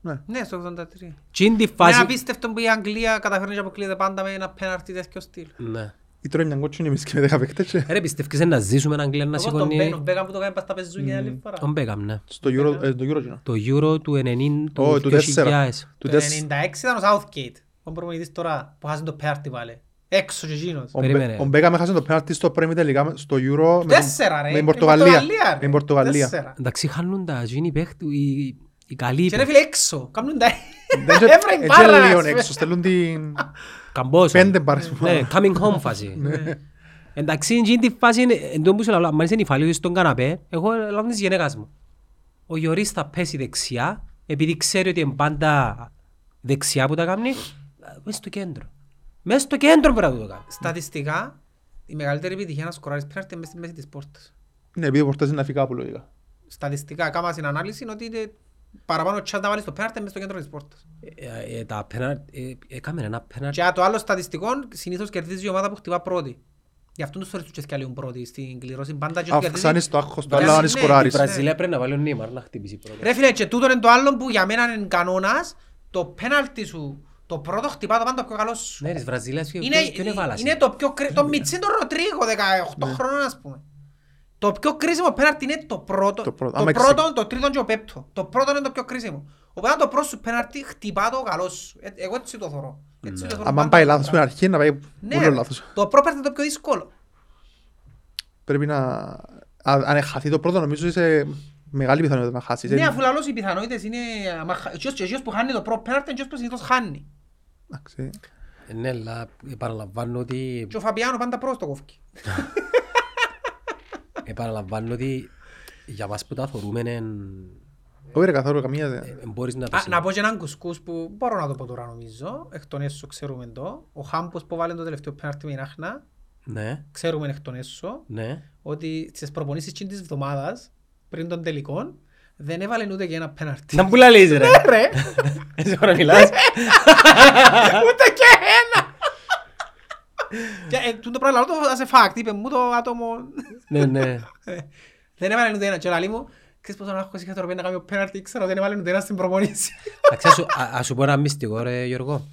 Speaker 3: Ναι.
Speaker 2: Ναι, στο 83.
Speaker 1: Τσιν τη
Speaker 2: Είναι
Speaker 1: φάση...
Speaker 2: απίστευτο που η Αγγλία καταφέρνει και αποκλείεται πάντα με ένα πέναρτι τέτοιο στυλ.
Speaker 1: Ναι.
Speaker 3: Ή τρώει μια κότσινη εμείς και με δέκα παίκτες και-
Speaker 1: Ρε πιστεύεις να ζήσουμε έναν Αγγλία να
Speaker 2: Εγώ τον Μπέν,
Speaker 1: σηκώνει...
Speaker 2: τον Μπέγαμ που το κάνει πας στα πεζούνια άλλη φορά.
Speaker 1: Τον Μπέγαμ, ναι.
Speaker 3: Στο Euro, ε, το Euro Gino.
Speaker 1: Το Euro του 90
Speaker 3: Ω,
Speaker 1: του
Speaker 3: του τέσσερα.
Speaker 1: 2000.
Speaker 3: Του
Speaker 2: Το
Speaker 3: τέσσερα.
Speaker 2: 96 ήταν ο Southgate, ο προπονητής τώρα, που χάσει το πέναρτι πάλι. Έξω και εκείνος.
Speaker 3: Ο
Speaker 1: Περίμενε.
Speaker 3: Μπε- Ο Μπέκαμ έχασε το πέναλτι στο πρέμι τελικά στο Euro με τον-
Speaker 2: Τέσσερα ρε,
Speaker 3: με την
Speaker 2: με
Speaker 3: Πορτογαλία. Με
Speaker 2: ρε.
Speaker 3: την Πορτογαλία.
Speaker 2: Τέσσερα.
Speaker 1: Εντάξει, χάνουν τα γίνει παίχτου, οι, οι καλοί
Speaker 2: Και ρε
Speaker 1: παίχτες.
Speaker 2: φίλε έξω, κάνουν τα...
Speaker 3: Δεν και-
Speaker 2: Έβρε
Speaker 3: δεν
Speaker 2: μπάρα,
Speaker 3: και
Speaker 2: ας
Speaker 3: λίον
Speaker 2: πούμε.
Speaker 3: έξω, στέλνουν την
Speaker 1: Καμπόσα.
Speaker 3: πέντε μπάρες που
Speaker 1: Ναι,
Speaker 3: πάνε.
Speaker 1: coming home φάση.
Speaker 2: Ναι.
Speaker 1: Εντάξει, είναι τη φάση, είναι- εν τω που σου λέω, αν είσαι νυφαλίος στον καναπέ, εγώ λάβω της γυναίκας μου. Ο Γιωρίς θα πέσει δεξιά, επειδή ξέρει ότι είναι πάντα δεξιά που τα κάνει, μέσα στο κέντρο. Μέσα στο κέντρο πρέπει να το κάνεις.
Speaker 2: Στατιστικά, η μεγαλύτερη επιτυχία να σκοράρεις πέναρτι είναι μέσα στη μέση της πόρτας.
Speaker 3: Ναι, επειδή ο Πορτές είναι αφικάπουλο λίγα.
Speaker 2: Στατιστικά, κάμα στην ανάλυση είναι ότι είναι παραπάνω τσάς να βάλεις το πέναρτι είναι μέσα στο κέντρο της πόρτας.
Speaker 1: Ε, ε, Τα πέναρ, ε, έκαμε ένα πέναρ.
Speaker 2: Και το άλλο στατιστικό, συνήθως κερδίζει η ομάδα που χτυπά πρώτη. Γι' αυτόν τους φορές τους τσεσκιαλίουν πρώτη στην κληρώση. Πάντα και τους
Speaker 3: Αυξάνεις
Speaker 2: κερδίζει.
Speaker 3: το άγχος του,
Speaker 2: Ναι,
Speaker 3: αλλά αν
Speaker 2: ναι,
Speaker 1: Η
Speaker 3: σκοράρεις.
Speaker 2: ναι.
Speaker 1: Βραζιλία πρέπει να βάλει ο Νίμαρ να χτυπήσει πρώτα.
Speaker 2: Ρε φίλε, και τούτο είναι το άλλο που για μένα είναι κανόνας. Το πέναλτι σου, το πρώτο χτυπά το πάντα πιο καλός σου.
Speaker 1: Ναι, της Βραζιλίας ποιο-
Speaker 2: Είναι,
Speaker 1: ποιον έβαλας.
Speaker 2: είναι το πιο κρίσιμο. Το Μιτσίν τον Ροτρίγο, 18
Speaker 3: Ναι.
Speaker 2: χρόνων ας πούμε. Το πιο κρίσιμο πέναλτι είναι το πρώτο,
Speaker 3: Το
Speaker 2: το
Speaker 3: πρώτο.
Speaker 2: πρώτο,
Speaker 3: Άμα
Speaker 2: το,
Speaker 3: εξε-
Speaker 2: τρίτο και το πέπτο. Το πρώτο είναι το πιο κρίσιμο. Οπότε αν το πρώτο σου πέναλτι χτυπά το καλός σου. Ε, εγώ έτσι το θωρώ. Έτσι το θωρώ
Speaker 3: Ναι. Αν
Speaker 2: πάντα.
Speaker 3: πάει λάθος στην αρχή, να πάει
Speaker 2: Ναι,
Speaker 3: πολύ
Speaker 2: ρε.
Speaker 3: λάθος.
Speaker 2: το πρώτο είναι το πιο δύσκολο.
Speaker 3: Πρέπει να... αν- Αν χαθεί το πρώτο, νομίζω είσαι μεγάλη πιθανότητα να χάσεις.
Speaker 2: Ναι,
Speaker 3: Ε,
Speaker 2: αφού λαλώς οι πιθανότητες είναι... άμα χα- Ποιος και ποιος που χάνει το πρώτο πέναλτι είναι ποιος που συνήθως χάνει.
Speaker 3: εντάξει.
Speaker 1: Ναι, αλλά επαναλαμβάνω ότι,
Speaker 2: Και ο Φαπιάνο πάντα πρώτος το κόφκι.
Speaker 1: επαναλαμβάνω ότι για μας που τα θεωρούμε δεν
Speaker 3: Όχι ρε, καθόλου καμία... δε-
Speaker 2: Ε,
Speaker 1: μπορείς να το
Speaker 2: Α, Να
Speaker 1: συνεχίσεις.
Speaker 2: πω και έναν κουσκούς που μπορώ να το πω τώρα νομίζω, εκ των έσω ξέρουμε το. Ο Χάμπος που βάλει το τελευταίο πέναρτι με την Άχνα,
Speaker 1: Ναι,
Speaker 2: ξέρουμε εκ των έσω
Speaker 1: ναι.
Speaker 2: ότι στις προπονήσεις εκείνης της εβδομάδας, πριν των τελικών, δεν έβαλε ούτε και ένα πέναρτι.
Speaker 1: Να μου λαλείς ρε.
Speaker 2: Ρε,
Speaker 1: Έτσι ώρα μιλάς.
Speaker 2: ούτε και ένα! Και ε, τούτο πράγμα λαλώ το σε fact, είπε μου το άτομο.
Speaker 1: Ναι, ναι.
Speaker 2: Δεν έβαλε ούτε ένα και λαλεί μου, ξέρεις πόσο άγχος είχα τώρα πριν να κάνω πέναρτι, ήξερα ότι δεν έβαλε ούτε ένα στην προπονήση.
Speaker 1: Εντάξει, ας σου- α- ας σου πω ένα μυστικό ρε Γιώργο.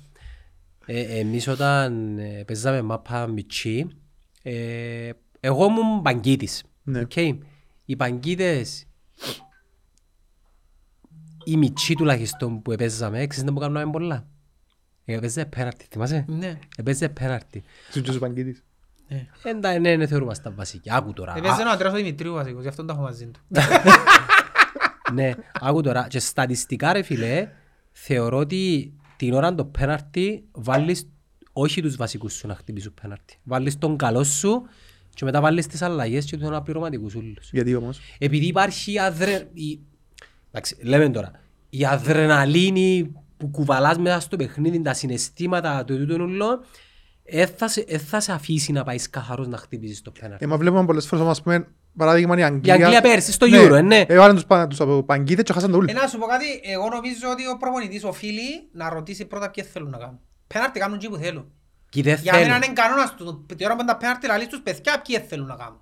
Speaker 1: Ε, εμείς όταν ε, παίζαμε μάπα μητσί, ε, εγώ ήμουν παγκίτης.
Speaker 3: Ναι.
Speaker 1: Οκ. Οι παγκίτες, οι μητσί τουλάχιστον που παίζαμε, ξέρεις να μου κάνουμε πολλά. Ε, Παίζε πέναρτη, θυμάσαι.
Speaker 2: Ναι.
Speaker 1: Έπαιζε πέναρτη.
Speaker 3: Στους Τζος Βαγγίτης.
Speaker 2: Ναι.
Speaker 1: Εν τα ναι, ναι, θεωρούμε στα βασικά. Άκου τώρα.
Speaker 2: Έπαιζε ο Αντρέας ο Δημητρίου βασικός, γι' αυτό τα έχω μαζί του.
Speaker 1: Α, Ναι, άκου τώρα. Και στατιστικά ρε φίλε, θεωρώ ότι την ώρα το πέναρτι βάλεις όχι τους βασικούς σου να χτυπήσουν πέναρτι. Βάλεις τον καλό σου και μετά βάλεις τις αλλαγές και τους αναπληρωματικούς ούλους.
Speaker 3: Γιατί όμως.
Speaker 1: Επειδή υπάρχει αδρε... η... Εντάξει, λέμε τώρα, η αδρεναλίνη που κουβαλάς μέσα στο παιχνίδι, τα συναισθήματα του τούτου ούλων, δεν ε, θα, σε- εν θα σε αφήσει να πάεις καθαρός να χτυπήσεις το πέναρτι.
Speaker 3: Ε, μα βλέπουμε πολλές φορές όμως, ας πούμε, παράδειγμα η Αγγλία.
Speaker 1: Αγγλία πέρσι, στο Euro, ε, ναι.
Speaker 3: Έβαλαν τους, πα- τους από παγκίτες και χάσαν το
Speaker 2: Ε,
Speaker 3: ούλι.
Speaker 2: να σου πω κάτι, εγώ νομίζω ότι ο προπονητής οφείλει να ρωτήσει πρώτα ποιες θέλουν να κάνουν. Πέναρτι κάνουν και που θέλουν.
Speaker 1: Και δεν
Speaker 2: Για μένα
Speaker 1: θέλει.
Speaker 2: είναι κανόνας του. Την ώρα που είναι τα πέναρτι λαλείς τους παιδιά ποιες θέλουν να κάνουν.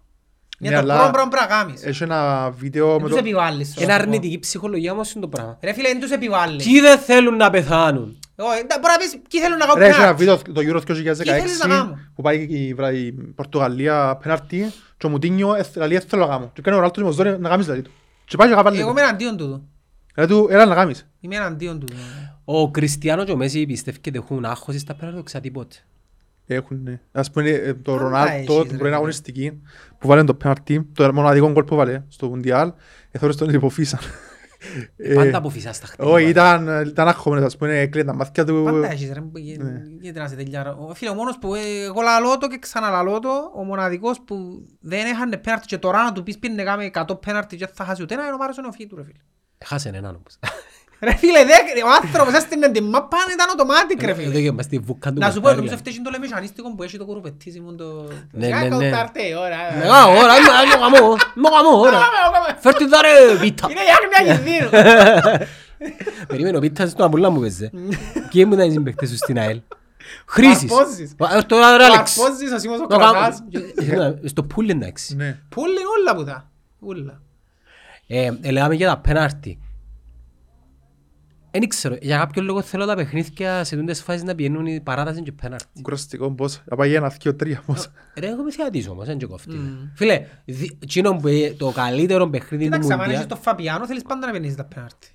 Speaker 2: Είναι
Speaker 3: Ναι,
Speaker 2: το
Speaker 3: αλλά-
Speaker 2: πρώτο πράγμα που πρέπει να κάνεις.
Speaker 3: Έχει ένα βίντεο
Speaker 2: Δεν
Speaker 3: με
Speaker 2: Ε, τους
Speaker 3: το...
Speaker 2: επιβάλλεις. θέλω
Speaker 1: Είναι
Speaker 2: να σου πω.
Speaker 1: αρνητική ψυχολογία όμως είναι το πράγμα.
Speaker 2: Ρε φίλε, δεν τους επιβάλλεις.
Speaker 1: Ποιοι δεν θέλουν να πεθάνουν.
Speaker 2: Όχι, εντά- Μπορεί να πεις ποιοι θέλουν να κάνουν
Speaker 3: Ρε, έχει ένα
Speaker 2: πέναρτι.
Speaker 3: βίντεο το Euro
Speaker 2: Τι θέλεις να
Speaker 3: 2016
Speaker 2: κάνω?
Speaker 3: που πάει η, Βρα- η Πορτογαλία πέναρτη και ο Μουτίνιο ε, λέει «Δεν θέλω να κάνω». Και κάνει ο Ράλτος «Μος δώρε να κάνεις» δηλαδή του. Και πάει και καβάλει.
Speaker 2: Εγώ είμαι εναντίον τούτου.
Speaker 3: Ρε του «Έλα να κάνεις».
Speaker 2: Είμαι εναντίον τούτου.
Speaker 1: Ο Κριστιανό και ο Μέση πιστεύει ότι έχουν άγχος στα πέρα του ξατίποτε.
Speaker 3: Έχουν, ναι. Ας πούμε ε, το
Speaker 2: Πάντα έχεις,
Speaker 3: Ρονάλτο,
Speaker 2: ρε,
Speaker 3: την
Speaker 2: φίλε.
Speaker 3: πρώην αγωνιστική που βάλε το πέναρτη, το μοναδικό γκολ που βάλε στο Μουντιάλ, εθώρες τον υποφύσαν. Ε,
Speaker 1: Πάντα αποφυσάς τα χτύπηματα.
Speaker 3: Όχι, ήταν, ε, ήταν άχομενος, ας πούμε, έκλαινε τα μάτια του.
Speaker 2: Πάντα έχεις ρε, μπ- γε- γιατί να σε τελειάρω. Ο- Φίλε, ο μόνος που ε, εγώ λαλώ το και ξαναλαλώ το, ο μοναδικός που δεν έχανε πέναρτι και τώρα να του πεις πήρνε κάμε 100 πέναρτι και θα χάσει ούτε ένα, είναι ο Μάριος ο Νεοφίτου, ρε φίλε.
Speaker 1: Έχασε έναν όμως.
Speaker 2: Ρε φίλε, δε- ο άνθρωπος έστεινε την μάπα, ήταν automatic, ρε
Speaker 1: Εδώ
Speaker 2: φίλε.
Speaker 1: και μες στη βούκα του
Speaker 2: Να σου πω,
Speaker 1: Μαρκάρια.
Speaker 2: νομίζω αυτό είναι το λεμεσανίστικο που έχει το κουρουπετήσι μου το... Ε,
Speaker 1: Ναι,
Speaker 2: Α,
Speaker 1: ναι, ναι.
Speaker 2: κοντάρτε, ώρα.
Speaker 1: Ναι, γάμο, ώρα, είμαι είμαι γαμό, είμαι γαμό, ώρα. Φέρ' την δω, ρε, πίτα.
Speaker 2: Είναι η άγνοια κινδύνου.
Speaker 1: Περίμενε, ο πίτας του Αμπουλά μου παίζε. Και ήμουν οι συμπαίκτες σου στην ΑΕΛ. Χρήσης.
Speaker 2: Αρπόζεις.
Speaker 1: Ε, Τώρα ρε Άλεξ.
Speaker 2: Αρπόζεις, ο Σίμος ο
Speaker 1: Το κάνω.
Speaker 2: Κρασάς.
Speaker 1: Ήμουνα ε, Στο πουλ εντάξει.
Speaker 3: Ναι.
Speaker 2: Πούλη όλα που τα. Όλα.
Speaker 1: Ε, ε, λέγαμε για τα πέναρτι. Δεν ξέρω, για κάποιο λόγο θέλω τα παιχνίδια σε τούντες φάσεις να πηγαίνουν η παράταση και πέναρτι.
Speaker 3: Κουραστικό πώς, να πάει ένα, δύο, τρία πώς.
Speaker 1: Ρε, εγώ είμαι θεατής όμως, δεν και κόφτη. Φίλε, δι- εκείνο που ε, το καλύτερο παιχνίδι του
Speaker 2: Κοίταξε, αν
Speaker 1: Μουντιά...
Speaker 2: έχεις τον Φαπιάνο, θέλεις πάντα να παινίζεις τα πέναρτι.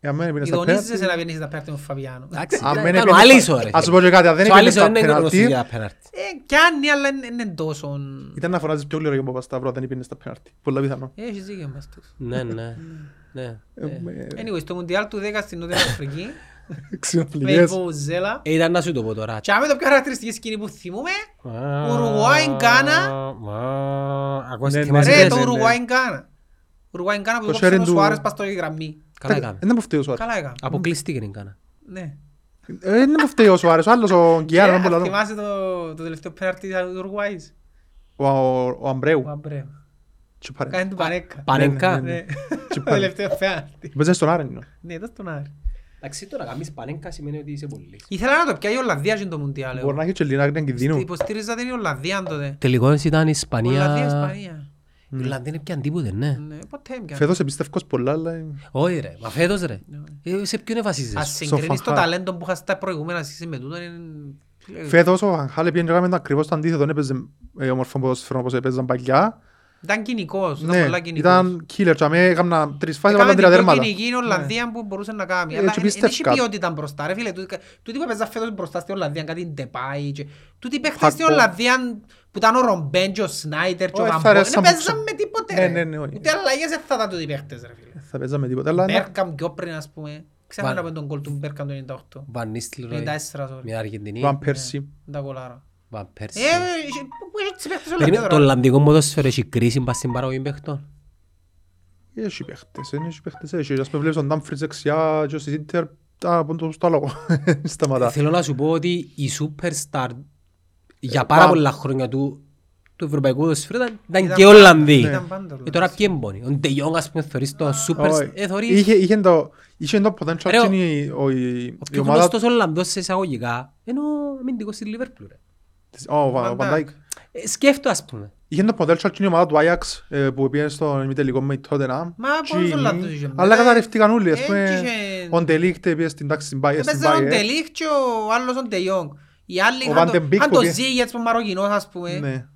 Speaker 3: Για μένα έπαιρνε στα πέναλτι.
Speaker 2: Ειδονίζεσαι να παινίζεις τα πέναρτι με τον Φαπιάνο.
Speaker 1: Εντάξει,
Speaker 3: Αν
Speaker 1: ήταν
Speaker 3: δεν
Speaker 1: ήταν ο
Speaker 3: έπαιρνε
Speaker 1: Αλίσο,
Speaker 3: στα-
Speaker 1: ρε.
Speaker 3: Ας σου πω και κάτι, αν
Speaker 1: Ο
Speaker 3: δεν έπαιρνε
Speaker 1: Αλίσο
Speaker 3: στα
Speaker 1: είναι γνωστός
Speaker 3: πέναλτι-
Speaker 1: για πέναρτι.
Speaker 2: Ε, κι αν είναι, αλλά είναι- είναι τόσο...
Speaker 3: Ήταν να φωνάζεις πιο γλυόρα για τον Παπασταύρο, δεν έπαιρνε στα πέναλτι. Πολλά πιθανό.
Speaker 2: Έχεις δίκιο μας τους.
Speaker 1: Ναι, ναι, ναι.
Speaker 3: Ε, ε,
Speaker 2: Anyway, στο Μουντιάλ του 10 στην Νότια Αφρική, με η
Speaker 3: ξενοφιλίες.
Speaker 2: Βοουζέλα,
Speaker 1: Ε, Ήταν να σου το πω τώρα.
Speaker 2: και άμε το πιο χαρακτηριστική σκηνή που θυμούμε, Ουρουάι, Γκάνα.
Speaker 1: Ακούστε,
Speaker 3: Ναι,
Speaker 1: θυμάσαι
Speaker 3: ναι,
Speaker 2: ρε,
Speaker 1: τες.
Speaker 2: το
Speaker 3: ναι.
Speaker 2: Ουρουάι Γκάνα. Ουρουάι Γκάνα που
Speaker 3: Το
Speaker 2: κόψε
Speaker 3: sharing
Speaker 2: ο
Speaker 3: του-
Speaker 2: Σουάρες πας στο γραμμή.
Speaker 1: Καλά
Speaker 3: Ε,
Speaker 1: έκαμε.
Speaker 3: Δεν μου φταίει ο Σουάρες.
Speaker 2: Καλά έκαμε.
Speaker 1: Αποκλείστηκε η Γκάνα.
Speaker 2: Ναι.
Speaker 3: Ε, Δεν μου φταίει ο Σουάρες, ο άλλος, ο Γκιάρο,
Speaker 2: Ε,
Speaker 3: δεν μπορώ να
Speaker 2: Θυμάσαι το το τελευταίο πέναρτι του Ουρουάης.
Speaker 3: λέω. Ο- ο- ο Αμπρέου.
Speaker 2: Ο Αμπρέου.
Speaker 3: Τσουπάρε.
Speaker 2: Κάνει του Πανέκα.
Speaker 1: Πανέγκα.
Speaker 2: Ναι. Το
Speaker 3: Τσιπάνε.
Speaker 2: τελευταίο πέναρτι.
Speaker 3: Παίζανε στον Άρενο.
Speaker 2: Ναι, δώσ' τον Άρη.
Speaker 1: Εντάξει, τώρα καμίς πανέγκα σημαίνει ότι είσαι πολύ.
Speaker 2: Ήθελα να το πιάει η Ολλανδία στην το Μουντιάλ. εγώ.
Speaker 3: Μπορεί να έχει και Ελληνά άκρη κινδύνου.
Speaker 2: Υποστήριζα την Ολλανδία τότε.
Speaker 1: Τελικώς ήταν Ισπανία.
Speaker 2: Ολλανδία, Ισπανία.
Speaker 1: Η Ιρλανδία είναι πιαν τίποτε, ναι.
Speaker 2: Ναι, ποτέ δεν πιάνε.
Speaker 3: Φέτος εμπιστεύκος πολλά, αλλά... ε,
Speaker 1: Όχι ρε, μα φέτος ρε.
Speaker 2: Ναι.
Speaker 1: Ε, Σε ποιον
Speaker 2: Αν
Speaker 1: ευασίζεσαι.
Speaker 2: συγκρίνεις το
Speaker 3: Σοφαχά.
Speaker 2: ταλέντο που είχα στα προηγούμενα σχέση με τούτον είναι...
Speaker 3: Φέτος ο Βαγχάλε πήγαινε και έκαμε το ακριβώς το αντίθετο. Δεν έπαιζε ε, όμορφο ποδοσφαίρο όπως έπαιζαν παλιά.
Speaker 2: Ήταν κοινικός, ήταν
Speaker 3: Ναι,
Speaker 2: πολλά κοινικός.
Speaker 3: ήταν killer. Και αμέ έκανα τρεις φάσεις,
Speaker 2: Έκαμε
Speaker 3: έβαλαν
Speaker 2: την
Speaker 3: τρία
Speaker 2: πιο
Speaker 3: τέρματα.
Speaker 2: κοινική η
Speaker 1: Ναι.
Speaker 2: Ολλανδία που μπορούσε να κάνει.
Speaker 3: Ε,
Speaker 2: Αλλά
Speaker 3: έτσι
Speaker 2: δεν έχει
Speaker 3: πίστευκα.
Speaker 2: ποιότητα μπροστά. Ρε φίλε, τούτοι- τούτοι που έπαιζαν φέτος μπροστά στην Ολλανδία, κάτι ντεπάι. και- Τούτοι παίχτες στην
Speaker 3: Χακό.
Speaker 2: Ολλανδία που ήταν ο Ρομπέν και ο Σνάιτερ και ο
Speaker 3: Όχι, θα
Speaker 2: Βαμπό. Δεν
Speaker 3: αρέσαν μου
Speaker 2: παίζαν
Speaker 3: ξα-
Speaker 2: με τίποτε.
Speaker 3: Ναι,
Speaker 2: ρε.
Speaker 3: ναι, ναι, όχι.
Speaker 2: Ούτε αλλαγές δεν θα ήταν τούτοι παίχτες, ρε φίλε.
Speaker 3: Θα παίζαμε τίποτα, αλλά ναι.
Speaker 2: Μπέρκαμ πιο πριν, ας πούμε. Ξέχαμε
Speaker 1: Βάλε.
Speaker 2: να πούμε τον κόλ του Μπέρκαμ το 98.
Speaker 1: Βαν Νίστλροι,
Speaker 2: 94, sorry.
Speaker 1: μια Αργεντινή,
Speaker 3: Ήταν πέρσι.
Speaker 2: Τα κολάρα.
Speaker 1: Βαν Πέρσι.
Speaker 2: Ε, είχε- που- που είχε τις παίχτες όλα
Speaker 1: Περίμενε,
Speaker 2: εδώ,
Speaker 1: Το
Speaker 2: ρε.
Speaker 1: Ολλανδικό ποδόσφαιρο έχει κρίση πας στην παραγωγή παίχτων.
Speaker 3: Έχει παίχτες, ε, έχει παίχτες. Έχει, ας πούμε, βλέπεις τον Ντάμφριτς δεξιά και ο Σιζίτερ, τα- από το- στο άλλο. Σταματά.
Speaker 1: Θέλω να σου πω ότι η Superstar για πάρα
Speaker 3: πα-
Speaker 1: πολλά χρόνια του του ευρωπαϊκού ποδοσφαίρου ήταν- ήταν
Speaker 2: Ήταν
Speaker 1: και
Speaker 2: πάντα- ναι.
Speaker 1: Ολλανδοί.
Speaker 2: ήταν πάντα
Speaker 1: Ε, Τώρα
Speaker 2: Ολλανδοί.
Speaker 1: ποιοι εμπόνοι. Ο Ντε Ιόγκ, ας πούμε θεωρείς το Superstar.
Speaker 3: Όχι.
Speaker 1: Ε, θεωρείς
Speaker 3: Είχε είχε το- είχε το potential
Speaker 1: Ρε, ο-
Speaker 3: και είναι η- ο- η-
Speaker 1: ο
Speaker 3: η
Speaker 1: πιο
Speaker 3: ομάδα
Speaker 1: γνωστός Ολλανδός σε εισαγωγικά ενώ αμυντικός στη Λίβερπουλ. ρε.
Speaker 3: της- ο Βα- ο Van Dijk.
Speaker 1: Ε, Σκέφτο ας πούμε.
Speaker 3: Είχε το potential και η ομάδα του Ajax ε, που πήγαινε στον ημιτελικό με η Tottenham.
Speaker 2: Μα
Speaker 3: Και
Speaker 2: πολλούς
Speaker 3: η-
Speaker 2: Ολλανδούς είχε.
Speaker 3: Αλλά
Speaker 2: Ε,
Speaker 3: καταρρεύτηκαν όλοι. Ας
Speaker 2: ε,
Speaker 3: πούμε,
Speaker 2: είχε- Ε,
Speaker 3: ο Ντελίχτε πήγε στην τάξη στην Bayer- στην
Speaker 2: Έπαιζε ο
Speaker 3: Bayer.
Speaker 2: Ντελίχ και ο άλλος ο Ντεγιόγκ. Οι άλλοι
Speaker 3: ε. Ο
Speaker 2: είχαν
Speaker 3: Van den Beek
Speaker 2: το- αν
Speaker 3: που
Speaker 2: το
Speaker 3: πήρε.
Speaker 2: Ζήγετς που είναι Μαροκινός ας πούμε.
Speaker 3: Ναι.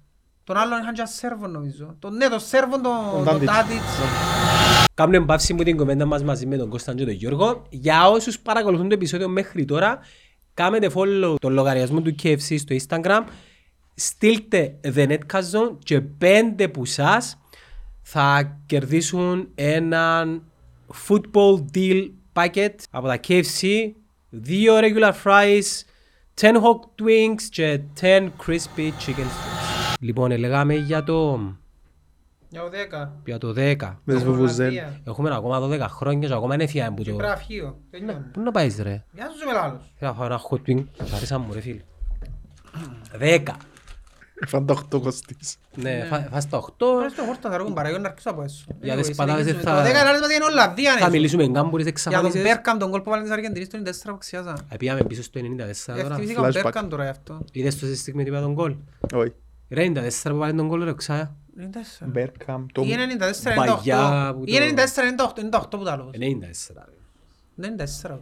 Speaker 2: Τον άλλον είχαν και ένα Σέρβο νομίζω. Τον- Ναι, τον Σέρβο, τον τον
Speaker 3: Τάντιτς.
Speaker 2: Τάντιτς.
Speaker 1: Κάνουμε παύση μου την κουβέντα μας μαζί με τον Κώσταν και τον Γιώργο. Για όσους παρακολουθούν το επεισόδιο μέχρι τώρα, κάνετε follow τον λογαριασμό του KFC στο Instagram. στείλτε The Netcast Zone και πέντε που σας θα κερδίσουν έναν football deal packet από τα KFC, δύο regular fries, 10 hot wings και 10 crispy chicken strips. Λοιπόν, λέγαμε για το,
Speaker 2: Για ο δέκα.
Speaker 1: για το 10.
Speaker 3: Με τις βουβουζέλ.
Speaker 2: Ομοναδία.
Speaker 1: Έχουμε ακόμα 12 χρόνια και ακόμα είναι φιάμε που
Speaker 2: Και
Speaker 1: το...
Speaker 2: πραφείο. Δεν νιώνω.
Speaker 1: Πού να πάεις ρε.
Speaker 2: Γεια σου, μεγάλος.
Speaker 1: Θέλω να φάω ένα hot wing. Σ' αρέσαν μου ρε φίλε. 10.
Speaker 3: Φανταχτώ κοστής.
Speaker 1: Ναι, φά- φας τα 8.
Speaker 2: Πρέπει στο χόρτο θα ρωτούν παραγιόν να αρχίσω από έσω.
Speaker 1: Για
Speaker 2: Anyway,
Speaker 1: τις πατάτες
Speaker 2: συνεχίζουμε.
Speaker 1: θα-
Speaker 2: Το δέκα είναι άρεσμα για Ολλανδία,
Speaker 1: Θα
Speaker 2: ναι.
Speaker 1: μιλήσουμε καν μπορείς
Speaker 2: Για τον
Speaker 1: εξαφανίσεις.
Speaker 2: Μπέρκαμ, τον κόλπο που βάλε της Αργεντινής το 94 που ξεχάσα.
Speaker 1: Επήγαμε Ε, πίσω στο 94 τώρα.
Speaker 2: Ευτυχίστηκα τον
Speaker 3: flashback.
Speaker 2: Μπέρκαμ τώρα γι' αυτό.
Speaker 1: Είδες το σε στιγμή τίποτα τον κόλ.
Speaker 3: Όχι.
Speaker 1: Ρε 94 που βάλε τον κόλ ρε ξάια.
Speaker 2: 94.
Speaker 3: Μπέρκαμ, το...
Speaker 2: Ή 94-98.
Speaker 1: Μπαγιά που
Speaker 2: Ή
Speaker 1: το-
Speaker 2: 94-98, 98 που τα λέω.
Speaker 1: 94
Speaker 2: Δεν είναι 94.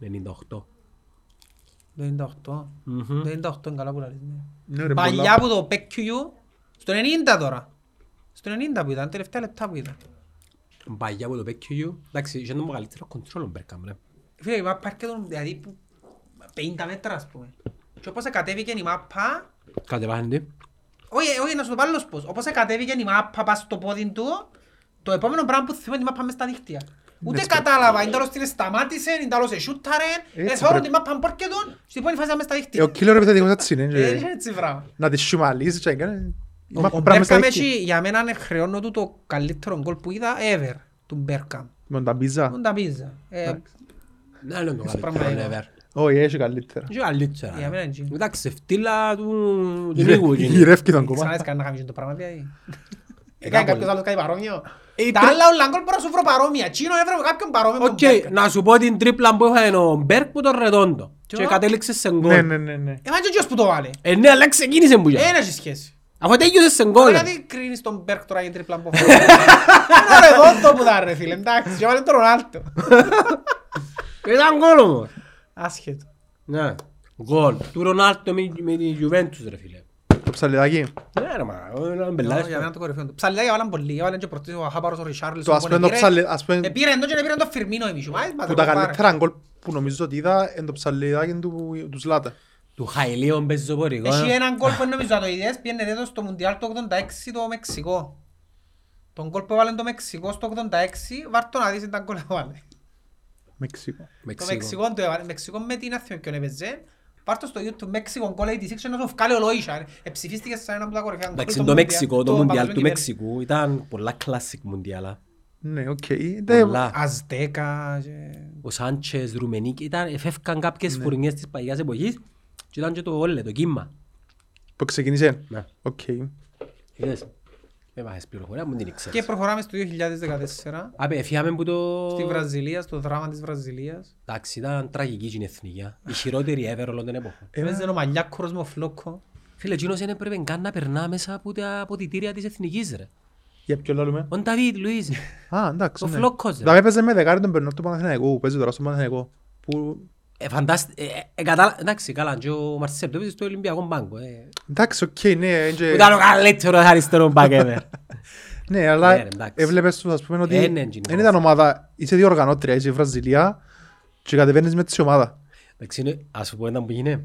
Speaker 1: ρε. 98.
Speaker 2: Δεν είναι 98.
Speaker 1: Μμμ.
Speaker 2: Δεν είναι 98 είναι καλά που τα λες, ναι.
Speaker 3: Ναι, ρε, πολλά.
Speaker 2: Παλιά που το PQU, στο 90 τώρα. Στο 90 που ήταν, τελευταία λεπτά που ήταν.
Speaker 1: Μπαγιά από το PQU. Εντάξει, είχε το μεγαλύτερο control ο Μπέρκαμ ρε.
Speaker 2: Φίλε, η μάπα έρχεται δηλαδή που 50 μέτρα ας πούμε. Και όπως κατέβηκε η μάπα,
Speaker 1: Κατεβάχνει τι.
Speaker 2: όχι, όχι, να σου το πάρω πώς. Όπως κατέβηκε η μάπα πας στο πόδι του, το επόμενο πράγμα που θυμάμαι είναι η μάπα μες στα δίχτυα.
Speaker 3: Ναι,
Speaker 2: Ούτε κατάλαβα, είναι τέλος την σταμάτησε, είναι τέλος εσούταρε,
Speaker 3: Έτσι
Speaker 2: εσώρουν
Speaker 3: πρέπει.
Speaker 2: την μάπα μπόρκετον, στην επόμενη φάση ήταν μες στα
Speaker 3: Ε, Ο
Speaker 2: δίχτυα.
Speaker 3: κύλερ επιθετικός έτσι είναι.
Speaker 2: Ε,
Speaker 3: και-
Speaker 2: Έτσι πράγμα.
Speaker 3: Να τη σιουμαλίζει και να κάνει...
Speaker 2: Ο-
Speaker 3: Μα-
Speaker 2: Ο
Speaker 3: πράγμα στα
Speaker 2: Μπέρκαμ
Speaker 3: δίκτυα.
Speaker 2: έχει για μένα είναι χρεώνω του το καλύτερο γκολ που είδα ever του Μπέρκαμ.
Speaker 3: Με τον Ταμπίζα.
Speaker 2: Τον ταπίζα. Ε,
Speaker 1: Ναι, λέω το
Speaker 2: πράγμα
Speaker 1: καλύτερο
Speaker 2: είναι.
Speaker 1: ever.
Speaker 3: Όχι, έχει καλύτερα.
Speaker 1: Είχε καλύτερα.
Speaker 2: Για μένα
Speaker 1: ρε.
Speaker 2: είναι τζι.
Speaker 1: Εντάξει, φτύλα του του λίγου
Speaker 3: Γυρε-
Speaker 1: γίνει.
Speaker 3: Γυρεύει τον
Speaker 2: Ξανά
Speaker 3: κομμάτι.
Speaker 2: έτσι κάνει να κάνεις το πράγμα δηλαδή. Έκανε κάποιος άλλος κάτι παρόμοιο.
Speaker 1: Ε,
Speaker 2: Τα
Speaker 1: τρε-
Speaker 2: άλλα όλα γκολ μπορώ να σου βρω παρόμοια. Τσίνο έβρεπε κάποιον παρόμοιο με τον
Speaker 1: Οκ,
Speaker 2: Μπέρκαμ.
Speaker 1: να σου πω την τρίπλα που είχαν ο Μπέρκ που τον Ρεδόντο.
Speaker 2: Τι
Speaker 1: Και
Speaker 2: ώρα?
Speaker 1: κατέληξε σε
Speaker 3: Ναι,
Speaker 1: γκολ.
Speaker 3: ναι, ναι, ναι.
Speaker 2: Ε, μα και ο γιος που το βάλε.
Speaker 1: Ε, ναι, αλλά ξεκίνησε που
Speaker 2: Ε,
Speaker 1: είχε.
Speaker 2: δεν έχει σχέση.
Speaker 1: Αφού τέλειωσε σε γκολ.
Speaker 2: Τώρα γιατί κρίνεις τον Μπέρκ τώρα για την τριπλά που φοράει. Είναι ρε δόντο που τα ρε φίλε, εντάξει, και βάλε τον Ρονάλτο.
Speaker 1: Ήταν γκολ όμως.
Speaker 2: Άσχετο.
Speaker 1: Ναι. Γκολ. Του Ρονάλτο με με την Juventus ρε φίλε.
Speaker 3: Το ψαλιδάκι.
Speaker 1: Ναι ρε μα, έναν
Speaker 2: Για μένα
Speaker 1: πελάτης.
Speaker 2: το κορυφαίο του. Ψαλιδάκια βάλαν πολλοί, έβαλαν και πρωτοί ο Χάπαρος ο Ριχάρλισον,
Speaker 3: Το ας
Speaker 2: που
Speaker 3: πούμε το
Speaker 2: επήρε-
Speaker 3: ψαλι- ας πούμε-
Speaker 2: Επήρε εντό και επήρε το Φιρμίνο εμείς. Μα, μα,
Speaker 3: Που
Speaker 2: το
Speaker 3: τα
Speaker 2: πάρε.
Speaker 3: καλύτερα γκολ που νομίζω ότι είδα είναι το ψαλιδάκι του του Σλάτα.
Speaker 1: Του Χαϊλίων πεζοπορικό.
Speaker 2: Έχει έναν γκολ που δεν νομίζω να το είδες, πήγαινε δέτο στο Μουντιάλ το 86 το Μεξικό. Τον γκολ που έβαλε το Μεξικό στο 86, βάρ' το να δεις ήταν γκολ έβαλε.
Speaker 3: Μεξικό.
Speaker 2: Το Μεξικό το έβαλε, Μεξικό με την αθήνα ποιον έπαιζε. Βάρ' το στο YouTube Μεξικό γκολ 86 και να σου βγάλει ο Λοίσαρ. Εψηφίστηκε σαν ένα από τα κορυφαία γκολ.
Speaker 1: Εντάξει,
Speaker 2: του
Speaker 1: το
Speaker 2: Μουντιάλ-
Speaker 1: Μεξικό, το
Speaker 2: του
Speaker 1: Μουντιάλ του
Speaker 2: παγκοσμίου
Speaker 1: Μεξικού ήταν πολλά κλάσικ Μουντιάλα.
Speaker 3: Ναι, οκ. Ε,
Speaker 1: Πολλά.
Speaker 2: κυπέλλου. Αζτέκα. και-
Speaker 1: Ο Σάντσες, Ρουμενίκη, ήταν, εφεύκαν
Speaker 2: Ναι.
Speaker 1: κάποιες φουρνιές της παλιάς εποχής και ήταν και το όλε, το κύμα.
Speaker 3: Που ξεκίνησε.
Speaker 1: Ναι.
Speaker 3: Οκ.
Speaker 1: Είδες, Ε, με βάζεις πληροφορία, μου την
Speaker 2: Και
Speaker 1: ήξερες.
Speaker 2: προχωράμε στο 2014.
Speaker 1: Απέ, φύγαμε που το...
Speaker 2: Στη Βραζιλία, στο δράμα της Βραζιλίας.
Speaker 1: Εντάξει, ήταν τραγική η εθνική. α. Η χειρότερη ever όλων των εποχών.
Speaker 2: Έπαιζε ο Μαλιάκορος με ο Φλόκο.
Speaker 1: Φίλε, εκείνος δεν έπρεπε καν να περνά μέσα από τα ποτητήρια της εθνικής ρε.
Speaker 3: Για ποιο λέμε.
Speaker 1: Ο Νταβίτ Λουίζ,
Speaker 3: Α, εντάξει.
Speaker 1: ο
Speaker 3: ναι.
Speaker 1: Φλόκος ρε.
Speaker 3: Δηλαδή έπαιζε με δεκάρι τον Περνό του Παναθηναϊκού. που Παίζει τώρα στον Παναθηναϊκό. Που...
Speaker 1: Ε, φαντάστη- ε, ε, ε, κατάλα- Εντάξει, καλά, και ο Μαρσέλ το έπαιζε στο Ολυμπιακό μπάγκο. ε.
Speaker 3: Εντάξει, οκ, ναι.
Speaker 1: Που
Speaker 3: και-
Speaker 1: Ήταν ο καλύτερος αριστερός μπακ ever.
Speaker 3: Ναι, αλλά
Speaker 1: Ναι, ρε, εντάξει.
Speaker 3: έβλεπες τους, ας πούμε, ότι
Speaker 1: Ε, ναι, είναι
Speaker 3: δεν ήταν ομάδα. Είσαι δύο οργανώτρια, είσαι η Βραζιλία και κατεβαίνεις με τη ομάδα.
Speaker 1: Εντάξει, είναι- ας σου πω ένα που γίνεται.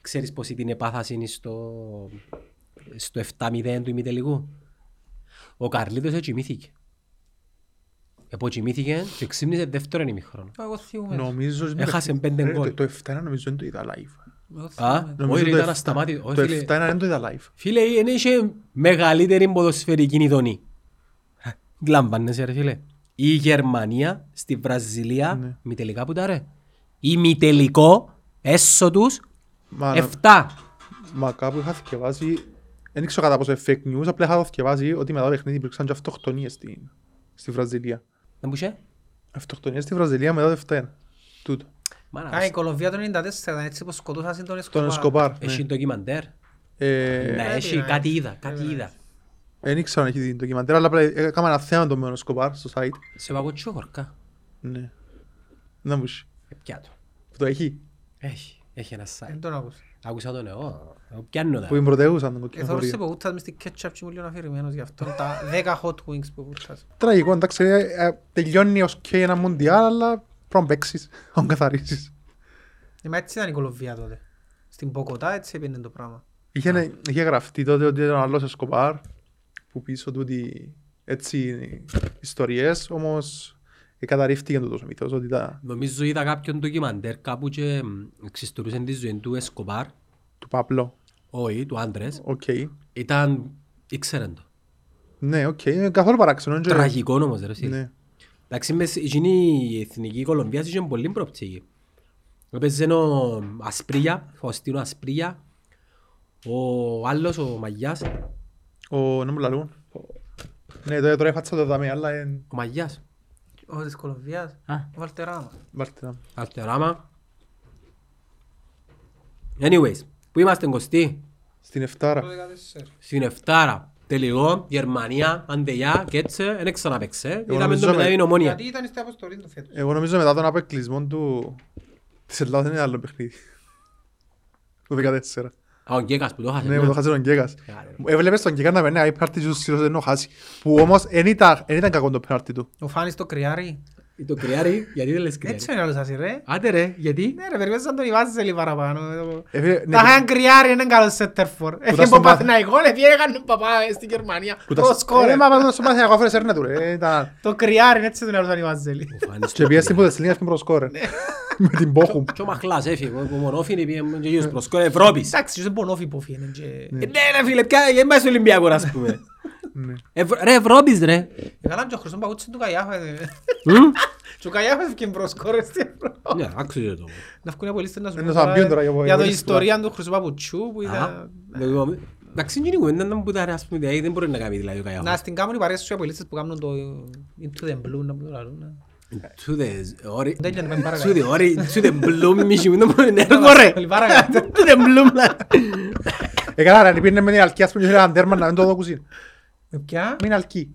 Speaker 1: Ξέρεις πόση την επάθαση είναι στο, στο 7-0 του ημιτελικού. Ο Καρλίτος έτσι κοιμήθηκε. Εποκοιμήθηκε και ξύπνησε δεύτερον ημιχρόνο.
Speaker 2: Εγώ θυμούμαι.
Speaker 3: Νομίζω...
Speaker 1: Έχασε πέντε
Speaker 3: Ρε,
Speaker 1: γκολ.
Speaker 3: Το το 7 νομίζω δεν το είδα live.
Speaker 2: Εγώ
Speaker 1: Α,
Speaker 2: θυμούμαι.
Speaker 3: Νομίζω
Speaker 1: όχι, ρε,
Speaker 3: το
Speaker 1: ήταν
Speaker 3: 7.
Speaker 1: ασταμάτητο. Όχι,
Speaker 3: Το 7
Speaker 1: φίλε.
Speaker 3: δεν το είδα live.
Speaker 1: Φίλε, είναι είχε μεγαλύτερη ποδοσφαιρική ειδονή. Λάμπανεσαι ρε φίλε. Η Γερμανία στη Βραζιλία,
Speaker 3: Ναι.
Speaker 1: μη τελικά που τα ρε. Η μη τελικό, έσω τους, Ε,
Speaker 3: Μα,
Speaker 1: 7.
Speaker 3: μα κάπου είχα θυκευάσει, δεν ξέρω κατά πόσο είναι fake news, απλά είχα θυκευάσει ότι μετά το παιχνίδι υπήρξαν και αυτοκτονίες στη, στη Βραζιλία.
Speaker 1: Δεν μου είσαι.
Speaker 3: Αυτοκτονίες στη Βραζιλία μετά το 7. Τούτο.
Speaker 1: Μάνα,
Speaker 2: Α, η Κολομβία το 94 ήταν έτσι που σκοτούσαν τον
Speaker 3: Τον
Speaker 2: Εσκοπάρ.
Speaker 3: Εσκοπάρ. ναι.
Speaker 1: Έχει ντοκιμαντέρ.
Speaker 3: Ε,
Speaker 1: Ναι,
Speaker 2: πρέπει
Speaker 1: έχει
Speaker 2: να είναι.
Speaker 1: κάτι είδα, κάτι είδα.
Speaker 3: Δεν ήξερα αν έχει την ντοκιμαντέρα, αλλά απλά έκανα ένα θέμα τον με τον Εσκοπάρ στο site.
Speaker 1: Σε παγωτσιό χορκά.
Speaker 3: Ναι. Να μου είσαι.
Speaker 1: Ε, Πιά το.
Speaker 3: Που το έχει.
Speaker 1: Έχει, έχει ένα site.
Speaker 3: Ε.
Speaker 2: Δεν τον άκουσα.
Speaker 1: Άκουσα τον εγώ. ε, Πιάνω τα.
Speaker 3: Που την πρωτεύουσα τον
Speaker 2: Ε, θωρούσε
Speaker 3: κοκκινό
Speaker 2: που ούτας μες στην ketchup και μου λέει αφηρημένος γι' αυτό. Τα 10 hot wings που ούτας.
Speaker 3: Τραγικό, εντάξει, ε, ε, τελειώνει ως και ένα μουντιάλ, αλλά πρέπει να παίξεις, να τον καθαρίσεις.
Speaker 2: Ε, μα έτσι ήταν η Κολομβία τότε. Στην Ποκοτά έτσι έπαιρνε το πράγμα.
Speaker 3: Είχε, είχε γραφτεί τότε ότι ήταν ο άλλος Εσκοπάρ που πίσω του ότι έτσι είναι ιστορίες, όμως ε, καταρρίφθηκε τούτος ο μύθος ότι τα,
Speaker 1: Νομίζω είδα κάποιον ντοκιμαντέρ κάπου και μ, εξιστορούσε τη ζωή του Εσκοπάρ,
Speaker 3: του Παπλό.
Speaker 1: όχι, του
Speaker 2: Ναι.
Speaker 1: άντρες.
Speaker 3: Οκ.
Speaker 1: Ήταν, ήξεραν το.
Speaker 3: Ναι, οκ. Είναι καθόλου παράξενο. και-
Speaker 1: Τραγικό όμως, ρε. εσύ.
Speaker 3: Ναι.
Speaker 1: Εντάξει, μες- εκείνη η εθνική Κολομβίας είχε πολύ προοπτική. Έπαιζε ο Ασπρίγια, Φωστίνο Ασπρίγια, ο άλλος, ο Μαγιάς,
Speaker 3: Ο, να μου λαλούν. Ναι, τώρα τώρα έφατσα το δάμε, αλλά εν-
Speaker 1: ο Μαγιάς,
Speaker 2: Ο της Κολομβίας.
Speaker 1: Α.
Speaker 2: Ο Βαλτεράμα.
Speaker 3: Βάλτε να.
Speaker 1: Αλτεράμα. Anyways, που είμαστε κοστί,
Speaker 3: Στην Εφτάρα.
Speaker 2: Το
Speaker 1: στην Εφτάρα, τελικό, Γερμανία, Αντεγιά, Κέτσε, δεν ξαναπαίξε, είδαμε το
Speaker 3: νομίζω
Speaker 1: μετά
Speaker 3: με-
Speaker 1: η νομονία.
Speaker 2: Γιατί ήταν στην αποστολή του φέτος.
Speaker 3: Εγώ νομίζω μετά τον αποκλεισμό του της Ελλάδας δεν είναι άλλο παιχνίδι. Το 14.
Speaker 1: Α, ο Γκέκας που το χάσε.
Speaker 3: Ναι, που το χάσε τον Γκέκας.
Speaker 1: Άρα.
Speaker 3: Έβλεπες τον Γκέκα να παίρνει αϊ πάρτι του σύρος δεν το χάσει. Που όμως δεν ήταν δεν ήταν κακό το πάρτι του.
Speaker 2: Ο Φάνης το κρυάρι.
Speaker 1: Το κρυάρι, γιατί δεν λες κρυάρι.
Speaker 2: Έτσι είναι άλλος ασύ ρε.
Speaker 1: Άντε ρε, γιατί.
Speaker 2: Ναι ρε, περιμένεις να τον ιβάζεις λίγο παραπάνω. Ε,
Speaker 3: Έφυγε- ναι,
Speaker 2: Τα είχαν κρυάρι, είναι καλός σέντερφορ. Έφυγε
Speaker 3: στον
Speaker 2: από
Speaker 3: Πα-
Speaker 2: Παθηναϊκό, έφυγε έκανε παπά στην Γερμανία.
Speaker 3: που τα-
Speaker 2: Το σκόρ.
Speaker 3: Ε, μα πάνω στο Παναθηναϊκό φέρες έρνα του ρε. Ήταν-
Speaker 2: Το κρυάρι, έτσι τον άλλος τον Ιβάζελη.
Speaker 1: Ο Φάνης
Speaker 3: Και
Speaker 1: το
Speaker 3: πιέστη που δεν σλίνει έφυγε προς σκορ, ρε. Με την Πόχουμ.
Speaker 1: Και ο Μαχλάς έφυγε, ο Μονόφινη πήγε με γύρω προς κόρη Ευρώπης.
Speaker 2: Εντάξει, είσαι πονόφι που φύγαινε και...
Speaker 1: Ε, Ναι ρε φίλε, πια δεν είμαστε Ολυμπιακό ας πούμε.
Speaker 3: Ναι.
Speaker 1: Ευ- Ρε Ευρώπης ρε.
Speaker 2: Έκαναν Ε, και ο Χρυσόν Παγούτσιν του Καϊάφε. Και ο Καϊάφε έφυγε μπρος κόρες στην Ευρώπη.
Speaker 1: Ναι, άξιζε το.
Speaker 2: Να βγουν από λίστες να σου
Speaker 3: Είναι
Speaker 2: πούν
Speaker 3: το αμπιόν τώρα, για
Speaker 2: τώρα,
Speaker 3: πολύ
Speaker 2: για το
Speaker 3: δύσκολα.
Speaker 2: ιστορία του Χρυσού Παπουτσού που
Speaker 1: Α,
Speaker 2: ήταν...
Speaker 1: εγώ- Εντάξει, είναι η κουβέντα να μου πούτα ρε ας πούμε, δηλαδή, δεν μπορεί να κάνει δηλαδή ο
Speaker 2: Να
Speaker 1: Καϊάφας.
Speaker 2: στην κάμουν οι παρέες σου από οι λίστες που κάνουν το Into the Blue, να πούν το λαλούν. ε. να.
Speaker 1: To the ori-
Speaker 2: Δεν είναι, πάμε παρακάτω.
Speaker 1: to the ori- to the bloom, μη σου μην το πω, είναι έργο, ρε.
Speaker 2: Όλοι παρακάτω.
Speaker 1: To the bloom, λα-
Speaker 3: Έκανα Ε, ρε, πήρνε με την αλκιά ας πούμε, και έλεγαν, «Τέρμα, να μην το δω κουζίν».
Speaker 2: Ε, Ποια?
Speaker 3: Μην αλκεί.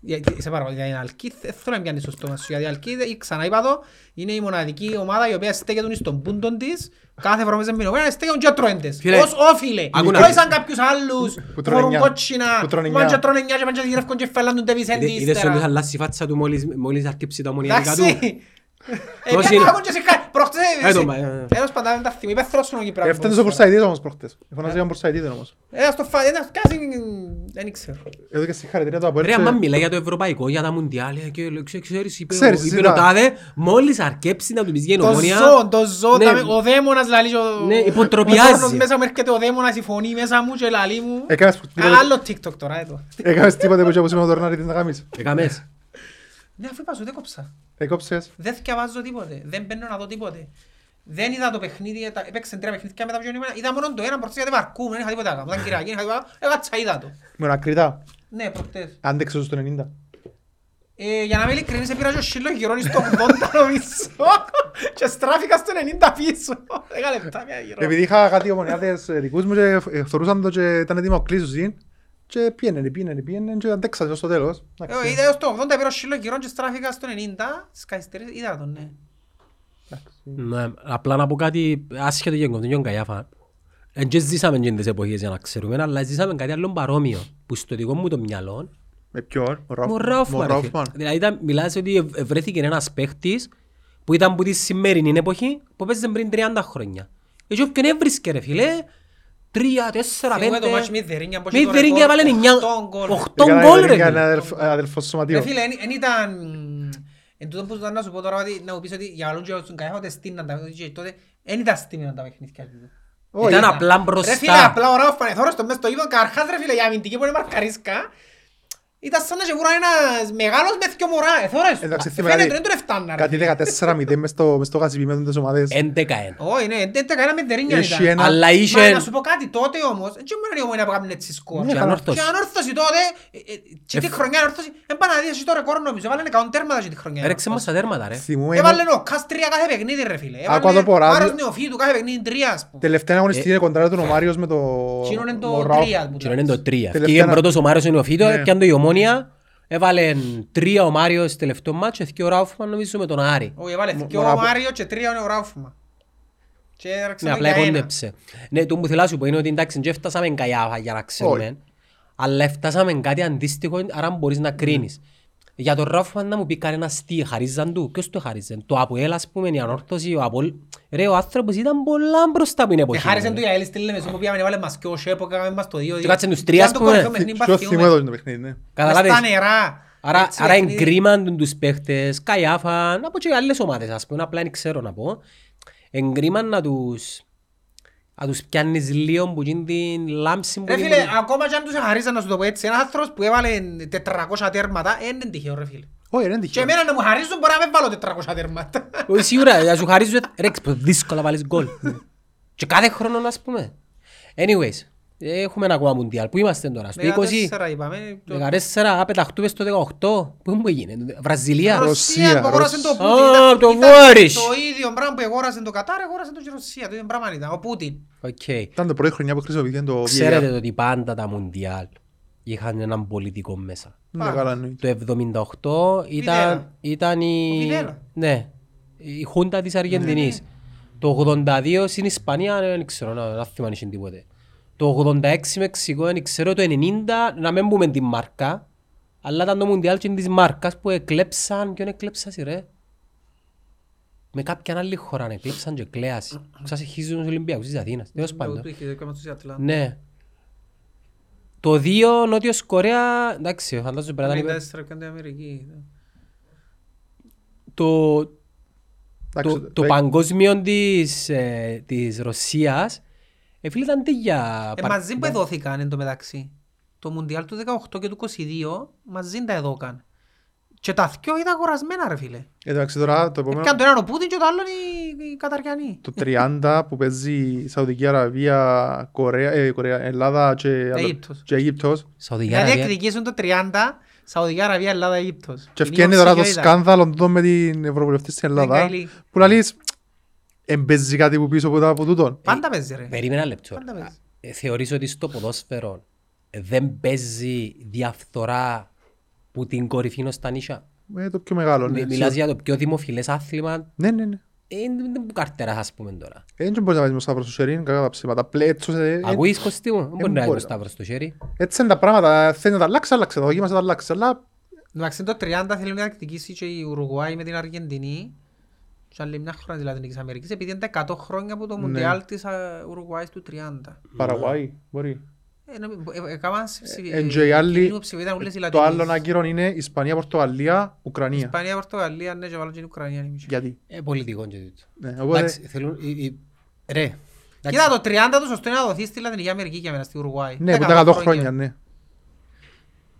Speaker 2: Γιατί- Σε παρακαλώ, για την Αλκή, δεν θέλω να πιάνεις το στόμα σου, γιατί η Αλκή, δεν- ξανά είπα το, είναι η μοναδική ομάδα η οποία στέκεται στον πούντον της, κάθε φορά που παίζεις με την ομάδα, στέκεται και τρώει της.
Speaker 1: Φίλε,
Speaker 2: Ως όφιλε,
Speaker 1: άκου να
Speaker 2: όχι
Speaker 1: δεις.
Speaker 2: σαν κάποιους άλλους, που
Speaker 3: τρώνε
Speaker 2: φορούν
Speaker 3: νιά.
Speaker 2: κότσινα,
Speaker 3: Που
Speaker 2: που
Speaker 3: τρώνε
Speaker 2: πάνε
Speaker 3: νιά.
Speaker 2: και τρώνε νιά και πάνε και γυρεύκουν και φέλλαν τον Τε Βισέντη
Speaker 1: Είδε- Είδες
Speaker 2: ύστερα.
Speaker 1: ότι αλλάσει η φάτσα του μόλις- μόλις αρκεψεί τα μονιατικά του.
Speaker 2: Εντάξει. Ε,
Speaker 1: Πώς
Speaker 2: πιάνε
Speaker 1: είναι?
Speaker 2: άκου και σε χα- προχτές,
Speaker 1: Ε, το
Speaker 2: εσύ-
Speaker 1: μα- ε, ε.
Speaker 2: ένας παντάς δεν τα θυμεί, πέθρος είναι ο Κυπριακός.
Speaker 3: Έφτανε στο Πορσαϊτίδ όμως προχτές. Εφωνάζει
Speaker 2: Ναι.
Speaker 3: έναν Πορσαϊτίδ όμως.
Speaker 2: Ένας το φάει, ένας κάζει, ε, δεν ήξερα.
Speaker 3: Εδώ και συγχαρητήρια το Αποέλ
Speaker 1: Ρε,
Speaker 3: και-
Speaker 1: άμα μιλάει για το ευρωπαϊκό, για τα μουντιάλ, ε, και λέω, ξέ- ξέρεις, είπε
Speaker 3: Ξέρεις,
Speaker 1: ο- είπε
Speaker 3: ζητά.
Speaker 1: ο τάδε, μόλις αρκέψει να του πεις για η
Speaker 2: Το
Speaker 1: νομόνια,
Speaker 2: ζω, το ζω,
Speaker 1: Ναι.
Speaker 2: τα- ο δαίμονας λαλείς και ο-
Speaker 1: Ναι,
Speaker 2: Ο
Speaker 1: υποτροπιάζει.
Speaker 2: Θόρνος μέσα μου έρχεται ο δαίμονας, η φωνή μέσα μου και λαλεί μου.
Speaker 3: Έκανες τίποτε-
Speaker 2: Άλλο TikTok τώρα, εδώ.
Speaker 3: Έκανες τίποτε που είχε όπως είμαι τώρα να ρίχνεις να κάνεις.
Speaker 1: Έκαμες.
Speaker 2: Ναι, αφού είπα σου, δεν κόψα.
Speaker 3: Έκοψες.
Speaker 2: Δεν θυκιαβάζω τίποτε, δεν μπαίνω να δω τίποτε. Δεν είδα το παιχνίδι, τα- έπαιξαν τρία παιχνίδια μετά πιο νημένα. Είδα μόνο το ένα, προχτές γιατί βαρκούμουν, δεν είχα τίποτα να κάνω. Ήταν Κυριακή, είχα τίποτα, έκατσα, είδα το.
Speaker 3: Μονακριτά.
Speaker 2: Ναι, προχτές.
Speaker 3: Άντεξε στο 90.
Speaker 2: Ε, για να είμαι ειλικρινής, επήραζε ο Σίλο γυρώνει στο 80 νομίζω και στράφηκα στο 90 πίσω. Δέκα λεπτά μια γυρώ.
Speaker 3: Επειδή είχα κάτι ομονιάδες ε, δικούς μου και ε, φθορούσαν το και ήταν έτοιμο κλείσουσιν και πιέναινε, πιέναινε, πιέναινε και αντέξα στο τέλος. Εντάξει.
Speaker 2: Ε, Είδα έως το 80, πήρε ο Σίλο γυρών και στράφηκα στο 90, στις καθυστερήσεις, είδα τον, ναι.
Speaker 3: Εντάξει.
Speaker 1: Ναι, απλά να πω κάτι άσχετο για τον Κοντίνιο Καϊάφα. Εν και ζήσαμε και τις εποχές για να ξέρουμε, αλλά ζήσαμε κάτι άλλο παρόμοιο, που στο δικό μου το μυαλό,
Speaker 3: Με ποιον, ο Ράφμαν.
Speaker 1: μου
Speaker 3: Μου
Speaker 1: ράφμα. ρε φίλε.
Speaker 3: Ράφμαν.
Speaker 1: Δηλαδή ήταν, μιλάς ότι ευ- βρέθηκε ένας παίχτης που ήταν από τη σημερινή εποχή που παίζε πριν 30 χρόνια. Έτσι όποιον έβρισκε ρε φίλε, 3, 4, 5...
Speaker 2: Θυμούμε το μάτς Μιδερίνια, πώς
Speaker 1: Μη
Speaker 2: ήταν το
Speaker 1: δερίνια
Speaker 2: ρεκόρ,
Speaker 1: έβαλε
Speaker 2: οχτώ
Speaker 1: 8
Speaker 2: γκολ.
Speaker 3: Έκανα-
Speaker 1: γκολ ρε
Speaker 3: έκανα
Speaker 1: φίλε.
Speaker 3: αδελφ- αδελφός σωματείο.
Speaker 2: Ρε Ε, φίλε, εν- εν ήταν... Εν τούτο που ήταν να σου πω τώρα, ότι- να μου πεις ότι για όλους και όλους τον καθένα, ότι στείναν τα παιχνίδια, τότε εν ήταν στείναν τα παιχνίδια του.
Speaker 3: Όχι,
Speaker 1: Ήταν
Speaker 2: ήταν.
Speaker 1: απλά
Speaker 2: Ρε φίλε,
Speaker 1: μπροστά.
Speaker 2: απλά ο Ράφος Πανεθόρος στο μες στο γήπεδο, καρχάς ρε φίλε, η αμυντική που είναι μαρκαρίσκα, ήταν σαν να σιγούρα ένας μεγάλος με δυο μωρά, εθώρες.
Speaker 3: Εντάξει, θυμάμαι
Speaker 2: Φαίνεται,
Speaker 3: κάτι-
Speaker 2: ε, δεν τον εφτάνα ρε.
Speaker 3: Κάτι 14-0 μες στο- μες στο γασιπί με τις
Speaker 1: Ε,
Speaker 3: ομάδες.
Speaker 1: 11-1.
Speaker 2: Όχι, ναι, δεν έκανα με δερίνια
Speaker 3: Είχε
Speaker 2: ήταν.
Speaker 3: ένα-
Speaker 1: Αλλά
Speaker 2: Μα
Speaker 1: είχε...
Speaker 2: να σου πω κάτι, τότε όμως, δεν ήμουν η ομονία που έκαμε έτσι σκορ.
Speaker 1: Και
Speaker 2: Και
Speaker 1: ανόρθωση.
Speaker 2: ανόρθωση τότε, ε, ε, και τη
Speaker 1: Εφ-
Speaker 2: χρονιά ανόρθωση, έπανα να δεις εσύ το ρεκόρ νομίζω, έβαλαν 100 τέρματα και τη χρονιά.
Speaker 1: Έρεξε μας τα τέρματα
Speaker 2: ε,
Speaker 1: ρε.
Speaker 3: Θυμούμαι
Speaker 2: Έβαλε ο Κας τρία κάθε παιχνίδι ρε φίλε.
Speaker 3: Άκουα το
Speaker 2: Έβαλε
Speaker 3: ποράδιο.
Speaker 2: Πάρος Νεοφύτου κάθε παιχνίδι τρία ας πούμε.
Speaker 3: τελευταία
Speaker 1: Ε,
Speaker 3: αγωνιστική είναι κοντρά του ο Μάριος με το... Ε,
Speaker 2: Εκείνον είναι
Speaker 3: ο
Speaker 2: το
Speaker 3: Ράφ.
Speaker 2: τρία που
Speaker 1: Και είναι το 3. Ευκήγε
Speaker 3: Τελευταία-
Speaker 1: πρώτος ο Μάριος είναι ο Φίτο,
Speaker 3: Ναι.
Speaker 1: έπιαν το η Ομόνια. Έβαλε 3 ο Μάριος στο τελευταίο μάτσο, και ο Ράουφμαν νομίζω με τον Άρη.
Speaker 2: Όχι, έβαλε δυο
Speaker 3: Μωρά
Speaker 2: ο
Speaker 3: από-
Speaker 2: Μάριο και τρία είναι ο Ράφουμα. Και
Speaker 1: Ναι,
Speaker 2: έρεξε το
Speaker 1: απλά
Speaker 2: για ένα.
Speaker 1: κόντεψε. Ναι, το που θέλω να σου πω είναι ότι εντάξει, δεν φτάσαμε καγιά για να
Speaker 3: Όχι.
Speaker 1: ξέρουμε. Αλλά φτάσαμε κάτι αντίστοιχο, άρα μπορείς να κρίνεις.
Speaker 2: Mm.
Speaker 1: Για τον Ράφμαν να μου πει κανένας τι χαρίζαν του, ποιος το χαρίζαν. Το Αποέλ, ας πούμε, η ανόρθωση, ο Απόλ, Ρε, ο άνθρωπος ήταν πολλά μπροστά από την εποχή.
Speaker 2: Εχάρισαν
Speaker 1: ρε.
Speaker 2: Ε, του η ΑΕΛ στη Λεμεσό που πήγαμε να βάλε μας και ο Σέπο, κάναμε μας το 2-2.
Speaker 1: Και κάτσαν τους τρία,
Speaker 2: Ήταν
Speaker 1: ας
Speaker 2: το
Speaker 1: πούμε.
Speaker 2: κορυφαίο παιχνίδι,
Speaker 3: Πιο
Speaker 2: μπαθιούμε.
Speaker 3: θυμό έδωσε το παιχνίδι, ναι.
Speaker 1: Καταλάβες.
Speaker 2: Μες στα νερά.
Speaker 1: Άρα,
Speaker 2: Έτσι,
Speaker 1: άρα
Speaker 2: παιχνίδι.
Speaker 1: εγκρίμαν τους παίχτες, καϊάφαν, από και άλλες ομάδες ας πούμε, απλά δεν ξέρω να πω. Εγκρίμαν να τους, να τους πιάνεις λίγο που γίνει την λάμψη που
Speaker 2: Ρε
Speaker 1: γίνει.
Speaker 2: φίλε, ακόμα κι αν τους εχαρίζαν να σου το πω έτσι, ένας άνθρωπος που έβαλε 400 τέρματα, ε, είναι τυχαίο ρε φίλε.
Speaker 3: Όχι, δεν
Speaker 2: Και
Speaker 3: τυχαίο.
Speaker 2: εμένα να μου χαρίζουν μπορεί να μην βάλω 400 τέρματα.
Speaker 1: Όχι Ε, σίγουρα, να σου χαρίζω, ρε, ξέρω, δύσκολα βάλεις γκολ. και κάθε χρόνο ας πούμε. Anyways, έχουμε ένα ακόμα μουντιάλ. Πού είμαστε τώρα, στο 20,
Speaker 2: 14 είπαμε. το-
Speaker 1: 14, απεταχτούμε στο 18. Πού μου έγινε, Βραζιλία.
Speaker 3: Ρωσία,
Speaker 2: που αγόρασε
Speaker 3: Ρωσ-
Speaker 2: το Πούτιν.
Speaker 1: Α,
Speaker 2: Ήταν-
Speaker 1: το
Speaker 2: ήταν
Speaker 1: βόρεις.
Speaker 2: Το ίδιο πράγμα που αγόρασε το Κατάρ, αγόρασε το και η Ρωσία. Το ίδιο πράγμα ήταν. Ο Πούτιν.
Speaker 1: Οκ.
Speaker 3: Ήταν το πρώτη χρονιά που χρησιμοποιήθηκαν το VAR.
Speaker 1: Ξέρετε ότι πάντα τα μουντιάλ είχαν έναν πολιτικό μέσα.
Speaker 3: Ναι, καλά, εννοείται.
Speaker 1: Το 78 ήταν,
Speaker 2: Φιδέρα.
Speaker 1: ήταν η,
Speaker 2: Ο Φιδέρα. Ναι,
Speaker 1: ναι, η χούντα της Αργεντινής. Το 82 στην Ισπανία ε, δεν ξέρω, να, να θυμάμαι αν είχε τίποτε. Το 86 Μεξικό, δεν ξέρω, το 90 να μην πούμε την μάρκα, αλλά ήταν το Μουντιάλ και της μάρκας που εκλέψαν, ποιον εκλέψαν ρε. Με κάποια άλλη χώρα εκλέψαν και κλέαση. Ξάς χίζουν τους Ολυμπιακούς της Αθήνας, τέλος πάντων. Ναι. Το 2 Νότιος Κορέα, εντάξει, φαντάζομαι πρέπει να ήταν το,
Speaker 3: Εντάξει,
Speaker 1: το, το
Speaker 3: ρε,
Speaker 1: παγκόσμιο της, ε, της Ρωσίας ε, φίλε ήταν τι για...
Speaker 2: Ε,
Speaker 1: πα-
Speaker 2: μαζί που εδώθηκαν εν τω μεταξύ. Το Μουντιάλ του 18 και του 22 μαζί τα εδώκαν. Και τα δυο ήταν αγορασμένα ρε φίλε.
Speaker 3: ε, Εντάξει τώρα
Speaker 1: Ε,
Speaker 3: το επόμενο,
Speaker 2: Έπιαν το έναν ο Πούτιν και το άλλον οι, οι Καταριανοί.
Speaker 3: το 30 που παίζει η Σαουδική Αραβία, Κορέα, ε, Κορέα, Ελλάδα και,
Speaker 2: Αίγυπτος.
Speaker 3: και Αίγυπτος
Speaker 1: Σαουδική
Speaker 2: Δηλαδή
Speaker 1: Αραβία.
Speaker 2: εκδικήσουν το 30 Σαουδική Αραβία, Ελλάδα, Αίγυπτος.
Speaker 3: Και
Speaker 2: Λίγο
Speaker 3: ευκαινεί τώρα το
Speaker 2: ψυχιοίδα.
Speaker 3: σκάνδαλο εδώ με την Ευρωβουλευτή στην Ελλάδα
Speaker 2: καλή.
Speaker 3: που να λες εμπέζει κάτι που πίσω από τα- από τούτον.
Speaker 2: Πάντα παίζει ρε.
Speaker 1: Περίμενα ένα λεπτό.
Speaker 2: Πάντα παίζει.
Speaker 1: Ε, Θεωρείς ότι στο ποδόσφαιρο ε, δεν παίζει διαφθορά που την κορυφή είναι στα νησιά.
Speaker 3: Ε, το πιο μεγάλο. ναι.
Speaker 1: Μι- Μιλάς για το πιο δημοφιλές άθλημα.
Speaker 3: Ναι, ναι, ναι.
Speaker 1: Ε, Είναι είναι που καρτεράς ας πούμε τώρα.
Speaker 3: Ε, Δεν μπορείς να βάλεις μες Σταύρος στο Σερίν, κακά τα ψήματα. Απλά έτσι, ε, ε,
Speaker 1: Ακούεις Κωστή μου, δεν μπορεί να
Speaker 3: μπορεί.
Speaker 1: είναι ο Σταύρος στο χέρι.
Speaker 3: έτσι είναι τα πράγματα. Θέλει να τα αλλάξει, αλλάξε. Τα δοκίμασε, τα αλλάξε. Αλλά
Speaker 2: Εντάξει, το 30 θέλει να εκδικήσει και η Ουρουγουάη με την Αργεντινή και άλλη μια χώρα της Λατινικής Αμερικής επειδή είναι τα 100 χρόνια
Speaker 3: Ναι.
Speaker 2: από το Μουντιάλ της α, Ουρουγουάης του 30.
Speaker 3: Παραγουάι, μπορεί.
Speaker 2: Ε, νο- ε, ε, Έκαναν σε ψηφι-
Speaker 3: Εν και οι άλλοι-
Speaker 2: εκείνο που ψηφιδήταν όλες οι
Speaker 3: Το άλλο
Speaker 2: Λατινικές.
Speaker 3: να κύρον είναι Ισπανία, Πορτογαλία, Ουκρανία.
Speaker 2: Δηλαδή, Ισπανία, Πορτογαλία, ναι, και βάλω και την Ουκρανία. ναι, μισό.
Speaker 3: Γιατί.
Speaker 1: Ε, πολιτικό και τούτο.
Speaker 3: Ναι,
Speaker 1: Εντάξει,
Speaker 3: οπότε,
Speaker 1: θέλουν... οι- οι- Ρε.
Speaker 2: Κοίτα, το 30 το σωστό είναι να δοθεί στη Λατινική Αμερική για μένα, στη Ουρουγουάη.
Speaker 3: ναι, που
Speaker 2: Δέκα
Speaker 3: τα 100 χρόνια, ναι.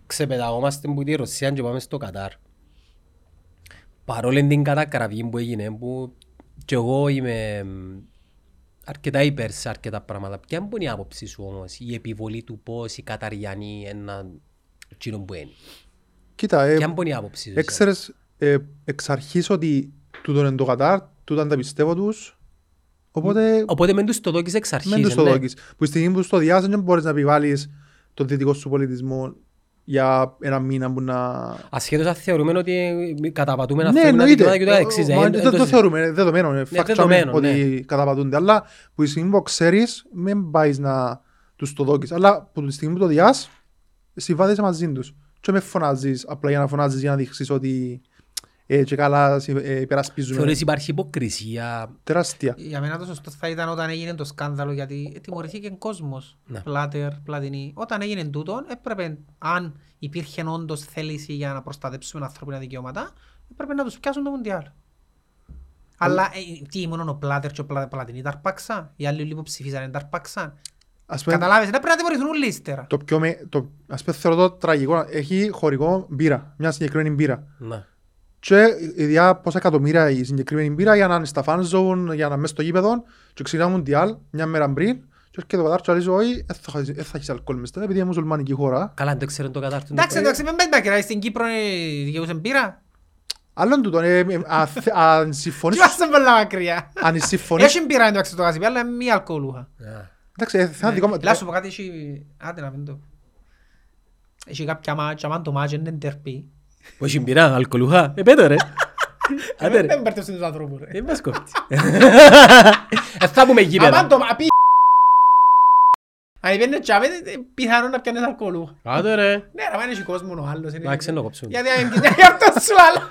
Speaker 1: ξεπεταγόμαστε που τη Ρωσία και πάμε στο Κατάρ. Παρόλη την κατακραυγή που έγινε, που και εγώ είμαι μ, αρκετά υπέρ σε αρκετά πράγματα. Ποια είναι η άποψη σου όμως, η επιβολή του πώς οι Καταριανοί ένα τσίνο που είναι.
Speaker 3: Κοίτα, ε,
Speaker 1: Ποια είναι η άποψη σου. εσένα?
Speaker 3: Έξερες ε, εξ αρχής ότι τούτον είναι το Κατάρ, τούταν τα πιστεύω τους, οπότε
Speaker 1: Οπότε μεν τους το δόκεις εξ αρχής.
Speaker 3: μεν τους το
Speaker 1: ναι.
Speaker 3: δόκεις. Που στη στιγμή που τους το διάσεις δεν μπορείς να επιβάλλεις τον δυτικό σου πολιτισμό για ένα μήνα που να...
Speaker 1: Ασχέτως αν θεωρούμε ότι ε, καταπατούμε
Speaker 3: ναι,
Speaker 1: θέλουμε
Speaker 3: εννοείται.
Speaker 1: δικαιώματα και ούτω καθεξής, ε, εν-
Speaker 3: Μα
Speaker 1: εν Ναι,
Speaker 3: Δεν το
Speaker 1: συζητώ.
Speaker 3: θεωρούμε, ε, δεδομένο, ε, fact
Speaker 1: δεδομένο,
Speaker 3: ότι καταπατούνται. Αλλά που τη στιγμή που ξέρεις, μην πάεις να τους το δόκεις. Αλλά που τη στιγμή που το διάς, συμβάδεσαι μαζί τους. Και με φωνάζεις απλά για να φωνάζεις, για να δείξεις ότι ε, και καλά συ- ε, υπερασπίζουμε.
Speaker 1: Θεωρείς υπάρχει υποκρισία.
Speaker 3: Τεράστια.
Speaker 2: Για μένα το σωστό θα ήταν όταν έγινε το σκάνδαλο γιατί ε, τιμωρηθήκε κόσμος.
Speaker 1: Ναι.
Speaker 2: Πλάτερ, Πλατινή. Όταν έγινε τούτο, έπρεπε, αν υπήρχε όντως θέληση για να προστατέψουμε ανθρώπινα δικαιώματα, έπρεπε να τους πιάσουν το Μουντιάλ. Αλλά ε, τι, μόνο ο Πλάτερ και ο Πλα- Πλατινή τα αρπάξαν. Οι άλλοι λίγο ψηφίσαν, δεν τα αρπάξαν.
Speaker 3: Ας πούμε,
Speaker 2: Καταλάβες, δεν πρέπει να τιμωρηθούν όλοι ύστερα.
Speaker 3: το πιο με, το, ας πούμε θεωρώ το τραγικό, έχει χορηγό μπύρα, μια συγκεκριμένη μπύρα.
Speaker 1: Να.
Speaker 3: Και ειδιά πόσα εκατομμύρια η συγκεκριμένη μπύρα για να είναι στα fan zone, για να είναι μέσα στο γήπεδο και ξεκινά μουντιάλ μια μέρα πριν και έρχεται ο Κατάρ και λέει όχι, δεν θα έχεις- εν θα έχεις αλκοόλ μες τώρα επειδή είναι μουσουλμανική χώρα.
Speaker 1: Καλά, δεν το ξέρω το Κατάρ.
Speaker 2: Εντάξει, εντάξει, μην πέντε μακριά, στην Κύπρο ε, δικαιούσαν πείρα.
Speaker 3: Άλλον τούτον, ε, ε, α- θε- αν συμφωνείς,
Speaker 2: Κοιμάσαι πολλά μακριά.
Speaker 3: αν συμφωνείς,
Speaker 2: Έχει πείρα εντάξει το γασίπι, αλλά είναι μη αλκοολούχα.
Speaker 3: εντάξει, ε, θα είναι δικό μας,
Speaker 2: Ελά, σου πω κάτι, έχει... Άντε να μην το... Έχει κάποια μάτια, αν το μάτια είναι τερπή.
Speaker 1: Όχι μπειρά, αλκοολουχά. Ε, πέτω ρε. Άντε ρε.
Speaker 2: Ε, Δεν μπερτεύσουν τους ανθρώπους, ρε.
Speaker 1: Δεν μας κόφτει. Ε, Θα πούμε
Speaker 2: Αν
Speaker 1: γήπεδα.
Speaker 2: το μάτια... Αν πιένε τσάμε, ε, πιθανόν να πιάνεις αλκοολούχα.
Speaker 1: Άντε ρε.
Speaker 2: Ναι, αλλά έχει κόσμος ο άλλος. είναι-
Speaker 1: Εντάξει, να κόψουμε.
Speaker 2: Γιατί αν είναι αυτό σου άλλο.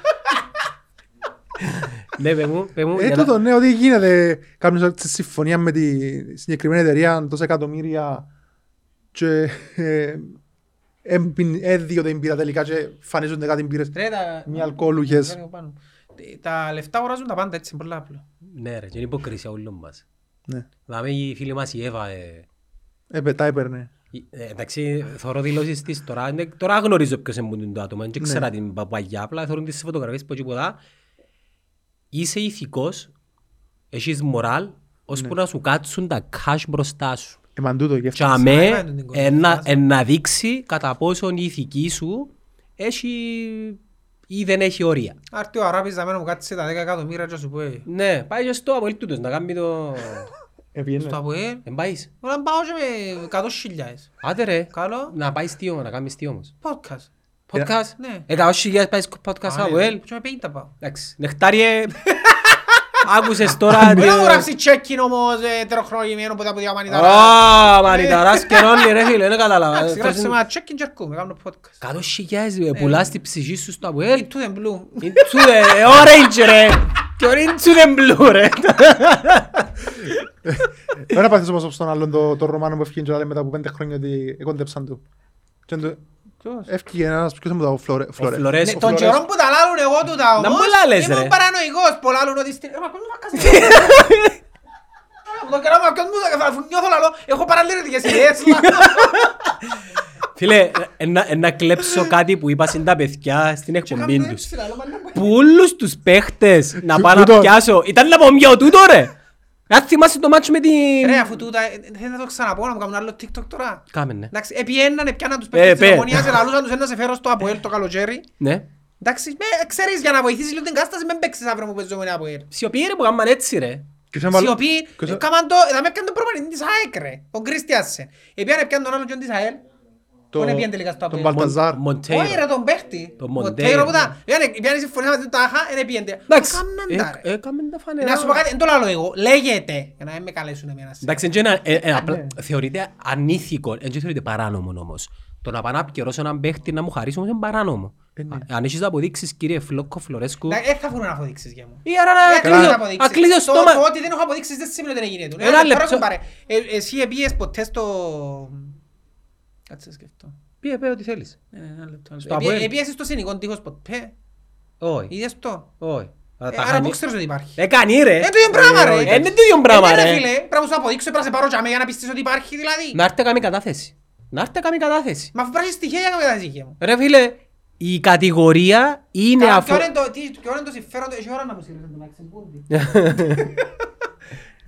Speaker 1: Ναι, πες μου, πες μου.
Speaker 3: Ε,
Speaker 1: για να-
Speaker 3: τούτο, ναι, ότι γίνεται. Κάνουν τη συμφωνία με τη συγκεκριμένη εταιρεία, τόσα εκατομμύρια και ε, έμπιν- έδιωτε την πύρα τελικά και φανίζονται κάτι πύρες.
Speaker 2: Ρε, τα-
Speaker 3: Μη αλκοολούχες.
Speaker 2: Κάνει πάνω. Ε, Τα λεφτά αγοράζουν τα πάντα έτσι, πολύ απλό.
Speaker 1: Ναι ρε, και είναι υποκρισία όλων μας.
Speaker 3: Ναι,
Speaker 1: Δάμε η φίλη μας η Εύα, ε,
Speaker 3: έπε, τα έπαιρνε.
Speaker 1: η- ε, εντάξει, θωρώ δηλώσεις της τώρα, ναι, τώρα γνωρίζω ποιος είναι το άτομο, δεν ξέρα την παπαγιά, απλά θωρούν τις φωτογραφίες που τίποτα. Είσαι ηθικός, έχεις μοράλ, ώσπου να σου κάτσουν τα cash μπροστά σου.
Speaker 3: Εμαν τούτο
Speaker 1: Και
Speaker 3: γεύτηκε.
Speaker 1: αμέ,
Speaker 2: Σημαίνει την
Speaker 1: ε, να-
Speaker 2: κονφιάζα.
Speaker 1: ε, να δείξει κατά πόσον η ηθική σου έχει ή δεν έχει όρια.
Speaker 2: Άρτη ο Αράπης να μένω μου κάτσε τα 10 εκατομμύρια και σου πω «Ε,
Speaker 1: Ναι, πάει και στο Αποέλ τούτος να κάνει το...
Speaker 3: Ε,
Speaker 2: στο ΑΠΟΕΛ».
Speaker 1: Εν πάεις.
Speaker 2: Όλα πάω και με 100.000.
Speaker 1: Άντε ρε,
Speaker 2: Καλό.
Speaker 1: να πάει τι όμως, να κάνεις τι όμως.
Speaker 2: Podcast.
Speaker 1: Podcast.
Speaker 2: Ναι.
Speaker 1: Εκατό χιλιάδες πάει στο podcast
Speaker 2: Α,
Speaker 1: Αποέλ.
Speaker 2: Και με 50 πάω.
Speaker 1: Εντάξει, νεκτάριε. Άκουσες τώρα...
Speaker 2: Δεν
Speaker 1: το-
Speaker 2: θα μου γράψει τσέκιν όμως ε, τεροχρονημένο που τα πουδιά μανιταρά.
Speaker 1: Ω, μανιταράς και ρόλι ρε φίλε, δεν κατάλαβα.
Speaker 2: Εντάξει, γράψε με ένα τσέκιν και έρχομαι, κάνω podcast.
Speaker 1: Εκατό χιλιάδες ε, πουλάς την ψυχή σου στο Αποέλ.
Speaker 2: Into the blue.
Speaker 1: Into the eh, orange ρε. Και όχι into the blue ρε.
Speaker 3: Δεν να πάθεις όμως στον άλλον το, το Ρωμάνο που έφυγε και λέει μετά από πέντε χρόνια ότι εκόντεψαν του. Και του- έφυγε ένας, ποιος ήταν που τα φλωρέ.
Speaker 1: Φλωρές.
Speaker 2: Ναι, Τον καιρό που τα λάλλουν εγώ του τα
Speaker 1: Ε, Να
Speaker 2: όμως,
Speaker 1: μου λάλλες, ρε.
Speaker 2: ήμουν παρανοηγός που λάλλουν ότι στην... Ε, μα ποιος μου θα κάσει. Ε, Τον καιρό μου, ποιος μου θα- θα νιώθω λαλό, έχω παραλήρητικες ιδέες. λαλώ.
Speaker 1: Φίλε, ε, να- ε, να κλέψω κάτι που είπα στην τα παιδιά στην
Speaker 2: Και
Speaker 1: εκπομπή
Speaker 2: κάνω
Speaker 1: τους.
Speaker 2: έτσι, λαλώ, μα ναι, μπορεί.
Speaker 1: Που όλους τους παίχτες να πάω να
Speaker 3: τούτο.
Speaker 1: πιάσω. Ήταν να πω μια τούτο ρε. Να θυμάσαι το μάτσο με την...
Speaker 2: Ρε, αφού τούτα, ε, θέλει να το ξαναπώ, να μου κάνουν άλλο TikTok τώρα.
Speaker 1: Κάμε ναι.
Speaker 2: Εντάξει, επιένανε, πιάναν τους παίκτες
Speaker 1: παι.
Speaker 2: της ομονίας, ελαλούσαν τους ένα σε φέρω στο Αποέλ το καλοκαίρι.
Speaker 1: Ναι.
Speaker 2: Εντάξει, με- ξέρεις για να βοηθήσεις λίγο την κατάσταση, μην παίξεις αύριο που παίζουμε ένα Αποέλ.
Speaker 1: Σιωπή ρε που κάμαν έτσι ρε.
Speaker 2: Σιωπή, έκαναν το, θα με έπιαν τον προπονητή της ΑΕΚ ρε, τον Κρίστιασεν. Επιάνε έπιαν τον άλλο και της ΑΕΚ. Τον έπιαν τελικά στο
Speaker 3: Τον
Speaker 2: Αποέλ.
Speaker 3: Μπαλταζάρ.
Speaker 2: Όχι ρε,
Speaker 1: Μοντέιρο.
Speaker 2: τον παίχτη.
Speaker 1: Τον Μοντέιρο.
Speaker 2: Μοντέιρο. που τα- επιάνε- Επιάνε συμφωνία με την Τάχα, δεν έπιαν.
Speaker 1: Εντάξει.
Speaker 2: Κάμναν τα,
Speaker 1: ε,
Speaker 2: ρε.
Speaker 1: Έκαμε τα φανερά.
Speaker 2: Να σου πω κάτι, δεν το λάλλω εγώ, λέγεται, για να μην με καλέσουν εμένα. σε-
Speaker 1: Εντάξει, είναι ένα, ε, ε, απλά
Speaker 2: Ναι.
Speaker 1: θεωρείται ανήθικο, δεν θεωρείται παράνομο όμως. Το να πάνε απ' σε έναν παίχτη να μου χαρίσει όμως είναι παράνομο.
Speaker 3: Ε, ναι.
Speaker 1: Α- Αν έχεις αποδείξεις κύριε Φλόκο Φλωρέσκου,
Speaker 2: Εντάξει, Δεν ε, θα βγουν αποδείξεις για μου.
Speaker 1: ή άρα
Speaker 2: Ε,
Speaker 1: να
Speaker 2: ακριβώς
Speaker 1: κλείσω-
Speaker 2: αποδείξεις.
Speaker 1: να κλείσω το
Speaker 2: Το-
Speaker 1: στόμα. Ε,
Speaker 2: Το ότι δεν έχω αποδείξεις δεν σημαίνει ότι δεν γίνεται. Ε,
Speaker 1: Ένα
Speaker 2: Ένα λεπτό.
Speaker 1: λεπτό.
Speaker 2: Ε, Εσύ επίες ποτέ στο... Κάτσε να σκεφτώ.
Speaker 1: Πει, πει ό,τι θέλεις.
Speaker 2: Ε, ένα λεπτό.
Speaker 1: Στο
Speaker 2: Επί-
Speaker 1: Αποέλ.
Speaker 2: επίες στο συνικό τείχος ποτέ.
Speaker 1: Όχι,
Speaker 2: Είδες το.
Speaker 1: όχι.
Speaker 2: Ε,
Speaker 1: Αλλά τα
Speaker 2: Άρα
Speaker 1: χάνει.
Speaker 2: πού ξέρεις ότι υπάρχει.
Speaker 1: Ε, κάνει ρε.
Speaker 2: Είναι το ίδιο πράγμα ρε.
Speaker 1: Ε, Είναι το ίδιο πράγμα
Speaker 2: Ε, ναι, ρε,
Speaker 1: ρε.
Speaker 2: φίλε. Πρέπει να σου το αποδείξω, πρέπει να σε πάρω τζαμί για να πιστείς ότι υπάρχει δηλαδή.
Speaker 1: Να έρθει κάμει κατάθεση. Να έρθει κάμει κατάθεση.
Speaker 2: Μα αφού υπάρχει στοιχεία για να μεταδείξει για μου.
Speaker 1: Ρε φίλε, η κατηγορία είναι
Speaker 2: Καλά,
Speaker 1: αφού...
Speaker 2: ποιο είναι το- τι- ποιο είναι το συμφέρον του- έχει ώρα να μου στείλεις να ξεμπούντει.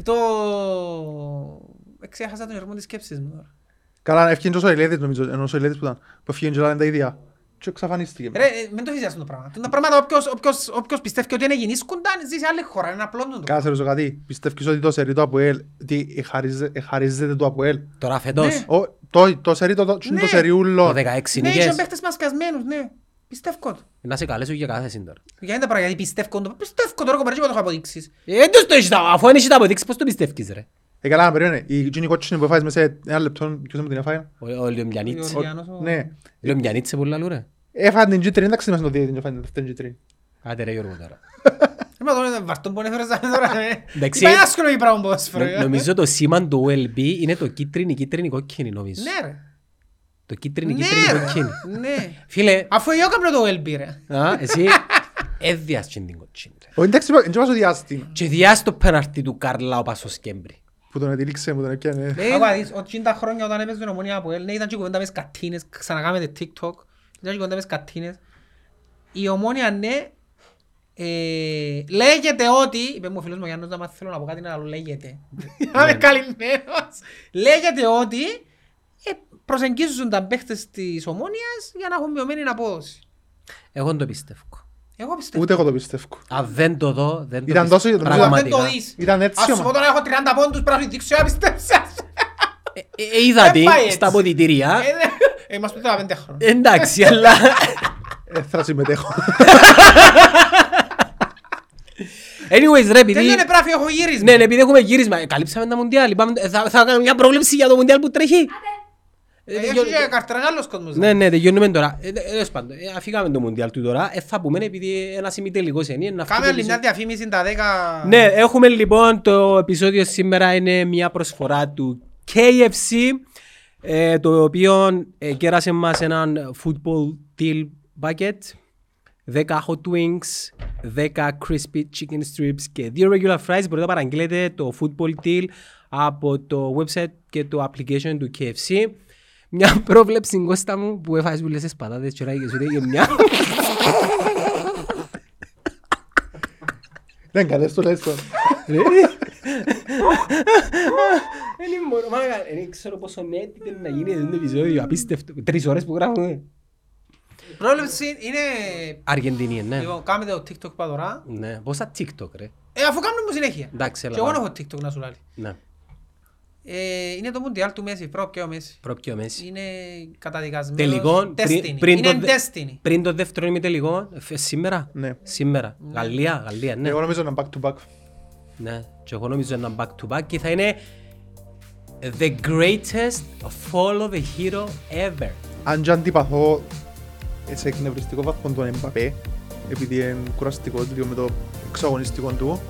Speaker 2: Το... Εξέχασα τον ερμό της σκέψης μου τώρα.
Speaker 3: Καλά, έφυγε και ο Σοηλέδης νομίζω, ενώ ο Σοηλέδης που ήταν, που έφυγε και λένε τα ίδια. Και εξαφανίστηκε.
Speaker 2: Ρε, ε, μην το θυσιάσεις αυτό το πράγμα. Τα πράγματα όποιος, όποιος, όποιος πιστεύει ότι είναι γεννής κουντάν, ζει σε άλλη χώρα, είναι απλό τούτο.
Speaker 3: Κάτσε ρε σου κάτι, πιστεύεις ότι το σερί του ΑΠΟΕΛ, ότι εχαρίζε- εχαρίζεται το ΑΠΟΕΛ.
Speaker 1: Τώρα φετός,
Speaker 3: Ο- Το, το σερί, το, το,
Speaker 2: Ναι.
Speaker 3: το σερί
Speaker 1: το
Speaker 3: ούλο.
Speaker 1: 16
Speaker 2: Ναι, είσαι
Speaker 1: νίκες,
Speaker 2: παίχτες μασκασμένους, ναι. Πιστεύω το.
Speaker 1: να σε καλέσω για κατάθεση τώρα.
Speaker 2: Γιατί είναι τα πράγματα, γιατί πιστεύω το. Πιστεύω το, ρε κομπάρε, τίποτα έχω αποδείξεις.
Speaker 1: Ε, Δεν τους το έχεις τα- αφού δεν έχεις τα αποδείξεις, πώς το πιστεύεις ρε.
Speaker 3: Ε, καλά, περίμενε. Η Τζίνι Κότσινη που έφαγες μέσα σε ένα λεπτό, ποιος μου την έφαγε.
Speaker 1: Ο- Ο Λιωμιανίτς.
Speaker 2: Ο- Γιάννος, ο-
Speaker 3: Ναι.
Speaker 1: Λέω μια νίτσε πολλά λούρε.
Speaker 3: Έφαγε την G3, εντάξει μέσα στο διαιτητή, έφαγε την δεύτερη G3.
Speaker 1: Άντε ρε Γιώργο τώρα.
Speaker 2: Ρε, μα τώρα, ε, βαρτόν που έφερες τώρα, ε.
Speaker 1: Εντάξει.
Speaker 2: Είπα ένα άσχολο η πράγμα που σας φέρω,
Speaker 1: Νο-
Speaker 2: ε.
Speaker 1: Νομίζω το σήμα του OLB είναι το κίτρινη, κίτρινη, κόκκινη νομίζω.
Speaker 2: Ναι, ρε.
Speaker 1: Το κίτρινη,
Speaker 2: Ναι,
Speaker 1: κίτρινη,
Speaker 2: ρε.
Speaker 1: κόκκινη.
Speaker 2: Ναι.
Speaker 1: Φίλε,
Speaker 2: Αφού εγώ έκανα το LB, ρε.
Speaker 1: α,
Speaker 3: ε.
Speaker 1: εσύ έδιας και την κόκκινη. ρε.
Speaker 3: Ο, εντάξει, είπα- εν και βάζω διάστημα.
Speaker 1: Και διάς το πέναρτι του Καρλάου Πασος Κέμπρη.
Speaker 3: Που τον ετήλιξε, μου τον έπιανε.
Speaker 2: Άκουα, δεις, ότι τα χρόνια όταν έπαιζε την ομονία από ελ, ναι, ήταν και κουβέντα με τις κατίνες, ξανακάμε το TikTok, ήταν και κουβέντα με τις κατίνες. Η ομόνια, ναι, ε, λέγεται ότι, είπε μου ο φίλος μου ο Γιάννος, να μάθει θέλω να πω κάτι, να λέω λέγεται. Να
Speaker 3: Ναι.
Speaker 2: είμαι καλυμμένος. Λέγεται ότι ε, προσεγγίζουν τα παίχτες της ομόνιας για να έχουν μειωμένη απόδοση.
Speaker 1: Εγώ δεν το πιστεύω.
Speaker 2: Εγώ πιστεύω.
Speaker 3: Ούτε εγώ το πιστεύω.
Speaker 1: Αν δεν το δω, δεν το πιστεύω.
Speaker 3: Ήταν τόσο- νομίζω-
Speaker 2: Αν δεν
Speaker 1: Πραγματικά.
Speaker 2: το δεις.
Speaker 3: Ήταν έτσι,
Speaker 2: Ας σου
Speaker 3: όμως.
Speaker 2: πω τώρα έχω 30 πόντους, πρέπει να σου δείξω να πιστέψεις.
Speaker 1: Ε, ε, Είδα
Speaker 2: Δεν
Speaker 1: την
Speaker 2: πάει έτσι.
Speaker 1: στα αποδητηρία.
Speaker 2: Ε, ναι. Ε, μας πείτε τα πέντε χρόνια.
Speaker 1: Εντάξει, αλλά...
Speaker 3: Ε, θα συμμετέχω.
Speaker 1: Anyways,
Speaker 3: Ε,
Speaker 1: ρε, επειδή...
Speaker 2: Τελειώνε πράφη, έχω γύρισμα.
Speaker 1: Ναι, ναι, επειδή έχουμε γύρισμα. Ε, Καλύψαμε τα Μουντιάλ. Είπαμε, ε, Θα, θα κάνουμε μια πρόβλεψη για το Μουντιάλ που τρέχει. Ε,
Speaker 2: Έχει
Speaker 1: τελειώνει-
Speaker 2: και καρτράς άλλος κόσμος. δηλαδή.
Speaker 1: Ναι, ναι, τελειώνουμε τώρα. Ε, ε, τέλος πάντων, ε, αφήκαμε το Μουντιάλ του τώρα. Ε, θα πούμε επειδή ένας ημιτελικός είναι. να
Speaker 2: Κάμε
Speaker 1: φύγει
Speaker 2: άλλη
Speaker 1: το-
Speaker 2: μια διαφήμιση τα δέκα...
Speaker 1: Ναι, έχουμε λοιπόν το επεισόδιο σήμερα είναι μια προσφορά του KFC ε, το οποίο ε, κέρασε μας έναν football deal bucket 10 hot wings, 10 crispy chicken strips και 2 regular fries μπορείτε να παραγγείλετε το football deal από το website και το application του KFC μια πρόβλεψη Κώστα μου που έφαγες βουλές τις πατάτες και ράγες ούτε και μια
Speaker 3: Δεν Ναι, καλές το λες τώρα.
Speaker 1: Δεν είναι μόνο, μάνα, δεν ξέρω πόσο νέτη θέλει να γίνει αυτό το επεισόδιο, απίστευτο. Τρεις ώρες που γράφουμε.
Speaker 2: Η πρόβλεψη είναι...
Speaker 1: Αργεντινή, ναι.
Speaker 2: Λοιπόν, κάμε το TikTok πά τώρα.
Speaker 1: Ναι, πόσα TikTok ρε.
Speaker 2: Ε, αφού κάνουμε μου συνέχεια.
Speaker 1: Εντάξει, έλα,
Speaker 2: Και εγώ
Speaker 1: πάμε.
Speaker 2: έχω TikTok να σου λέει.
Speaker 1: Ναι,
Speaker 2: Ε, είναι το Μουντιάλ του Μέση, πρώτο ο Μέση.
Speaker 1: προπιο μέση.
Speaker 2: Είναι καταδικασμένος.
Speaker 1: Τελικό,
Speaker 2: Destiny.
Speaker 1: πριν, πριν,
Speaker 2: Είναι
Speaker 1: το, δε-
Speaker 2: destiny.
Speaker 1: πριν το δεύτερο ημιτελικό, ε, σήμερα.
Speaker 3: Ναι.
Speaker 1: Σήμερα. Γαλλία, Γαλλία, ναι.
Speaker 3: Εγώ νομίζω να back to back.
Speaker 1: Ναι, και εγώ νομίζω ένα back to back και θα είναι The greatest follow the hero ever.
Speaker 3: Αν και αντιπαθώ ε, σε εκνευριστικό βαθμό τον Εμπαπέ, επειδή είναι κουραστικό λίγο με το εξαγωνιστικό του,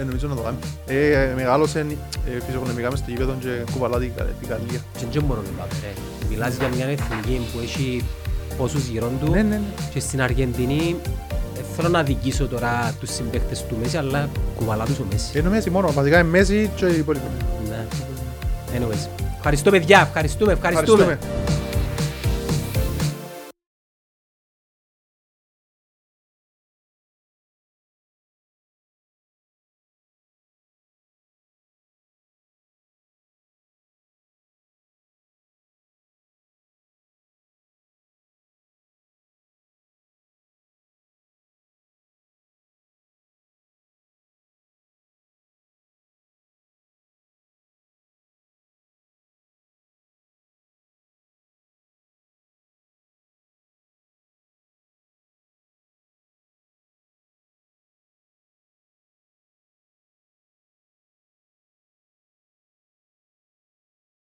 Speaker 3: ε, νομίζω να το κάνεις. Ε, ε, μεγάλωσε ε, φυσιογνωμικά μες στο γήπεδο και κουβαλά την Κα- την Γαλλία.
Speaker 1: Και δεν μπορώ να πάω, ρε. Μιλάς για μια εθνική που έχει πόσους γύρων του.
Speaker 3: Ναι, ναι, ναι.
Speaker 1: Και στην Αργεντινή ε, θέλω να δικήσω τώρα τους συμπαίκτες του Μέση, αλλά κουβαλά τους ο Μέση.
Speaker 3: Είναι ο Μέση Ε, μόνο, βασικά είναι Μέση και οι υπόλοιποι.
Speaker 1: Ναι. Anyways. Ευχαριστώ παιδιά, ευχαριστούμε, ευχαριστούμε.
Speaker 3: Ευχαριστούμε.